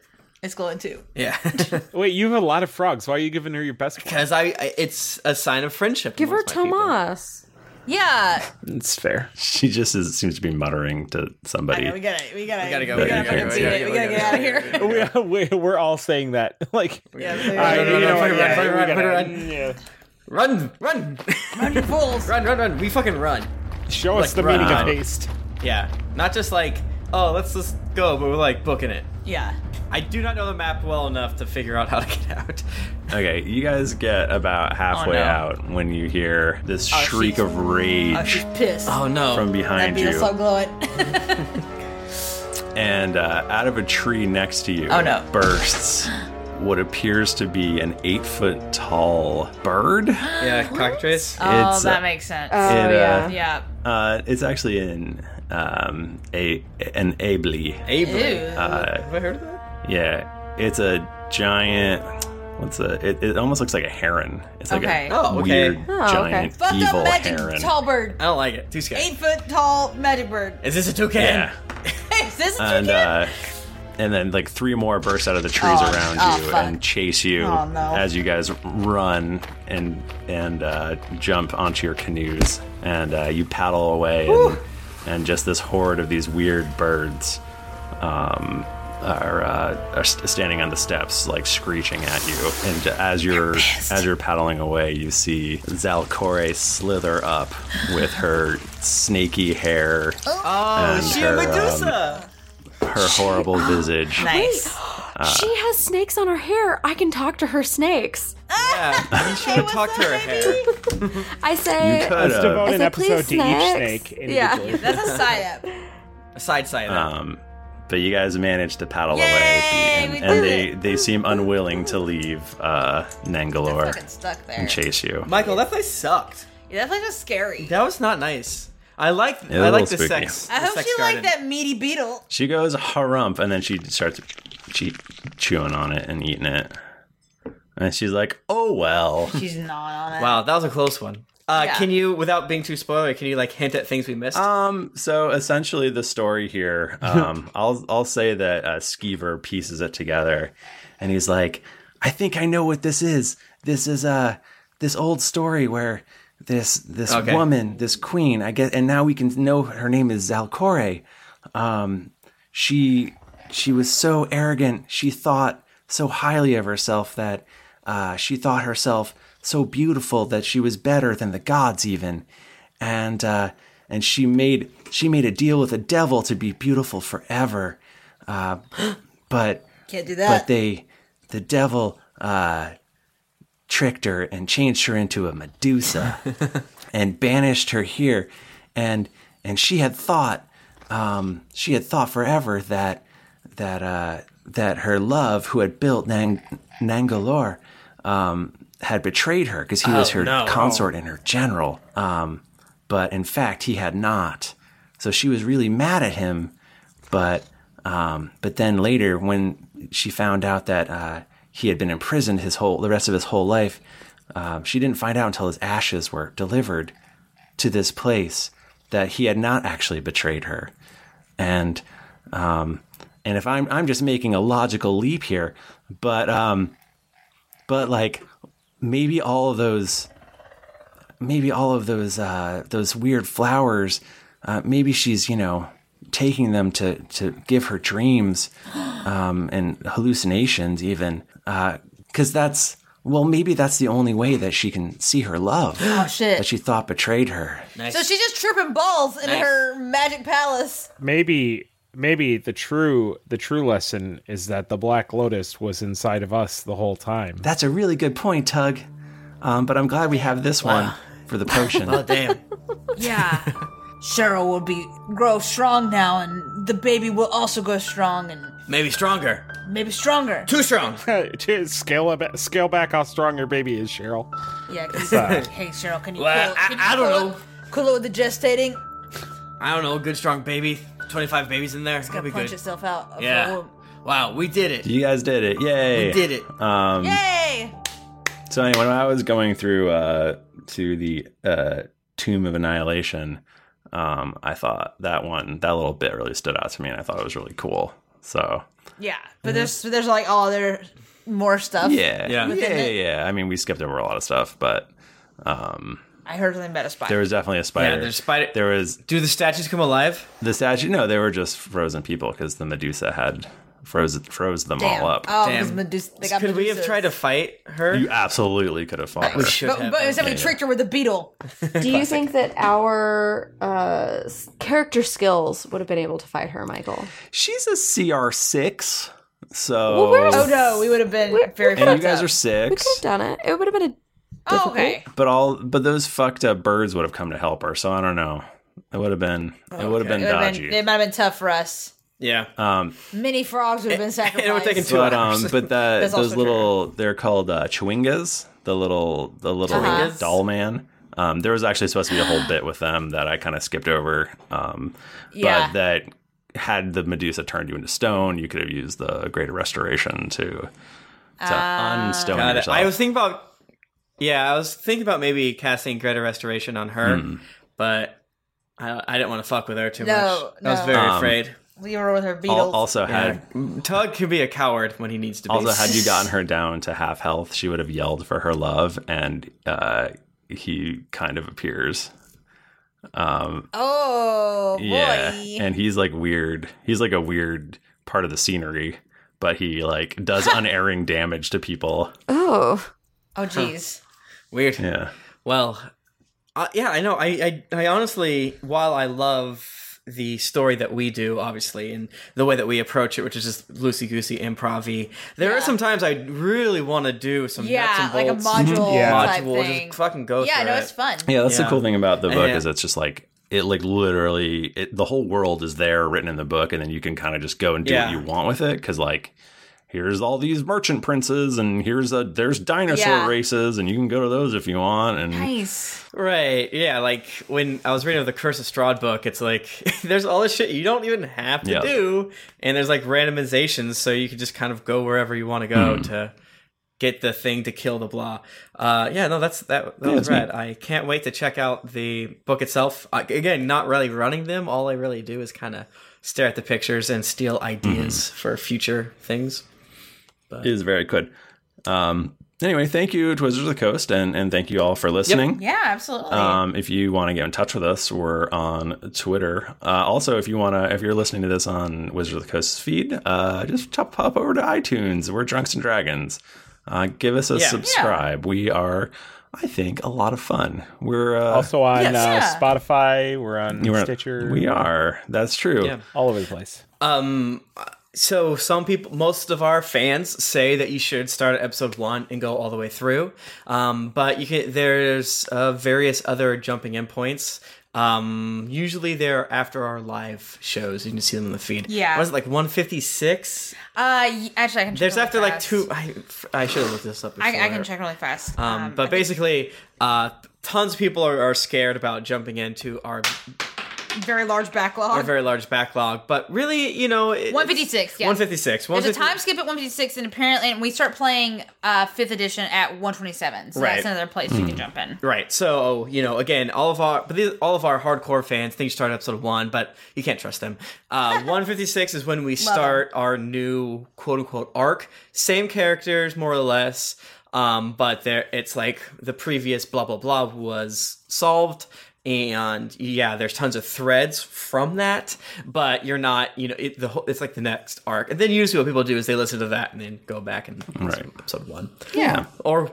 S3: It's glowing too.
S2: Yeah.
S4: Wait, you have a lot of frogs. Why are you giving her your best?
S2: Because I, I, it's a sign of friendship.
S5: Give her
S2: amongst my
S5: Tomas.
S3: Yeah.
S1: It's fair. She just is, seems to be muttering to somebody.
S3: We gotta, we gotta,
S2: we gotta go.
S1: That
S2: We gotta,
S1: you can't
S2: we gotta,
S1: see.
S2: we gotta, we gotta get out of here.
S4: we, we, we're all saying that. Like,
S2: Run,
S4: I-
S2: run,
S4: you
S2: run,
S4: know what,
S2: fucking
S4: yeah,
S2: run, fucking
S4: we
S2: run,
S4: gotta-
S2: fucking run. Run, run,
S3: run, you fools!
S2: Run, run, run! We fucking run.
S4: Show
S2: Like,
S4: us the
S2: run.
S4: meaning of haste.
S2: Yeah, not just like, oh, let's just go, but we're like booking it.
S3: Yeah.
S2: I do not know the map well enough to figure out how to get out.
S1: Okay, you guys get about halfway
S2: no.
S1: out when you hear this shriek of rage
S3: Oh, pissed.
S2: Oh,
S1: Oh, from behind
S3: That
S1: you.
S3: beetle's so glowing.
S1: and uh, out of a tree next to you
S3: Oh, no.
S1: bursts what appears to be an eight foot tall bird.
S2: Yeah, cockatrice.
S1: It's,
S3: oh,
S1: uh,
S3: that makes sense.
S1: it, uh,
S3: yeah.
S1: Uh, it's actually an um, a an ably.
S2: Ably?
S1: Uh,
S2: Have I heard of that?
S1: Yeah, it's a giant. What's a? It, it almost looks like a heron. It's like
S3: Okay.
S1: a
S3: Oh, okay.
S1: weird
S3: Oh, okay.
S1: giant
S3: Fucked up
S1: evil
S3: magic
S1: heron.
S3: tall bird.
S2: I don't like it. Too scary.
S3: Eight foot tall magic bird.
S2: Is this a toucan?
S1: Yeah,
S3: Is this a
S1: and uh, and then like three more burst out of the trees
S3: Oh,
S1: around
S3: oh,
S1: you
S3: fuck.
S1: and chase you
S3: Oh, no.
S1: as you guys run and and uh, jump onto your canoes and uh, you paddle away and, and just this horde of these weird birds um, are uh, are st- standing on the steps like screeching at you and as you're as you're paddling away you see Zalcore slither up with her snaky hair
S2: Oh,
S1: and
S2: she
S1: her,
S2: a
S1: um,
S2: Medusa.
S1: her horrible visage.
S5: Nice.
S1: Uh,
S5: she has snakes on her hair. I can talk to her snakes.
S2: yeah, you should have talked to her hair.
S5: I say,
S2: You could Let's have. devote
S5: I
S2: an
S5: say,
S2: episode
S5: "Please,
S2: to each
S5: snakes."
S1: snake
S5: Yeah,
S1: individually. That's a
S3: side up.
S2: A side side up.
S1: Uh, Um, but you guys manage to paddle
S3: Yay,
S1: away,
S3: we
S1: and,
S3: did
S1: and they, they seem unwilling to leave uh,
S3: They're
S1: Nangalore
S3: fucking stuck there.
S1: and chase you.
S2: Michael, that place sucked.
S3: Yeah, that place was scary.
S2: That was not nice. I like
S1: Yeah, a
S2: I like the
S1: little spooky.
S2: sex.
S3: I
S2: the
S3: hope
S2: sex
S3: she
S2: garden.
S3: liked that meaty beetle.
S1: She goes harump, and then she starts che- chewing on it and eating it, and she's like, "Oh well."
S3: She's not on it.
S2: Wow, that was a close one. Uh,
S3: Yeah.
S2: Can you, without being too spoilery, can you like hint at things we missed?
S1: Um. So essentially, the story here, um, I'll I'll say that uh, Skeever pieces it together, and he's like,
S19: I think I know what this is. This is uh this old story where this this
S1: Okay.
S19: woman, this queen, I guess and now we can know her name is Zalcore. Um she she was so arrogant. She thought so highly of herself that uh she thought herself so beautiful that she was better than the gods even. And uh
S20: and she made she made a deal with the devil to be beautiful forever. Uh, but
S3: Can't do that.
S20: But they the devil uh, tricked her and changed her into a Medusa and banished her here, and and she had thought um, she had thought forever that that uh, that her love, who had built Nang- Nangalore, um, had betrayed her because he was
S1: Oh,
S20: her
S1: no.
S20: consort and her general. Um, but in fact, he had not. So she was really mad at him. But um, but then later, when she found out that uh, he had been imprisoned his whole the rest of his whole life, um, she didn't find out until his ashes were delivered to this place that he had not actually betrayed her. And um, and if I'm I'm just making a logical leap here, but um, but like maybe all of those maybe all of those uh, those weird flowers, uh, maybe she's you know taking them to to give her dreams um, and hallucinations even because that's well maybe that's the only way that she can see her love
S3: Oh, shit.
S20: that she thought betrayed her.
S3: So she's just tripping balls in
S20: Nice.
S3: her magic palace.
S4: maybe maybe the true the true lesson is that the black lotus was inside of us the whole time
S20: that's a really good point tug um, but i'm glad we have this one for the potion
S3: Well,
S2: damn
S3: Yeah. Cheryl will be grow strong now, and the baby will also grow strong and
S2: Maybe stronger.
S3: maybe stronger.
S2: Too strong.
S4: scale up, scale back how strong your baby is, Cheryl.
S3: Yeah. Can
S4: So-
S3: you, hey, Cheryl, can you?
S2: Well,
S3: cool, can you
S2: I- I don't
S3: cool It, cool it with the gestating.
S2: I don't know. Good strong baby. Twenty-five babies in there. It's gonna be
S3: Punch
S2: good.
S3: yourself out. of a
S2: Yeah.
S3: womb.
S2: Wow, we did it.
S1: You guys did it. Yay.
S2: We did it.
S1: Um,
S3: Yay!
S1: So anyway, when I was going through uh, to the uh, Tomb of Annihilation, um, I thought that one, that little bit really stood out to me, and I thought it was really cool. So
S21: Yeah,
S2: Mhm.
S3: But there's there's like all other more stuff.
S1: yeah, yeah,
S3: within
S1: yeah,
S3: it.
S1: yeah. I mean, we skipped over a lot of stuff, but um,
S3: I heard something about a spider.
S1: there was definitely a spider.
S2: Yeah, there's spider.
S1: There was.
S2: Do the statues come alive?
S1: The statue? No, they were just frozen people because the Medusa had froze froze them all up.
S3: Oh, because Medusa. They got
S2: Could we have
S3: Medusa.
S2: tried to fight her?
S1: You absolutely could have fought.
S2: We
S1: her.
S2: should
S3: But, but somebody
S1: Yeah.
S3: tricked her with a beetle.
S5: Do you think that our uh, s- character skills would have been able to fight her, Michael?
S1: She's a CR6, so.
S3: oh no, we would have been very.
S1: And you
S3: fucked
S1: guys
S3: up.
S1: are six.
S5: Done it. It would have been a
S3: Oh,
S5: difficult. okay.
S1: But all but those fucked up birds would have come to help her, so I don't know. It would have been it would have been
S3: It would have
S1: dodgy.
S3: been, it might have been tough for us.
S2: yeah.
S1: Um
S3: Many frogs would have been sacrificed.
S2: It would have taken two
S1: but
S2: hours.
S1: um but that
S3: That's
S1: those
S3: also
S1: little they're called uh chewingas, the little the little
S3: Chewingas?
S1: doll man. Um there was actually supposed to be a whole bit with them that I kind of skipped over. Um
S3: Yeah.
S1: but that had the Medusa turned you into stone, you could have used the greater restoration to to
S3: Ah. Uh,
S1: unstone
S2: Got it.
S1: yourself.
S2: I was thinking about. Yeah, I was thinking about maybe casting Greta Restoration on her,
S1: Hmm.
S2: but I, I didn't want to fuck with her too
S3: No,
S2: much. I was
S3: no.
S2: very
S1: Um,
S2: afraid.
S3: We were with her
S1: Al-
S3: beetles.
S1: also had
S2: Tug can be a coward when he needs to be.
S1: Also, had you gotten her down to half health, she would have yelled for her love, and uh, he kind of appears. Um,
S3: Oh boy.
S1: yeah, and he's like weird. He's like a weird part of the scenery, but he like does unerring damage to people.
S5: Oh.
S3: Oh jeez.
S2: Weird.
S1: Yeah.
S2: Well, uh, yeah, I know. I, I, I honestly, while I love the story that we do, obviously, and the way that we approach it, which is just loosey goosey improv there are some times I really want to do some nuts
S3: Yeah,
S2: and
S3: like a
S2: bolts,
S3: module Yeah. type
S2: module,
S3: thing.
S2: just fucking go.
S3: Yeah,
S2: through
S3: no,
S2: it.
S3: it's fun.
S1: Mhm. Yeah, that's
S2: Yeah.
S1: the cool thing about the
S2: And
S1: book
S2: it-
S1: is it's just like it like literally it, the whole world is there written in the book, and then you can kind of just go and do
S2: Yeah.
S1: what you want with it because like. Here's all these merchant princes, and here's a there's dinosaur
S2: Yeah.
S1: races, and you can go to those if you want. And
S3: Nice.
S2: Right. Yeah. Like when I was reading the Curse of Strahd book, it's like there's all this shit you don't even have to
S1: Yeah.
S2: do, and there's like randomizations, so you can just kind of go wherever you want to go
S1: Hmm.
S2: to get the thing to kill the blah. Uh, yeah. No, that's that. That
S1: Yeah,
S2: was
S1: it's
S2: rad.
S1: neat.
S2: I can't wait to check out the book itself. I, again, not really running them. All I really do is kind of stare at the pictures and steal ideas for future things.
S1: Mm-hmm. It is very good. Um, anyway, thank you to Wizards of the Coast, and, and thank you all for listening.
S21: Yeah, absolutely.
S1: Um, if you want to get in touch with us, we're on Twitter. Uh, also, if you want to, if you're listening to this on Wizards of the Coast's feed, uh, just top, pop over to iTunes. We're Drunks and Dragons. Uh, give us a
S2: Yeah.
S1: subscribe. We are I think, a lot of fun. We're uh,
S4: also on uh, Spotify. We're on
S1: You're-
S4: Mm, Stitcher.
S1: We are. That's true.
S4: Yeah. all over the place.
S2: Um, so some people, most of our fans say that you should start at episode one and go all the way through. Um, but you can there's uh, various other jumping in points. Um, usually they're after our live shows. You can see them in the feed.
S3: Yeah.
S2: was it like 156?
S3: Uh, y- actually, I can. Check
S2: There's
S3: really
S2: after like
S3: fast.
S2: two. I, I should have looked this up. Before.
S3: I, I can check really fast.
S1: Uh,
S2: Um, but basically, uh, tons of people are, are scared about jumping into our
S3: Very large
S2: our
S3: backlog.
S2: very large backlog. But really, you know, it,
S3: One fifty six. Yeah.
S2: 156.
S3: There's a
S2: 150
S3: time skip at 156, and apparently, and we start playing uh, fifth edition at 127. So that's another place
S1: Hmm.
S3: we can jump in.
S2: Right. So you know, again, all of our but these, all of our hardcore fans think you start at episode one, but you can't trust them. Uh, 156 is when we
S22: Love 'em.
S2: start our new quote unquote arc. Same characters, more or less. Um, but there, it's like the previous blah blah blah was solved, and yeah, there's tons of threads from that. But you're not, you know, it, the whole, it's like the next arc, and then usually what people do is they listen to that and then go back and
S1: Right.
S2: episode one,
S1: Yeah.
S2: or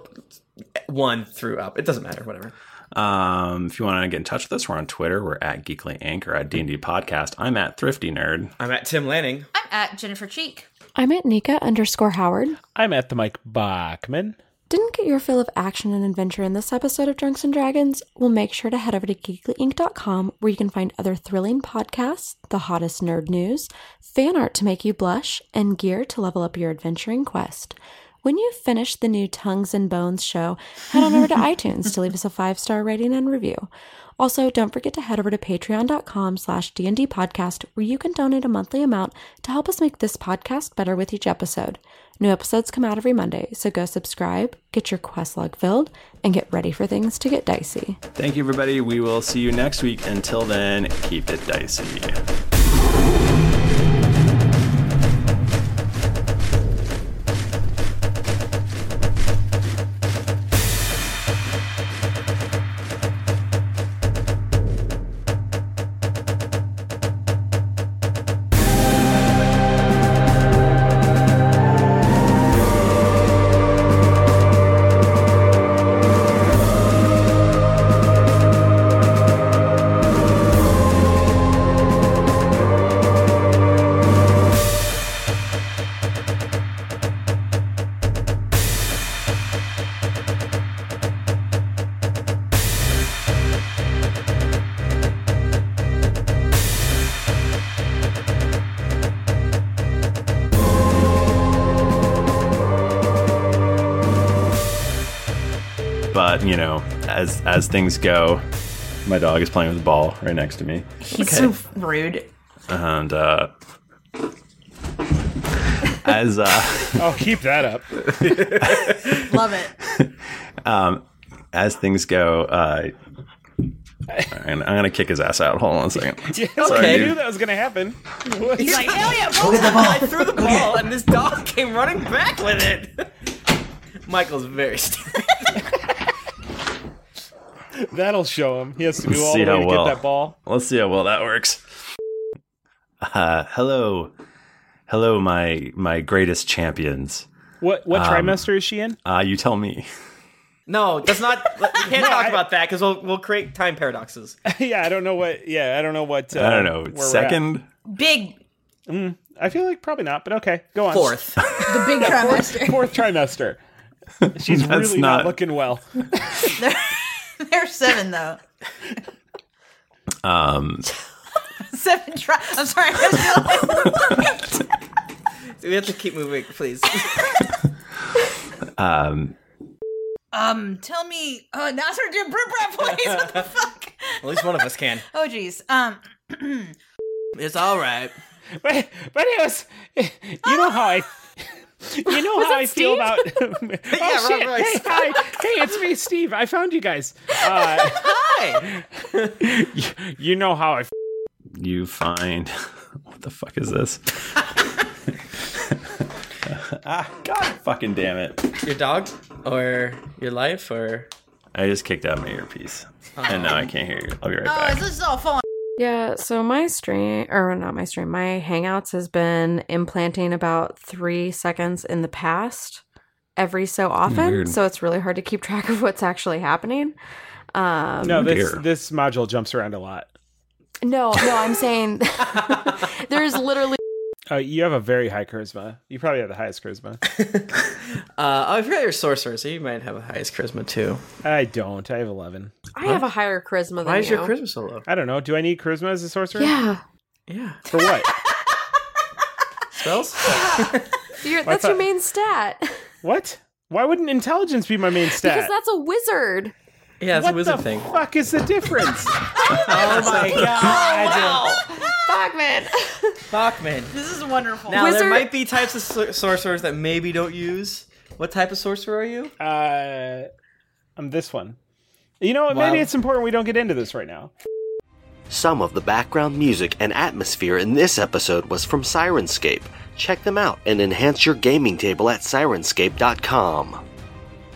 S2: one through up. It doesn't matter, whatever.
S1: Um, if you want to get in touch with us, we're on Twitter. We're at Geekly Anchor at D&D Podcast. I'm at Thrifty Nerd.
S2: I'm at Tim Lanning.
S3: I'm at Jennifer Cheek.
S5: I'm at Nika underscore Howard.
S4: I'm at the Mike Bachman.
S5: Didn't get your fill of action and adventure in this episode of Drunks and Dragons? Well, make sure to head over to geeklyinc.com where you can find other thrilling podcasts, the hottest nerd news, fan art to make you blush, and gear to level up your adventuring quest. When you finish the new Tongues and Bones show, head on over to iTunes to leave us a five-star rating and review. Also, don't forget to head over to patreon.com slash D&D podcast where you can donate a monthly amount to help us make this podcast better with each episode. New episodes come out every Monday, so go subscribe, get your quest log filled, and get ready for things to get dicey.
S1: Thank you, everybody. We will see you next week. Until then, keep it dicey. But, you know, as as things go, my dog is playing with the ball right next to me.
S3: He's so rude.
S1: And uh as uh
S4: Oh, keep that up.
S3: Love it.
S1: um, as things go, uh, I'm, I'm gonna kick his ass out. Hold on a second.
S4: I
S1: Sorry,
S4: knew
S1: dude.
S4: that was gonna happen.
S2: He's like, Elliot,
S1: Go get the
S2: ball. I threw the ball, and this dog came running back with it. Michael's very stupid.
S4: That'll show him. He has to do
S1: Let's
S4: all
S1: see
S4: the way
S1: how
S4: to
S1: well.
S4: get that ball.
S1: Let's see how well that works. Uh, hello, hello, my my greatest champions.
S4: What what
S1: Um,
S4: trimester is she in?
S1: Uh, you tell me.
S2: No, that's not. We can't talk about that because we'll we'll create time paradoxes.
S4: yeah, I don't know what. Yeah, I don't know what. Uh,
S1: I don't know.
S4: where we're at.
S1: Second,
S3: Big.
S4: Mm, I feel like probably not, but okay. Go on.
S2: Fourth.
S4: the
S3: big
S4: trimester. Fourth, trimester. She's
S1: That's
S4: really not,
S1: not-
S4: looking well.
S3: There's seven, though.
S1: um,
S3: Seven try. I'm sorry. I was like-
S2: we have to keep moving, please.
S1: um,
S3: um, tell me. Uh, now start doing Brit Brat voice. What the fuck?
S2: At least one of us can.
S3: Oh, geez. Um,
S2: It's all right.
S4: But but it was. You know how I. You know
S2: Was
S4: how
S2: that
S4: I feel
S2: Steve?
S4: about. oh
S2: Rob
S4: shit! Hey,
S2: Royce.
S4: hi. hey, it's me, Steve. I found you guys. Uh,
S2: hi.
S4: you know how I.
S1: you find what the fuck is this? ah, God, fucking damn it!
S2: Your dog or your life or Oh.
S1: I just kicked out my earpiece, and now I can't hear you. I'll be right back.
S3: oh, this is all fun.
S5: Yeah, so my stream, or not my stream, my Hangouts has been implanting about three seconds in the past every
S1: Hmm,
S5: so often,
S4: Weird.
S5: so it's really hard to keep track of what's actually happening. Um,
S1: Oh,
S4: no, this this module jumps around a lot.
S5: no, no. I'm saying there's literally
S4: Uh, you have a very high charisma. You probably have the highest charisma.
S7: Uh, I forgot you're a sorcerer, so you might have the highest charisma too.
S4: I don't. I have eleven.
S5: I have a higher charisma than
S7: Why is your
S5: you.
S7: charisma so low?
S4: I don't know. Do I need charisma as a sorcerer?
S5: Yeah.
S7: Yeah.
S4: For what?
S7: Spells?
S5: Your-
S4: I
S5: that's
S4: thought-
S5: your main stat
S4: What? Why wouldn't intelligence be my main stat?
S5: because that's a wizard.
S7: Yeah,
S4: what the fuck is the difference? oh my
S7: Wow.
S4: god!
S5: Bachman.
S7: Bachman.
S3: This is wonderful.
S7: Now there might be types of sor- sorcerers that maybe don't use. What type of sorcerer are you?
S4: Uh, I'm this one. You know what? Maybe
S23: Wow.
S4: it's important we don't get into this right now.
S23: Some of the background music and atmosphere in this episode was from Sirenscape. Check them out and enhance your gaming table at sirenscape.com.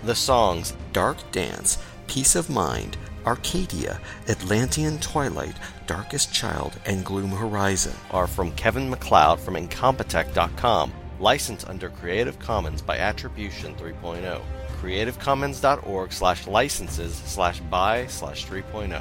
S24: The songs Dark Dance, Peace of Mind, Arcadia, Atlantean Twilight, Darkest Child, and Gloom Horizon
S23: are from Kevin McLeod from Incompetech.com, licensed under Creative Commons by Attribution oh. 3.0. CreativeCommons.org slash licenses slash buy slash oh. 3.0.